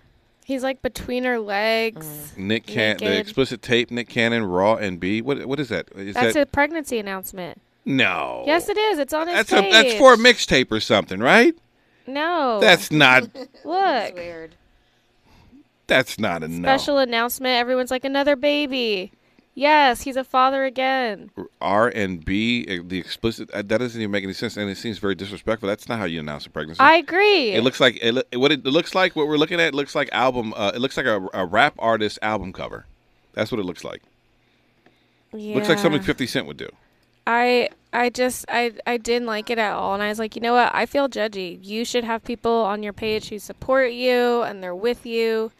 [SPEAKER 5] He's like between her legs.
[SPEAKER 3] Nick Can the
[SPEAKER 5] Naked.
[SPEAKER 3] explicit tape, Nick Cannon, Raw and B. What what is that? Is
[SPEAKER 5] That's
[SPEAKER 3] that
[SPEAKER 5] a pregnancy announcement.
[SPEAKER 3] no?
[SPEAKER 5] Yes, it is. It's on his
[SPEAKER 3] That's
[SPEAKER 5] page.
[SPEAKER 3] a that's for a mixtape or something, right?
[SPEAKER 5] No.
[SPEAKER 3] That's not
[SPEAKER 5] Look.
[SPEAKER 3] that's not enough.
[SPEAKER 5] Special announcement. Everyone's like another baby. Yes, he's a father again.
[SPEAKER 3] R and B, eh, the explicit uh, that doesn't even make any sense, and it seems very disrespectful. That's not how you announce a pregnancy.
[SPEAKER 5] I agree.
[SPEAKER 3] It looks like it, loo- what it looks like. What we're looking at looks like album. Uh, it looks like a, a rap artist album cover. That's what it looks like. Looks like
[SPEAKER 5] Yeah.
[SPEAKER 3] something Fifty Cent would do.
[SPEAKER 5] I I just I I didn't like it at all, and I was like, you know what? I feel judgy. You should have people on your page who support you and they're with you.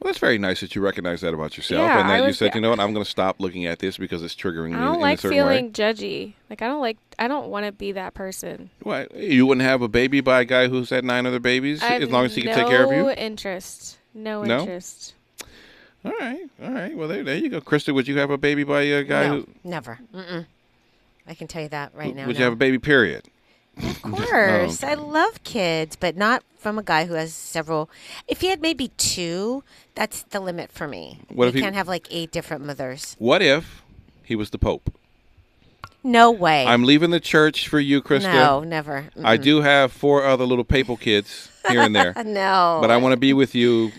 [SPEAKER 3] Well, that's very nice that you recognize that about yourself,
[SPEAKER 5] Yeah,
[SPEAKER 3] and
[SPEAKER 5] I
[SPEAKER 3] that you
[SPEAKER 5] was-
[SPEAKER 3] said, you know what, I'm going to stop looking at this because it's triggering me
[SPEAKER 5] I don't
[SPEAKER 3] in
[SPEAKER 5] like
[SPEAKER 3] a certain
[SPEAKER 5] feeling
[SPEAKER 3] way.
[SPEAKER 5] judgy. Like I don't like I don't want to be that person.
[SPEAKER 3] Why you wouldn't have a baby by a guy who's had nine other babies
[SPEAKER 5] I have
[SPEAKER 3] as long as he can take care of
[SPEAKER 5] no
[SPEAKER 3] you?
[SPEAKER 5] interest. No,
[SPEAKER 3] No?
[SPEAKER 5] interest.
[SPEAKER 3] All right, all right. Well, there, there you go, Krista. Would you have a baby by a guy
[SPEAKER 4] no,
[SPEAKER 3] who?
[SPEAKER 4] never. Mm-mm. I can tell you that right now.
[SPEAKER 3] would
[SPEAKER 4] no.
[SPEAKER 3] you have a baby? Period.
[SPEAKER 4] Of course. I love kids, but not from a guy who has several. If he had maybe two, that's the limit for me.
[SPEAKER 3] What
[SPEAKER 4] you
[SPEAKER 3] if he-
[SPEAKER 4] can't have like eight different mothers.
[SPEAKER 3] What if he was the Pope?
[SPEAKER 4] No way.
[SPEAKER 3] I'm leaving the church for you, Krista.
[SPEAKER 4] Eh. No, never.
[SPEAKER 3] I
[SPEAKER 4] Mm-mm.
[SPEAKER 3] do have four other little papal kids here and there.
[SPEAKER 4] Uh, No.
[SPEAKER 3] But I want to be with you.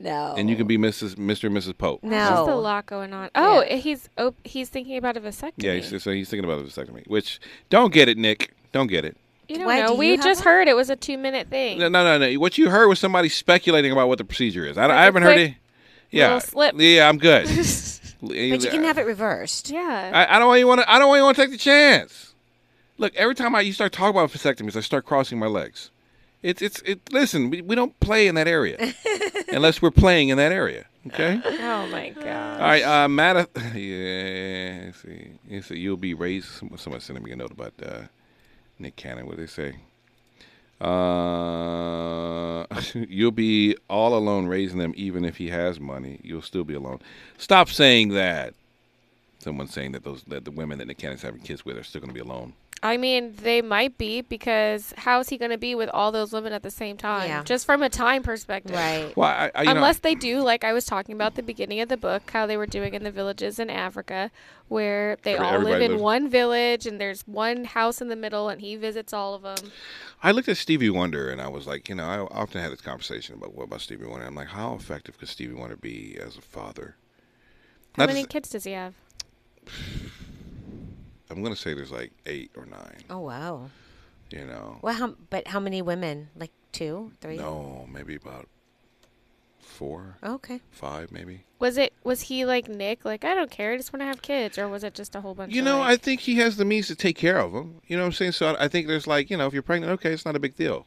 [SPEAKER 4] No.
[SPEAKER 3] And you can be Mrs. Mr. and Mrs. Pope.
[SPEAKER 5] There's just a lot going on. Oh, he's op- he's thinking about a vasectomy.
[SPEAKER 3] Yeah, he's, so he's thinking about a vasectomy, which don't get it, Nick. Don't get it.
[SPEAKER 5] you don't
[SPEAKER 4] Why,
[SPEAKER 5] know.
[SPEAKER 4] do you
[SPEAKER 5] we
[SPEAKER 4] have
[SPEAKER 5] just heard it was a two minute thing.
[SPEAKER 3] No, no, no, no. What you heard was somebody speculating about what the procedure is. I, I haven't heard
[SPEAKER 5] quick
[SPEAKER 3] it. Yeah.
[SPEAKER 5] little slip.
[SPEAKER 3] Yeah, I'm good.
[SPEAKER 4] But you can have it reversed.
[SPEAKER 5] Yeah.
[SPEAKER 3] I, I don't even want to. I don't want to take the chance. Look, every time I you start talking about vasectomies, I start crossing my legs. It's it's it. Listen, we, we don't play in that area unless we're playing in that area. Okay.
[SPEAKER 5] Oh my god.
[SPEAKER 3] All right, uh, Matt. Yeah, let's see, Let's see, you'll be raised. Someone, someone sent me a note about uh, Nick Cannon. What they say? Uh, you'll be all alone raising them, even if he has money. You'll still be alone. Stop saying that. Someone saying that those that the women that Nick Cannon's having kids with are still going to be alone.
[SPEAKER 5] I mean, they might be because how's he going to be with all those women at the same time?
[SPEAKER 4] Yeah.
[SPEAKER 5] Just from a time perspective.
[SPEAKER 4] Right.
[SPEAKER 3] Well, I, I, you know-
[SPEAKER 5] Unless they do, like I was talking about at the beginning of the book, how they were doing in the villages in Africa, where they
[SPEAKER 3] Every-
[SPEAKER 5] all live
[SPEAKER 3] everybody
[SPEAKER 5] in
[SPEAKER 3] lives-
[SPEAKER 5] one village and there's one house in the middle and he visits all of them.
[SPEAKER 3] I looked at Stevie Wonder and I was like, you know, I often had this conversation about what about Stevie Wonder. I'm like, how effective could Stevie Wonder be as a father?
[SPEAKER 5] How
[SPEAKER 3] Not to
[SPEAKER 5] many
[SPEAKER 3] s-
[SPEAKER 5] kids does he have?
[SPEAKER 3] I'm gonna say there's like eight or nine.
[SPEAKER 4] Oh wow.
[SPEAKER 3] You know,
[SPEAKER 4] Well, how, but how many women? Like two, three?
[SPEAKER 3] no, maybe about four,
[SPEAKER 4] Okay.
[SPEAKER 3] five, maybe.
[SPEAKER 5] Was it was he like Nick? Like I don't care, I just want to have kids, or was it just a whole bunch?
[SPEAKER 3] You
[SPEAKER 5] of
[SPEAKER 3] know,
[SPEAKER 5] like,
[SPEAKER 3] I think he has the means to take care of them. You know what I'm saying? So I I think there's like, you know, if you're pregnant, okay, it's not a big deal.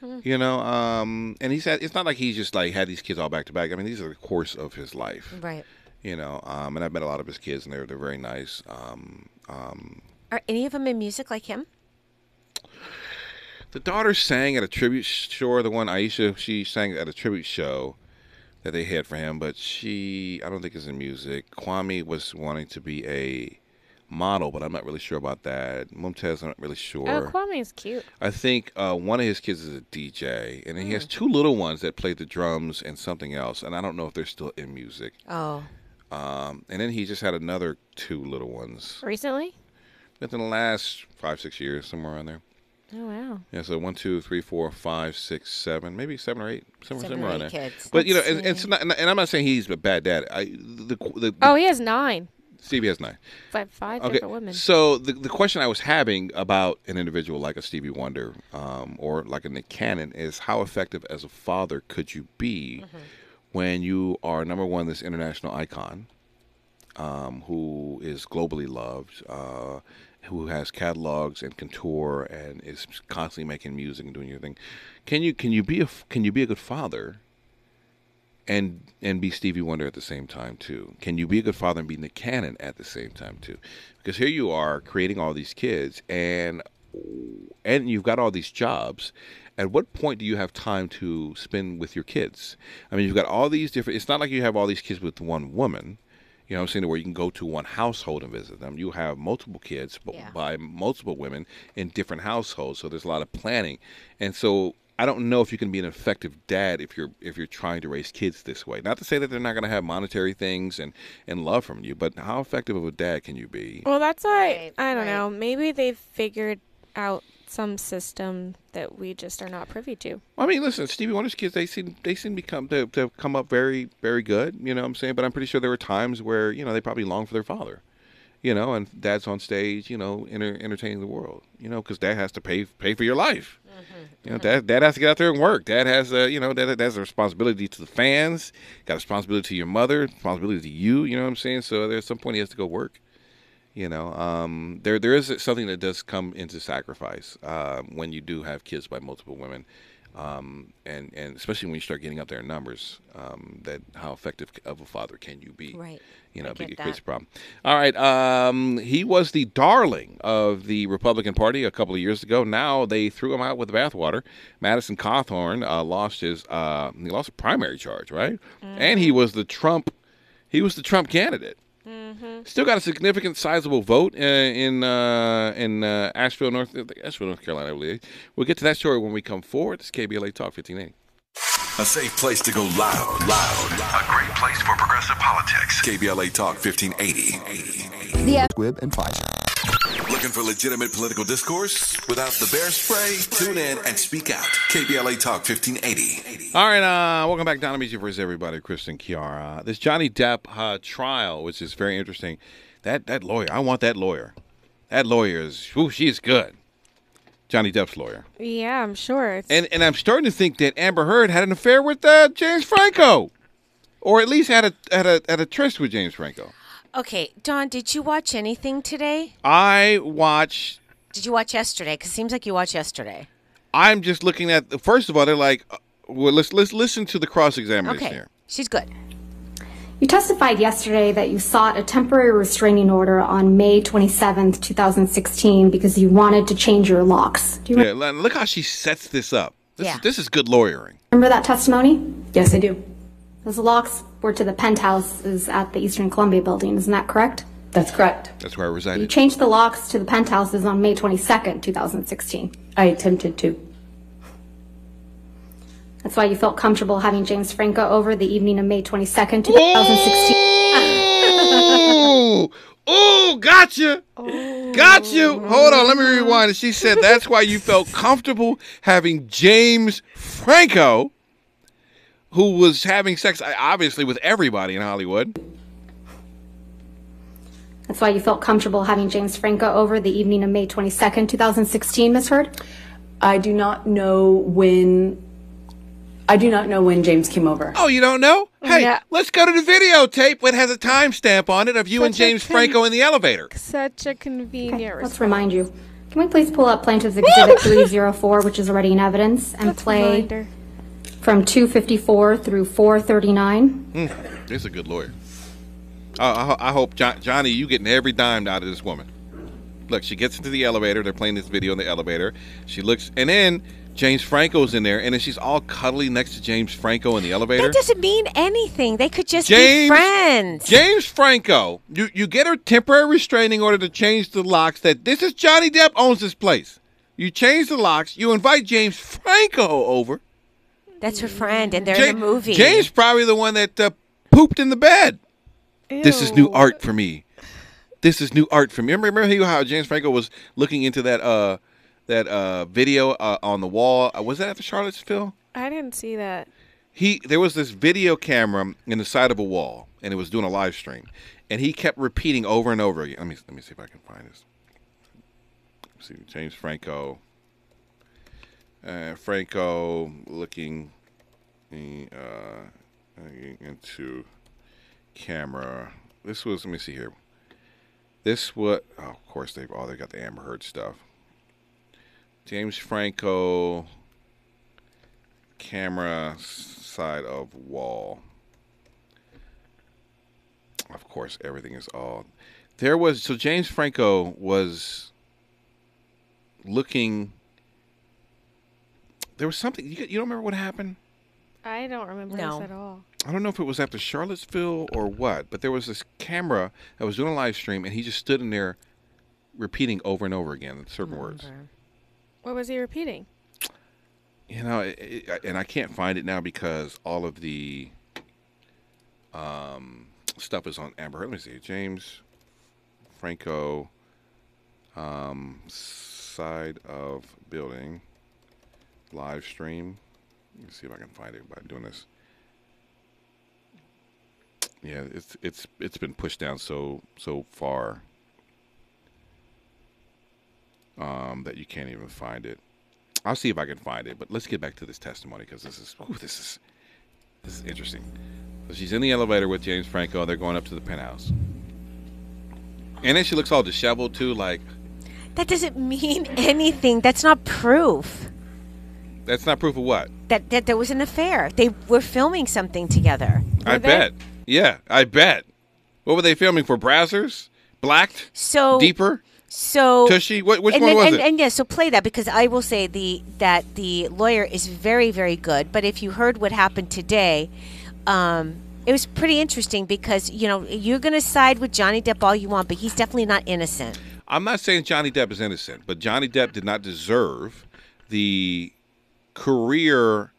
[SPEAKER 5] Hmm.
[SPEAKER 3] You know, um, and he said it's not like he's just like had these kids all back to back. I mean, these are the course of his life.
[SPEAKER 4] Right.
[SPEAKER 3] You know, um, and I've met a lot of his kids, and they're they're very nice. Um, um,
[SPEAKER 4] Are any of them in music like him?
[SPEAKER 3] The daughter sang at a tribute show. The one Aisha, she sang at a tribute show that they had for him, but she, I don't think is in music. Kwame was wanting to be a model, but I'm not really sure about that. Mumtaz, I'm not really sure.
[SPEAKER 5] oh, Kwame's cute.
[SPEAKER 3] I think uh, one of his kids is a DJ, and he has two little ones that play the drums and something else, and I don't know if they're still in music.
[SPEAKER 4] Oh.
[SPEAKER 3] Um, and then he just had another two little ones
[SPEAKER 5] Recently?
[SPEAKER 3] within the last five, six years, somewhere around there.
[SPEAKER 5] Oh wow.
[SPEAKER 3] Yeah, so one, two, three, four, five, six, seven, maybe seven or eight, somewhere,
[SPEAKER 5] Seven or
[SPEAKER 3] somewhere around
[SPEAKER 5] eight
[SPEAKER 3] there.
[SPEAKER 5] kids.
[SPEAKER 3] But you know,
[SPEAKER 5] That's
[SPEAKER 3] and, and it's not, and I'm not saying he's a bad dad. I the the, the
[SPEAKER 5] Oh, he has nine.
[SPEAKER 3] Stevie has nine.
[SPEAKER 5] Five, five
[SPEAKER 3] Okay,
[SPEAKER 5] different women.
[SPEAKER 3] so the the question I was having about an individual like a Stevie Wonder, um, or like a Nick Cannon, is how effective as a father could you be
[SPEAKER 5] Mm-hmm.
[SPEAKER 3] when you are number one this international icon, um, who is globally loved, uh, who has catalogs and couture and is constantly making music and doing your thing. Can you can you be a f- can you be a good father? And and be Stevie Wonder at the same time too. Can you be a good father and be Nick Cannon at the same time too? Because here you are creating all these kids and and you've got all these jobs. At what point do you have time to spend with your kids? I mean, you've got all these different. It's not like you have all these kids with one woman. You know what I'm saying? Where you can go to one household and visit them. You have multiple kids but
[SPEAKER 7] Yeah.
[SPEAKER 3] by multiple women in different households. So there's a lot of planning. And so I don't know if you can be an effective dad if you're if you're trying to raise kids this way. Not to say that they're not going to have monetary things and and love from you, but how effective of a dad can you be?
[SPEAKER 5] Well, that's why I don't know. Maybe they've figured out some system that we just are not privy to.
[SPEAKER 3] Well, I mean, listen, Stevie Wonder's kids, they seem they seem to come to, to have come up very very good, you know what I'm saying? But I'm pretty sure there were times where, you know, they probably longed for their father. You know, and dad's on stage, you know, enter, entertaining the world, you know, cuz dad has to pay pay for your life. You know, dad, dad has to get out there and work. Dad has a, you know, dad, has a responsibility to the fans, got a responsibility to your mother, responsibility to you, you know what I'm saying? So there's some point he has to go work. You know, um, there there is something that does come into sacrifice um, when you do have kids by multiple women, um, and and especially when you start getting up there in numbers, um, that how effective of a father can you be?
[SPEAKER 4] Right.
[SPEAKER 3] You know,
[SPEAKER 4] I
[SPEAKER 3] big
[SPEAKER 4] get
[SPEAKER 3] crazy
[SPEAKER 4] that.
[SPEAKER 3] problem. All right, um, he was the darling of the Republican Party a couple of years ago. Now they threw him out with the bathwater. Madison Cawthorn uh, lost his uh, he lost a primary charge, right? And
[SPEAKER 4] Mm-hmm.
[SPEAKER 3] he was the Trump he was the Trump candidate. Still got a significant, sizable vote uh, in uh, in uh, Asheville, North Asheville, North Carolina. I believe we'll get to that story when we come forward. It's KBLA Talk 1580.
[SPEAKER 7] A safe place to go loud, loud. A great place for progressive politics. KBLA Talk 1580.
[SPEAKER 14] Squibb and Pfizer.
[SPEAKER 7] Looking for legitimate political discourse without the bear spray? Tune in and speak out. KBLA Talk 1580.
[SPEAKER 3] All right, uh, welcome back, Donna Meiji versus everybody, Kristen Kiara. This Johnny Depp uh, trial, which is very interesting. That that lawyer, I want that lawyer. That lawyer is, ooh, she's good. Johnny Depp's lawyer,
[SPEAKER 5] Yeah, I'm sure.
[SPEAKER 3] and and I'm starting to think that Amber Heard had an affair with uh, James Franco, or at least had a had a had a tryst with James Franco.
[SPEAKER 4] Okay, Don, did you watch anything today?
[SPEAKER 3] I watched
[SPEAKER 4] Did you watch yesterday? Because it seems like you watched yesterday.
[SPEAKER 3] I'm just looking at. First of all, they're like, uh, well, let's let's listen to the cross examination here.
[SPEAKER 4] She's good.
[SPEAKER 14] You testified yesterday that you sought a temporary restraining order on May 27th, 2016, because you wanted to change your locks. Do you
[SPEAKER 3] Yeah, li- look how she sets this up. This is this is good lawyering.
[SPEAKER 14] remember that testimony?
[SPEAKER 10] Yes, I do.
[SPEAKER 14] Those locks were to the penthouses at the Eastern Columbia building, isn't that correct?
[SPEAKER 10] That's correct.
[SPEAKER 3] That's where I
[SPEAKER 14] You
[SPEAKER 3] resided.
[SPEAKER 14] changed the locks to the penthouses on May 22nd, 2016.
[SPEAKER 10] I attempted to.
[SPEAKER 14] That's why you felt comfortable having James Franco over the evening of May 22nd, 2016.
[SPEAKER 3] Ooh, ooh, gotcha. Got you. Hold on, let me rewind. She said that's why you felt comfortable having James Franco, who was having sex uh, obviously with everybody in Hollywood.
[SPEAKER 14] That's why you felt comfortable having James Franco over the evening of May 22nd, 2016, Ms. Heard?
[SPEAKER 10] I do not know when. I do not know when James came over.
[SPEAKER 3] Oh, you don't know? Hey, let's go to the videotape. It has a timestamp on it of you and
[SPEAKER 5] Such a
[SPEAKER 3] James
[SPEAKER 5] con-
[SPEAKER 3] Franco in the elevator.
[SPEAKER 5] Such a convenient
[SPEAKER 14] Let's remind you. Can we please pull up Plaintiff's Exhibit 304, which is already in evidence, and play
[SPEAKER 5] reminder.
[SPEAKER 14] from 254 through 439?
[SPEAKER 3] Mm, this is a good lawyer. I, I, I hope John, Johnny, you getting every dime out of this woman. Look, she gets into the elevator. They're playing this video in the elevator. She looks, and then James Franco's in there, and then she's all cuddly next to James Franco in the elevator.
[SPEAKER 4] That doesn't mean anything. They could just be
[SPEAKER 3] James,
[SPEAKER 4] friends.
[SPEAKER 3] James Franco, you, you get her temporary restraining order to change the locks. That this is Johnny Depp owns this place. You change the locks. You invite James Franco over.
[SPEAKER 4] That's her friend, and they're in
[SPEAKER 3] Ja-
[SPEAKER 4] a movie.
[SPEAKER 3] James probably the one that uh, pooped in the bed. This is new art for me. This is new art for me. Remember, remember how James Franco was looking into that uh that uh video uh, on the wall? Uh, was that after Charlottesville?
[SPEAKER 5] I didn't see that.
[SPEAKER 3] He there was this video camera in the side of a wall, and it was doing a live stream, and he kept repeating over and over again. Let me let me see if I can find this. Let's see James Franco. Uh, Franco looking in, uh, into camera. This was let me see here. This what? Oh, of course they've all they got the Amber Heard stuff. James Franco camera s- side of wall. Of course, everything is all. There was so James Franco was looking. There was something you, you don't remember what happened.
[SPEAKER 5] I don't remember
[SPEAKER 4] No.
[SPEAKER 5] this at all.
[SPEAKER 3] I don't know if it was after Charlottesville or what, but there was this camera that was doing a live stream, and he just stood in there, repeating over and over again certain words.
[SPEAKER 5] What was he repeating?
[SPEAKER 3] You know, it, it, and I can't find it now because all of the um, stuff is on Amber. Heard. Let me see. James Franco, um, side of building, live stream. Let me see if I can find it by doing this. Yeah, it's it's it's been pushed down so so far um, that you can't even find it. I'll see if I can find it, but let's get back to this testimony because this is whew, this is this is interesting. So she's in the elevator with James Franco. They're going up to the penthouse, and then she looks all disheveled too. Like
[SPEAKER 4] That doesn't mean anything. That's not proof
[SPEAKER 3] that's not proof of what?
[SPEAKER 4] that, that there was an affair. They were filming something together.
[SPEAKER 3] I bet. Yeah, I bet. What were they filming for? Brazzers, blacked,
[SPEAKER 4] So
[SPEAKER 3] deeper,
[SPEAKER 4] So
[SPEAKER 3] tushy. What? Which
[SPEAKER 4] and
[SPEAKER 3] one
[SPEAKER 4] then-
[SPEAKER 3] was
[SPEAKER 4] and,
[SPEAKER 3] it?
[SPEAKER 4] And yeah, so play that because I will say the that the lawyer is very very good. But if you heard what happened today, um, it was pretty interesting because you know you're going to side with Johnny Depp all you want, but he's definitely not innocent.
[SPEAKER 3] I'm not saying Johnny Depp is innocent, but Johnny Depp did not deserve the career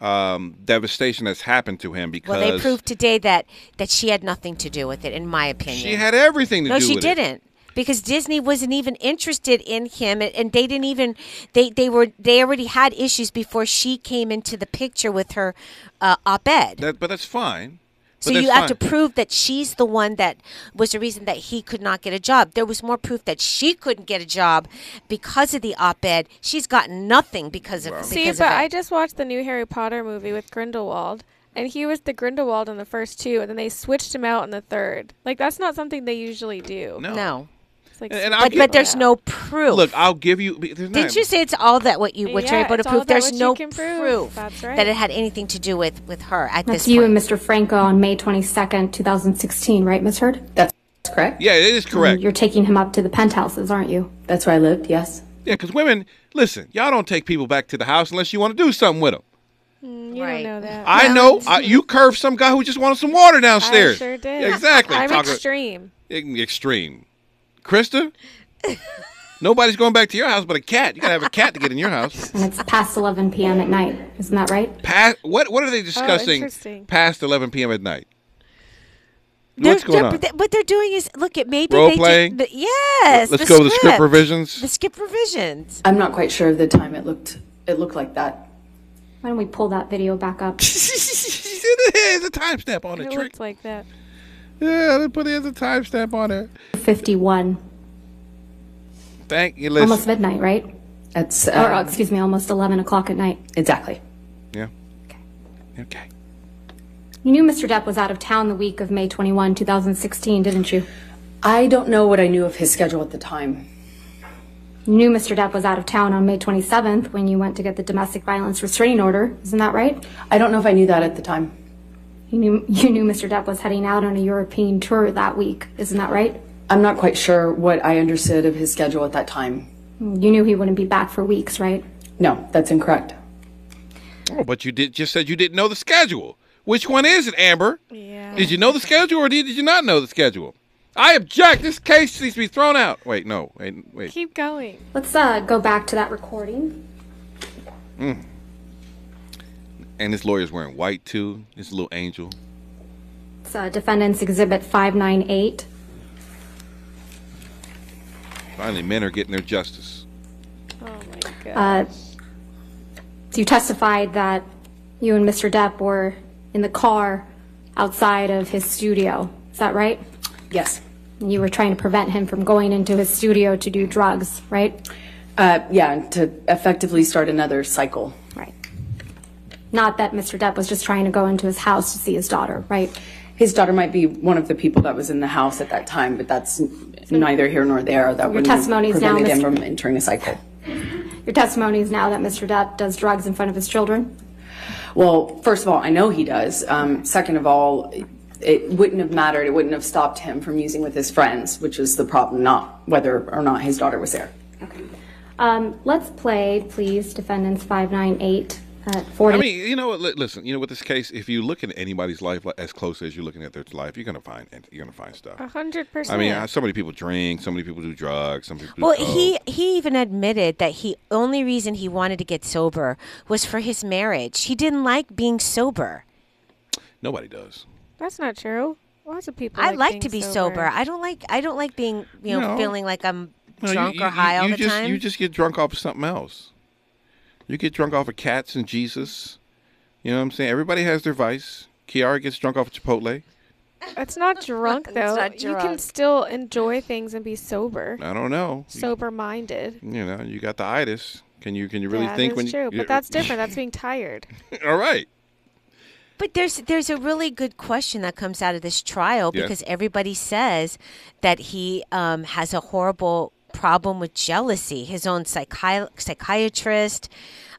[SPEAKER 3] um, devastation that's happened to him because
[SPEAKER 4] Well, they proved today that that she had nothing to do with it, in my opinion.
[SPEAKER 3] she had everything to
[SPEAKER 4] no,
[SPEAKER 3] do
[SPEAKER 4] she
[SPEAKER 3] with it.
[SPEAKER 4] didn't. Because Disney wasn't even interested in him, and, and they didn't even they they were they already had issues before she came into the picture with her uh, op-ed.
[SPEAKER 3] That, but that's fine.
[SPEAKER 4] So
[SPEAKER 3] But
[SPEAKER 4] you have
[SPEAKER 3] that's
[SPEAKER 4] to
[SPEAKER 3] fine.
[SPEAKER 4] prove that she's the one that was the reason that he could not get a job. There was more proof that she couldn't get a job because of the op-ed. She's gotten nothing because of
[SPEAKER 5] See,
[SPEAKER 4] because
[SPEAKER 5] but
[SPEAKER 4] of it.
[SPEAKER 5] I just watched the new Harry Potter movie with Grindelwald, and he was the Grindelwald in the first two, and then they switched him out in the third. Like that's not something they usually do.
[SPEAKER 3] No.
[SPEAKER 5] like
[SPEAKER 3] And- and I'll
[SPEAKER 4] but,
[SPEAKER 3] give-
[SPEAKER 4] but there's no proof.
[SPEAKER 3] Look, I'll give you. There's
[SPEAKER 4] Did
[SPEAKER 3] not,
[SPEAKER 4] you say it's all that what you what
[SPEAKER 5] Yeah,
[SPEAKER 4] you're able to
[SPEAKER 5] it's all
[SPEAKER 4] prove?
[SPEAKER 5] that
[SPEAKER 4] There's
[SPEAKER 5] what you
[SPEAKER 4] no
[SPEAKER 5] can
[SPEAKER 4] proof,
[SPEAKER 5] prove. That's right.
[SPEAKER 4] that it had anything to do with with her at
[SPEAKER 14] That's
[SPEAKER 4] this
[SPEAKER 14] you
[SPEAKER 4] point.
[SPEAKER 14] and Mr. Franco on May 22nd, 2016, right, Miss Heard? That's correct.
[SPEAKER 3] Yeah, it is correct.
[SPEAKER 14] You're taking him up to the penthouses, aren't you? That's where I lived, yes.
[SPEAKER 3] Yeah, because women, listen, y'all don't take people back to the house unless you want to do something with them.
[SPEAKER 5] You don't know that.
[SPEAKER 3] I know I, you curved some guy who just wanted some water downstairs.
[SPEAKER 5] I sure did.
[SPEAKER 3] Exactly.
[SPEAKER 5] I'm
[SPEAKER 3] Talk-
[SPEAKER 5] extreme.
[SPEAKER 3] e- extreme. Krista, nobody's going back to your house but a cat. You gotta have a cat to get in your house.
[SPEAKER 14] And it's past 11 p.m. at night, isn't that right?
[SPEAKER 3] Past what? What are they discussing
[SPEAKER 14] interesting.
[SPEAKER 3] past 11 p.m. at night?
[SPEAKER 4] They're-
[SPEAKER 3] What's going
[SPEAKER 4] they're-
[SPEAKER 3] on?
[SPEAKER 4] but they- What they're doing is look at maybe
[SPEAKER 3] Role
[SPEAKER 4] they
[SPEAKER 3] playing?
[SPEAKER 4] Did, but yes.
[SPEAKER 3] Let's go with the script revisions.
[SPEAKER 4] The script revisions.
[SPEAKER 16] I'm not quite sure of the time it looked it looked like that.
[SPEAKER 14] Why don't we pull that video back up?
[SPEAKER 3] There's a timestamp on
[SPEAKER 5] It
[SPEAKER 3] it.
[SPEAKER 5] looked like that.
[SPEAKER 3] Yeah, they put there's a timestamp on it.
[SPEAKER 14] 51.
[SPEAKER 3] Thank you. Listen.
[SPEAKER 14] Almost midnight, right? It's, or,
[SPEAKER 16] um,
[SPEAKER 14] excuse me, almost 11 o'clock at night.
[SPEAKER 16] Exactly.
[SPEAKER 3] Yeah. Okay.
[SPEAKER 14] You knew Mr. Depp was out of town the week of May 21, 2016, didn't you?
[SPEAKER 16] I don't know what I knew of his schedule at the time.
[SPEAKER 14] You knew Mr. Depp was out of town on May 27th when you went to get the domestic violence restraining order, isn't that right?
[SPEAKER 16] I don't know if I knew that at the time.
[SPEAKER 14] You knew, you knew Mr. Depp was heading out on a European tour that week, isn't that right?
[SPEAKER 16] I'm not quite sure what I understood of his schedule at that time.
[SPEAKER 14] You knew he wouldn't be back for weeks, right?
[SPEAKER 16] No, that's incorrect.
[SPEAKER 3] Oh, but you did just said you didn't know the schedule. Which one is it, Amber? Yeah. Did you know the schedule or did, did you not know the schedule? I object. This case needs to be thrown out. Wait, no. Wait, wait.
[SPEAKER 14] Keep going. Let's uh, go back to that recording.
[SPEAKER 3] Mm. And this lawyer's wearing white too. This little angel.
[SPEAKER 14] It's uh, Defendant's Exhibit 598.
[SPEAKER 3] Finally, men are getting their justice.
[SPEAKER 14] Uh, you testified that you and Mr. Depp were in the car outside of his studio. Is that right?
[SPEAKER 16] Yes.
[SPEAKER 14] You were trying to prevent him from going into his studio to do drugs, right?
[SPEAKER 16] Uh, yeah, and to effectively start another cycle.
[SPEAKER 14] Right. Not that Mr. Depp was just trying to go into his house to see his daughter, right?
[SPEAKER 16] His daughter might be one of the people that was in the house at that time, but that's neither here nor there. That
[SPEAKER 14] Your
[SPEAKER 16] wouldn't
[SPEAKER 14] testimony is now
[SPEAKER 16] prevented him
[SPEAKER 14] mis-
[SPEAKER 16] from entering a cycle.
[SPEAKER 14] Your testimony is now that Mr. Depp does drugs in front of his children.
[SPEAKER 16] Well, first of all, I know he does. Um, second of all, it wouldn't have mattered. It wouldn't have stopped him from using with his friends, which is the problem, not whether or not his daughter was there.
[SPEAKER 14] Um, let's play, please, Defendants 598 at 40.
[SPEAKER 3] I mean, you know what? li- Listen, you know what? This case, if you look at anybody's life li- as close as you're looking at their life, you're gonna find you're gonna find stuff.
[SPEAKER 5] A hundred
[SPEAKER 3] I
[SPEAKER 5] percent.
[SPEAKER 3] mean, I- so many people drink, so many people do drugs, some people. do
[SPEAKER 4] Well,
[SPEAKER 3] coke.
[SPEAKER 4] he he even admitted that he only reason he wanted to get sober was for his marriage. He didn't like being sober.
[SPEAKER 3] nobody does.
[SPEAKER 5] That's not true. Lots of people.
[SPEAKER 4] I
[SPEAKER 5] like,
[SPEAKER 4] like
[SPEAKER 5] being
[SPEAKER 4] to be sober. I don't like I don't like being you know
[SPEAKER 3] No.
[SPEAKER 4] feeling like I'm
[SPEAKER 3] No, you-
[SPEAKER 4] drunk
[SPEAKER 3] you-
[SPEAKER 4] or high
[SPEAKER 3] you-
[SPEAKER 4] all
[SPEAKER 3] you
[SPEAKER 4] the
[SPEAKER 3] just,
[SPEAKER 4] time.
[SPEAKER 3] You just get drunk off of something else. You get drunk off of cats and Jesus. You know what I'm saying? Everybody has their vice. Kiara gets drunk off of Chipotle.
[SPEAKER 5] It's not drunk though.
[SPEAKER 4] not
[SPEAKER 5] You can
[SPEAKER 4] drunk.
[SPEAKER 5] still enjoy things and be sober.
[SPEAKER 3] I don't know. You-
[SPEAKER 5] Sober-minded.
[SPEAKER 3] You, know, you got the itis. Can you can you really
[SPEAKER 5] yeah,
[SPEAKER 3] think
[SPEAKER 5] that's
[SPEAKER 3] when
[SPEAKER 5] true,
[SPEAKER 3] you?
[SPEAKER 5] but that's different. That's being tired.
[SPEAKER 3] All right.
[SPEAKER 4] But there's there's a really good question that comes out of this trial
[SPEAKER 3] Yes.
[SPEAKER 4] because everybody says that he um, has a horrible problem with jealousy. His own psychi- psychiatrist,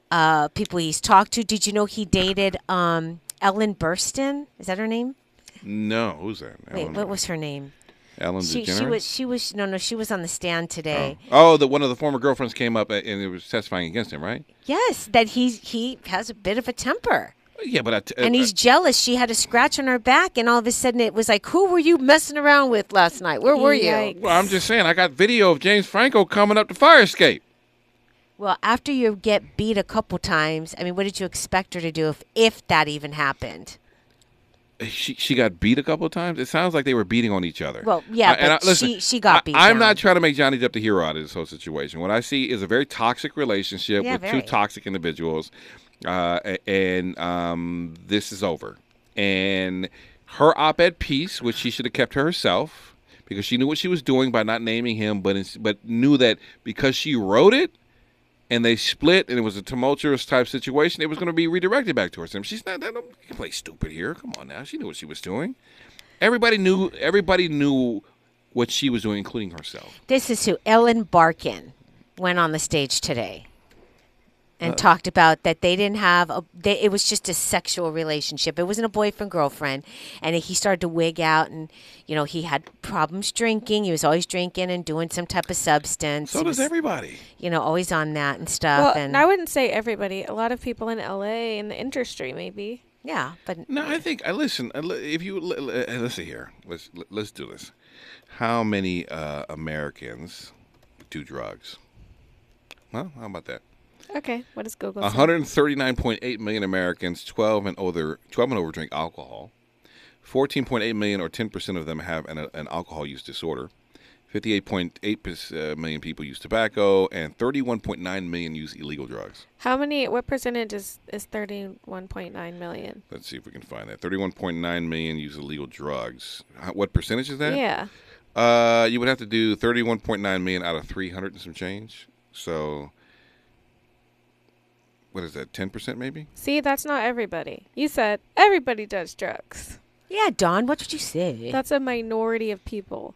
[SPEAKER 4] uh, people he's talked to. Did you know he dated um, Ellen Burstyn? Is that her name?
[SPEAKER 3] No, who's that?
[SPEAKER 4] Wait, what was her name?
[SPEAKER 3] Ellen
[SPEAKER 4] She,
[SPEAKER 3] DeGeneres.
[SPEAKER 4] she was she was no no she was on the stand today.
[SPEAKER 3] oh, the one of the former girlfriends came up uh, and it was testifying against him, right?
[SPEAKER 4] Yes, that he he has a bit of a temper.
[SPEAKER 3] Yeah, but I t- uh,
[SPEAKER 4] and he's jealous. She had a scratch on her back, and all of a sudden it was like, "Who were you messing around with last night? Where were you?"
[SPEAKER 3] uh, Well, I'm just saying. I got video of James Franco coming up the fire escape.
[SPEAKER 4] Well, after you get beat a couple times, I mean, what did you expect her to do if if that even happened?
[SPEAKER 3] Uh, she she got beat a couple of times. It sounds like they were beating on each other.
[SPEAKER 4] Well, yeah,
[SPEAKER 3] I- and
[SPEAKER 4] but
[SPEAKER 3] I- listen,
[SPEAKER 4] she- she got
[SPEAKER 3] I-
[SPEAKER 4] beat
[SPEAKER 3] I'm
[SPEAKER 4] down.
[SPEAKER 3] not trying to make Johnny Depp the hero out of this whole situation. What I see is a very toxic relationship
[SPEAKER 4] Yeah,
[SPEAKER 3] with
[SPEAKER 4] very.
[SPEAKER 3] two toxic individuals, uh, a- and um, this is over. And her op-ed piece, which she should have kept to herself, because she knew what she was doing by not naming him, but ins- but knew that because she wrote it. And they split, and it was a tumultuous type situation. It was going to be redirected back towards him. She's not that. Don't you can play stupid here. Come on now. She knew what she was doing everybody knew everybody knew what she was doing, including herself.
[SPEAKER 4] This is who Ellen Barkin went on the stage today and
[SPEAKER 3] Uh,
[SPEAKER 4] talked about that they didn't have a they, it was just a sexual relationship it wasn't a boyfriend girlfriend and he started to wig out and you know he had problems drinking he was always drinking and doing some type of substance
[SPEAKER 3] So
[SPEAKER 4] He
[SPEAKER 3] does
[SPEAKER 4] was,
[SPEAKER 3] everybody.
[SPEAKER 4] you know always on that and
[SPEAKER 5] Well,
[SPEAKER 4] stuff and
[SPEAKER 5] I wouldn't say everybody. A lot of people in LA in the industry, maybe.
[SPEAKER 4] Yeah, but
[SPEAKER 3] no, I think I listen. I li- If you li- li- uh, let's see here, let's let- let's do this. How many uh, Americans do drugs? Well, how about that?
[SPEAKER 5] Okay, what does Google say?
[SPEAKER 3] 139.8 million Americans 12 and older 12 and over drink alcohol. 14.8 million or 10% of them have an, an alcohol use disorder. 58.8 uh, million people use tobacco and 31.9 million use illegal drugs.
[SPEAKER 5] How many? What percentage is is thirty one point nine million?
[SPEAKER 3] Let's see if we can find that. 31.9 million use illegal drugs. How- What percentage is that?
[SPEAKER 5] Yeah.
[SPEAKER 3] Uh, you would have to do 31.9 million out of 300 and some change. So what is that? 10% maybe?
[SPEAKER 5] See, that's not everybody. You said everybody does drugs.
[SPEAKER 4] yeah don what would you say
[SPEAKER 5] That's a minority of people.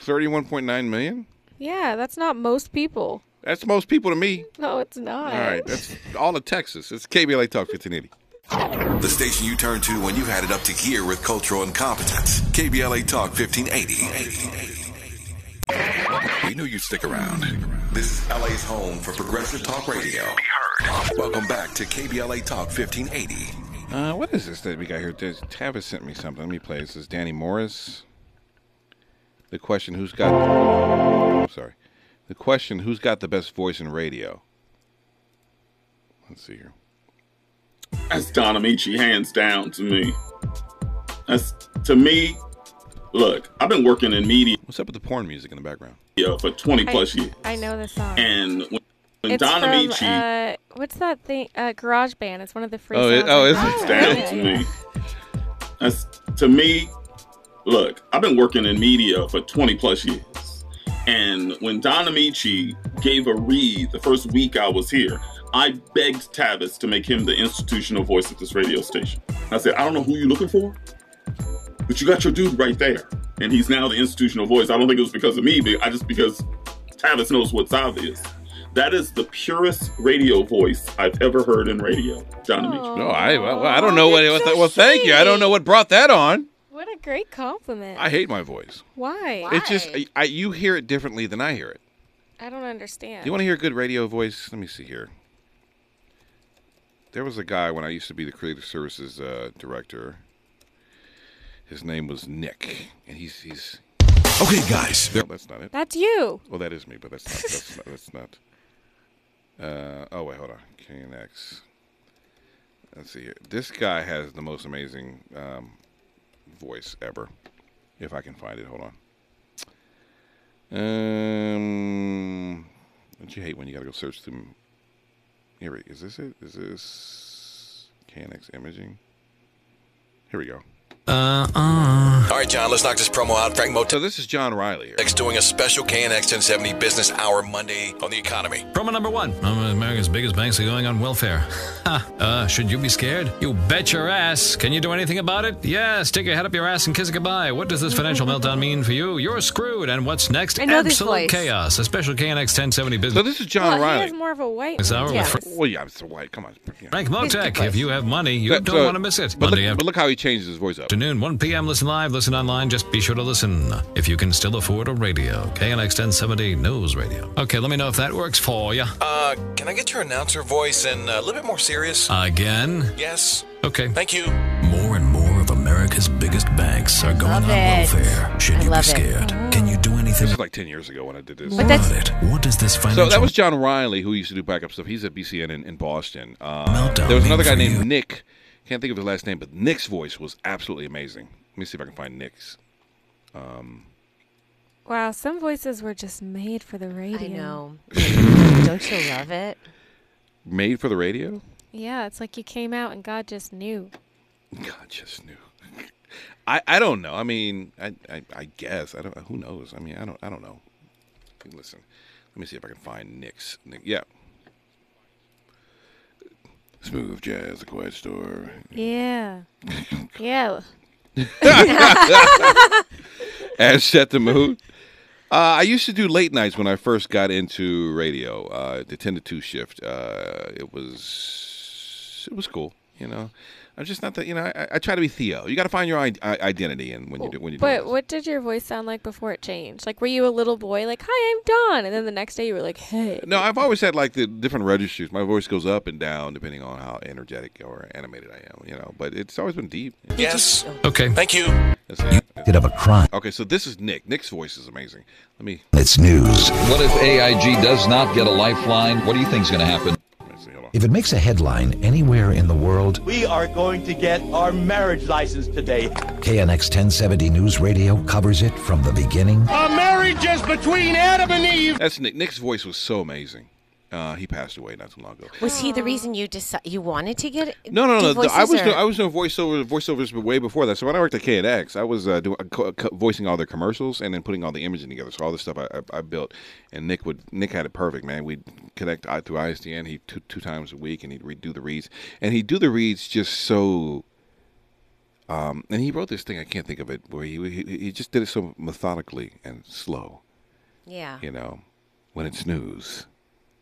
[SPEAKER 3] 31.9 million?
[SPEAKER 5] Yeah, that's not most people.
[SPEAKER 3] That's most people to me.
[SPEAKER 5] No, it's not.
[SPEAKER 3] All right, that's all of Texas. It's KBLA Talk 1580.
[SPEAKER 7] The station you turn to when you've had it up to gear with cultural incompetence. KBLA Talk 1580. We knew you'd stick around. This is LA's home for progressive talk radio. Be heard. Welcome back to KBLA Talk 1580.
[SPEAKER 3] Uh, what is this that we got here? There's- Tavis sent me something. Let me play. This is Danny Morris. The question: Who's got? I'm sorry. The question: Who's got the best voice in radio? Let's see here.
[SPEAKER 18] That's Don Amici, hands down to me. That's to me. Look, I've been working in media.
[SPEAKER 3] What's up with the porn music in the background?
[SPEAKER 18] Yeah, for 20 plus
[SPEAKER 5] I,
[SPEAKER 18] years,
[SPEAKER 5] I know the song.
[SPEAKER 18] and when, when
[SPEAKER 5] it's
[SPEAKER 18] Don
[SPEAKER 5] from,
[SPEAKER 18] Amici,
[SPEAKER 5] uh, what's that thing? Uh, Garage Band. It's one of the free
[SPEAKER 18] Oh, it-
[SPEAKER 5] songs.
[SPEAKER 18] oh,
[SPEAKER 5] on
[SPEAKER 18] it's-
[SPEAKER 5] Garage Band.
[SPEAKER 18] it's down to me. That's to me. Look, I've been working in media for 20 plus years, and when Don Amici gave a read the first week I was here, I begged Tavis to make him the institutional voice of this radio station. I said, I don't know who you're looking for, but you got your dude right there, and he's now the institutional voice. I don't think it was because of me, but I just because Tavis knows what's obvious. That is the purest radio voice I've ever heard in radio, Don Amici.
[SPEAKER 5] Oh,
[SPEAKER 3] No, I well, I don't know what. what well, thank you. I don't know what brought that on.
[SPEAKER 5] What a great compliment.
[SPEAKER 3] I hate my voice.
[SPEAKER 5] Why?
[SPEAKER 3] It's just I, I, you hear it differently than I hear it.
[SPEAKER 5] I don't understand.
[SPEAKER 3] Do you want to hear a good radio voice? Let me see here. There was a guy when I used to be the creative services uh, director. His name was Nick, and he's he's.
[SPEAKER 7] Okay, guys.
[SPEAKER 3] No, that's not it.
[SPEAKER 5] That's you.
[SPEAKER 3] Well, that is me, but that's not. That's not. That's not uh, oh wait, hold on. KNX. Let's see here. This guy has the most amazing um, voice ever. If I can find it, hold on. Um, don't you hate when you gotta go search through? Here, we, is this it? Is this KNX imaging? Here we go.
[SPEAKER 19] Uh,
[SPEAKER 7] All right, John, let's knock this promo out. Frank Moto.
[SPEAKER 3] this is John Riley here.
[SPEAKER 7] Next, doing a special KNX 1070 Business Hour Monday on the economy.
[SPEAKER 19] Promo number one. Um, America's biggest banks are going on welfare. Ha. uh, should you be scared? You bet your ass. Can you do anything about it? Yes. Take your head up your ass and kiss it goodbye. What does this financial meltdown mean for you? You're screwed. And what's next?
[SPEAKER 5] I know this
[SPEAKER 19] Absolute
[SPEAKER 5] voice.
[SPEAKER 19] chaos. A special KNX 1070 business.
[SPEAKER 3] So this is John
[SPEAKER 5] well, he
[SPEAKER 19] Riley.
[SPEAKER 5] has more of a white.
[SPEAKER 19] This
[SPEAKER 5] voice.
[SPEAKER 19] hour with Yeah. Frank-
[SPEAKER 3] Well, yeah, it's a white. Come on.
[SPEAKER 19] Frank Motek, if you have money, you
[SPEAKER 3] That-
[SPEAKER 19] don't
[SPEAKER 3] so-
[SPEAKER 19] want to miss it.
[SPEAKER 3] But
[SPEAKER 19] Monday
[SPEAKER 3] look, but look how he changes his voice up.
[SPEAKER 19] afternoon, 1 p.m. Listen live, listen online. Just be sure to listen if you can still afford a radio. KNX 1070 News Radio. Okay, let me know if that works for you.
[SPEAKER 7] Uh, can I get your announcer voice and uh, a little bit more serious?
[SPEAKER 19] Again?
[SPEAKER 7] Yes.
[SPEAKER 19] Okay.
[SPEAKER 7] Thank you.
[SPEAKER 19] More and more of America's biggest banks are going
[SPEAKER 7] Love
[SPEAKER 19] on
[SPEAKER 7] it.
[SPEAKER 19] welfare. Should you be
[SPEAKER 7] love it.
[SPEAKER 19] scared? Can you do anything?
[SPEAKER 3] This is like 10 years ago when I did this.
[SPEAKER 19] But that's- Love it. What does this
[SPEAKER 3] So that
[SPEAKER 19] financial-
[SPEAKER 3] was John Riley who used to do backup stuff. He's at BCN in, in Boston. Uh, there was another guy named Nick. Can't think of his last name, but Nick's voice was absolutely amazing. Let me see if I can find Nick's. Um,
[SPEAKER 5] Wow, some voices were just made for the radio.
[SPEAKER 4] know. don't you love it
[SPEAKER 3] made for the radio?
[SPEAKER 5] Yeah, it's like you came out and God just knew.
[SPEAKER 3] God just knew. I, I don't know. I mean, I, I I guess I don't. Who knows? I mean, I don't I don't know. Listen, let me see if I can find Nick's. Nick, yeah. Smooth jazz, the quiet store.
[SPEAKER 5] Yeah. yeah.
[SPEAKER 3] and set the mood. Uh, I used to do late nights when I first got into radio, uh, the ten to two shift. Uh, it was it was cool, you know. I'm just not that, you know. I, I try to be Theo. You got to find your I- I- identity, and when you do when you do.
[SPEAKER 5] But what did your voice sound like before it changed? Like, were you a little boy, like, "Hi, I'm Don," and then the next day you were like, "Hey."
[SPEAKER 3] No, I've always had like the different registers. My voice goes up and down depending on how energetic or animated I am, you know. But it's always been deep.
[SPEAKER 7] Yes.
[SPEAKER 19] Okay.
[SPEAKER 7] Thank you.
[SPEAKER 3] Did have a crime. Okay, so this is Nick. Nick's voice is amazing. Let me.
[SPEAKER 20] It's news. What if AIG does not get a lifeline? What do you think's going to happen? If it makes a headline anywhere in the world,
[SPEAKER 21] We are going to get our marriage license today.
[SPEAKER 20] KNX 1070 News Radio covers it from the beginning
[SPEAKER 21] Our marriage is between Adam and Eve.
[SPEAKER 3] That's Nick. Nick's voice was so amazing. Uh, he passed away not too long ago.
[SPEAKER 4] Was he the reason you decided you wanted to get
[SPEAKER 3] No, no,
[SPEAKER 4] do
[SPEAKER 3] no. no. I
[SPEAKER 4] voices
[SPEAKER 3] was
[SPEAKER 4] or-
[SPEAKER 3] doing, I was doing voiceover voiceovers way before that. So when I worked at KNX, I was uh, doing co- co- voicing all their commercials and then putting all the imaging together. So all this stuff I, I, I built, and Nick would Nick had it perfect, man. We'd connect I- through ISDN. He two two times a week, and he'd redo the reads, and he'd do the reads just so. Um, and he wrote this thing I can't think of it where he he, he just did it so methodically and slow.
[SPEAKER 4] Yeah.
[SPEAKER 3] You know, when it's news,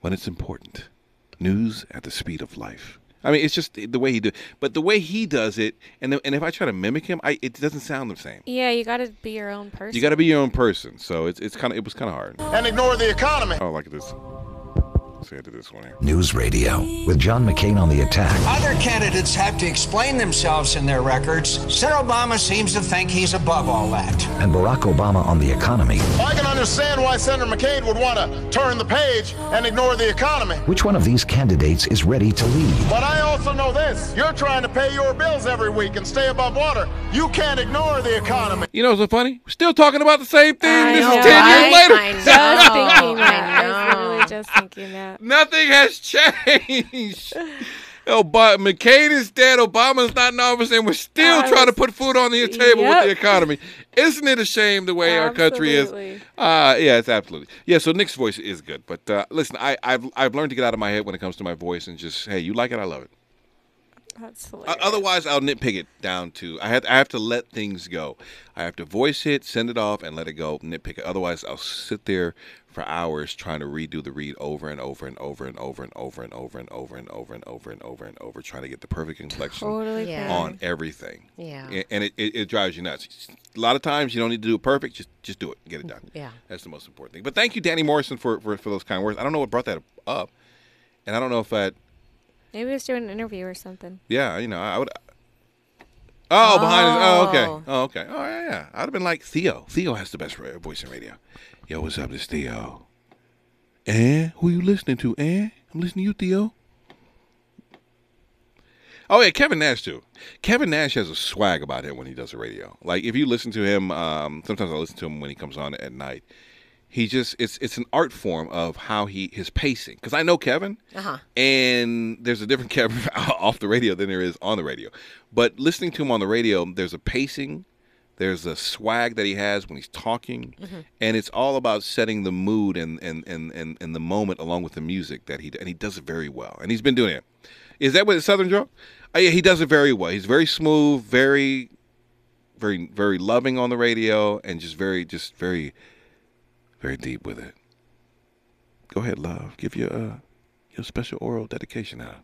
[SPEAKER 3] when it's important, news at the speed of life. I mean, it's just the way he do, but the way he does it, and the, and if I try to mimic him, I it doesn't sound the same.
[SPEAKER 5] Yeah, you got to be your own person.
[SPEAKER 3] You got to be your own person, so it's it's kind of it was kind of hard.
[SPEAKER 21] And ignore the economy.
[SPEAKER 3] Oh, like this. See, I did this one here.
[SPEAKER 20] News Radio with John McCain on the attack.
[SPEAKER 22] Other candidates have to explain themselves in their records. Sarah Obama seems to think he's above all that.
[SPEAKER 20] and Barack Obama on the economy.
[SPEAKER 21] I can understand why Senator McCain would want to turn the page and ignore the economy.
[SPEAKER 20] Which one of these candidates is ready to lead?
[SPEAKER 21] But I also know this you're trying to pay your bills every week and stay above water. You can't ignore the economy.
[SPEAKER 3] You know what's so funny? We're still talking about the same thing. this
[SPEAKER 21] know,
[SPEAKER 3] is ten
[SPEAKER 21] right?
[SPEAKER 3] years later.
[SPEAKER 21] I know.
[SPEAKER 5] thinking
[SPEAKER 21] Just
[SPEAKER 5] that. I was literally just thinking that.
[SPEAKER 3] Nothing has changed. Obama, McCain is dead. Obama's not in office, and we're still trying to put food on the table with the economy. Isn't it a shame the way our country is? Uh, yeah, it's absolutely. Yeah, so Nick's voice is good, but uh, listen, I, I've I've learned to get out of my head when it comes to my voice and just hey, you like it, I love it.
[SPEAKER 5] That's
[SPEAKER 3] Uh,
[SPEAKER 5] hilarious.
[SPEAKER 3] otherwise, I'll nitpick it down to I have I have to let things go. I have to voice it, send it off, and let it go. Nitpick it. Otherwise, I'll sit there for hours trying to redo the read over and over and over and over and over and over and over and over and over and over and over, trying to get the perfect inflection
[SPEAKER 5] Totally Yeah. fair.
[SPEAKER 3] on everything.
[SPEAKER 5] Yeah.
[SPEAKER 3] A- and it, it, it drives you nuts. A lot of times, you don't need to do it perfect. Just just do it. Get it done.
[SPEAKER 5] Yeah.
[SPEAKER 3] that's the most important thing. But thank you, Danny Morrison, for for, for those kind words. I don't know what brought that up, and I don't know if that
[SPEAKER 5] Maybe I was doing an interview or something.
[SPEAKER 3] yeah, you know, I would. Oh, behind his. Oh,
[SPEAKER 5] Oh.
[SPEAKER 3] okay. Oh, okay. Oh, yeah, yeah. I'd have been like Theo. Theo has the best ra- voice in radio. Yo, what's up? This Theo. Eh? Who you listening to? Eh? I'm listening to you, Theo. Oh yeah, Kevin Nash too. Kevin Nash has a swag about him when he does the radio. Like if you listen to him, um, sometimes I listen to him when he comes on at night. He just it's it's an art form of how he his pacing. Because I know Kevin,
[SPEAKER 4] Uh-huh.
[SPEAKER 3] and there's a different Kevin off the radio than there is on the radio. But listening to him on the radio, there's a pacing, there's a swag that he has when he's talking,
[SPEAKER 23] Mhm.
[SPEAKER 3] and it's all about setting the mood and and, and, and and the moment along with the music that he and he does it very well. And he's been doing it. Is that what it's Southern Draw? Uh, yeah, he does it very well. He's very smooth, very, very, very loving on the radio, and just very, just very, very deep with it. Go ahead, love. Give your uh, your special oral dedication out.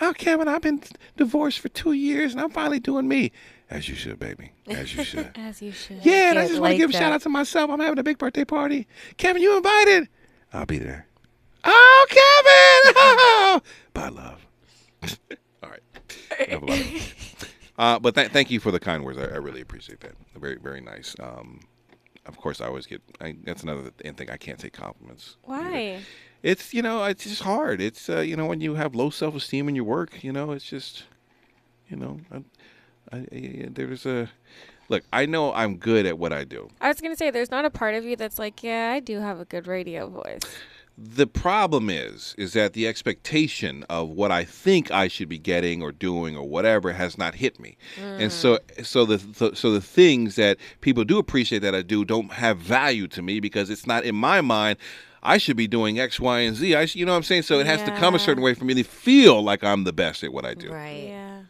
[SPEAKER 3] Oh, Kevin, I've been divorced for two years, and I'm finally doing me. As you should, baby. As you should.
[SPEAKER 5] As you should.
[SPEAKER 3] Yeah, and I just want to give a shout out to myself. I'm having a big birthday party. Kevin, you invited. I'll be there. Oh, Kevin! Bye, love. All right. Enough about it. Uh, but th- thank you for the kind words. I, I really appreciate that. Very, very nice. Um, of course, I always get. I, that's another th- thing. I can't take compliments.
[SPEAKER 5] Why?
[SPEAKER 3] It's you know, it's just hard. It's uh, you know, when you have low self esteem in your work, you know, it's just, you know, I, I, I, there's a look. I know I'm good at what I do.
[SPEAKER 5] I was gonna say, there's not a part of you that's like, yeah, I do have a good radio voice.
[SPEAKER 3] The problem is, is that the expectation of what I think I should be getting or doing or whatever has not hit me, and so so the so, so the things that people do appreciate that I do don't have value to me because it's not in my mind. I should be doing X, Y, and Z. I, sh- you know what I'm saying. So it has to come a
[SPEAKER 5] Yeah.
[SPEAKER 3] certain way for me to feel like I'm the best at what I do.
[SPEAKER 4] Right.
[SPEAKER 5] Yeah.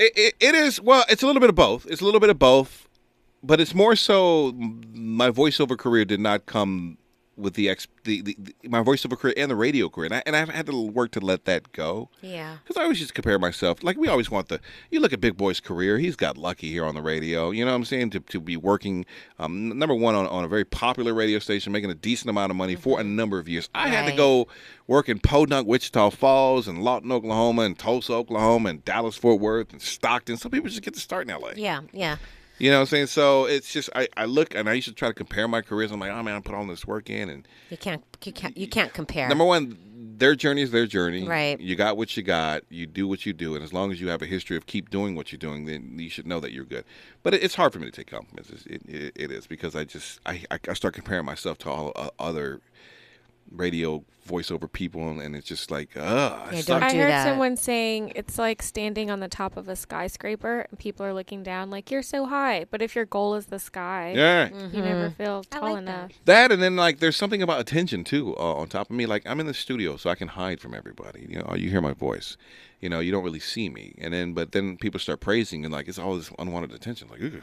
[SPEAKER 3] It, it, it is well. It's a little bit of both. It's a little bit of both, but it's more so. My voiceover career did not come with the ex. The, the, the- my voiceover career and the radio career, and I, and I had to work to let that go.
[SPEAKER 4] Yeah.
[SPEAKER 3] Because I always just compare myself. Like we always want the. You look at Big Boy's career. He's got lucky here on the radio. You know what I'm saying? To, to be working um, n- number one on, on a very popular radio station, making a decent amount of money for a number of years. I had to
[SPEAKER 1] Right.
[SPEAKER 3] go work in Podunk, Wichita Falls, and Lawton, Oklahoma, and Tulsa, Oklahoma, and Dallas, Fort Worth, and Stockton. Some people just get to start in L.A.
[SPEAKER 4] Yeah, yeah.
[SPEAKER 3] You know what I'm saying? So it's just I, I look and I used to try to compare my careers. I'm like, oh man, I put all this work in, and
[SPEAKER 4] You can't, you can't, you can't compare.
[SPEAKER 3] Number one, their journey is their journey.
[SPEAKER 4] Right.
[SPEAKER 3] You got what you got. You do what you do, and as long as you have a history of keep doing what you're doing, then you should know that you're good. But it, it's hard for me to take compliments. It's- It, it, it is because I just I, I I start comparing myself to all uh, other radio voiceover people, and, and it's just like, uh
[SPEAKER 5] I heard someone saying it's like standing on the top of a skyscraper and people are looking down like you're so high, but if your goal is the sky,
[SPEAKER 3] Yeah.
[SPEAKER 5] you never
[SPEAKER 4] Mhm.
[SPEAKER 5] feel tall enough.
[SPEAKER 3] That and then like there's something about attention too uh, on top of me. Like I'm in the studio, so I can hide from everybody. You know, oh, you hear my voice. You know, you don't really see me. And then, but then people start praising and like it's all this unwanted attention. Like, Ugh.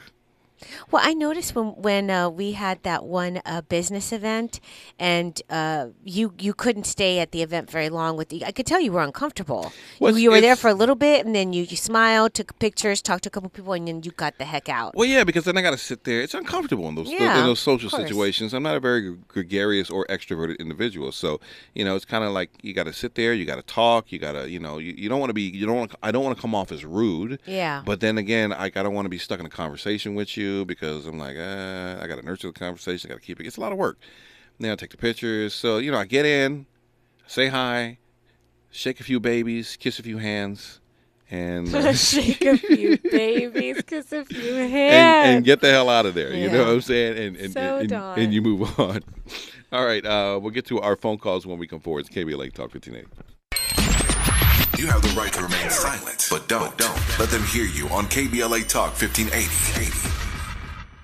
[SPEAKER 4] Well, I noticed when when uh, we had that one uh, business event, and uh, you you couldn't stay at the event very long. With the, I could tell you were uncomfortable.
[SPEAKER 3] Well,
[SPEAKER 4] you, you were there
[SPEAKER 3] it's-
[SPEAKER 4] for a little bit, and then you, you smiled, took pictures, talked to a couple people, and then you got the heck out.
[SPEAKER 3] well, yeah, because then I got to sit there. It's uncomfortable in those
[SPEAKER 4] Yeah,
[SPEAKER 3] in those social
[SPEAKER 4] of course.
[SPEAKER 3] situations. I'm not a very gregarious or extroverted individual, so you know it's kind of like you got to sit there, you got to talk, you got to you know you, you don't want to be you don't want I don't want to come off as rude.
[SPEAKER 4] Yeah.
[SPEAKER 3] But then again, like, I don't want to be stuck in a conversation with you because I'm like, uh, I got to nurture the conversation. I got to keep it. It's a lot of work. Now I take the pictures. So, you know, I get in, say hi, shake a few babies, kiss a few hands, and, uh,
[SPEAKER 5] Shake a few babies, kiss a few hands.
[SPEAKER 3] and, and get the hell out of there. You know
[SPEAKER 5] Yeah.
[SPEAKER 3] what I'm saying? And, and,
[SPEAKER 5] So
[SPEAKER 3] and,
[SPEAKER 5] darn.
[SPEAKER 3] and you move on. All right. Uh, we'll get to our phone calls when we come forward. It's KBLA Talk 1580.
[SPEAKER 7] You have the right to remain silent, but don't. don't. Let them hear you on KBLA Talk 1580.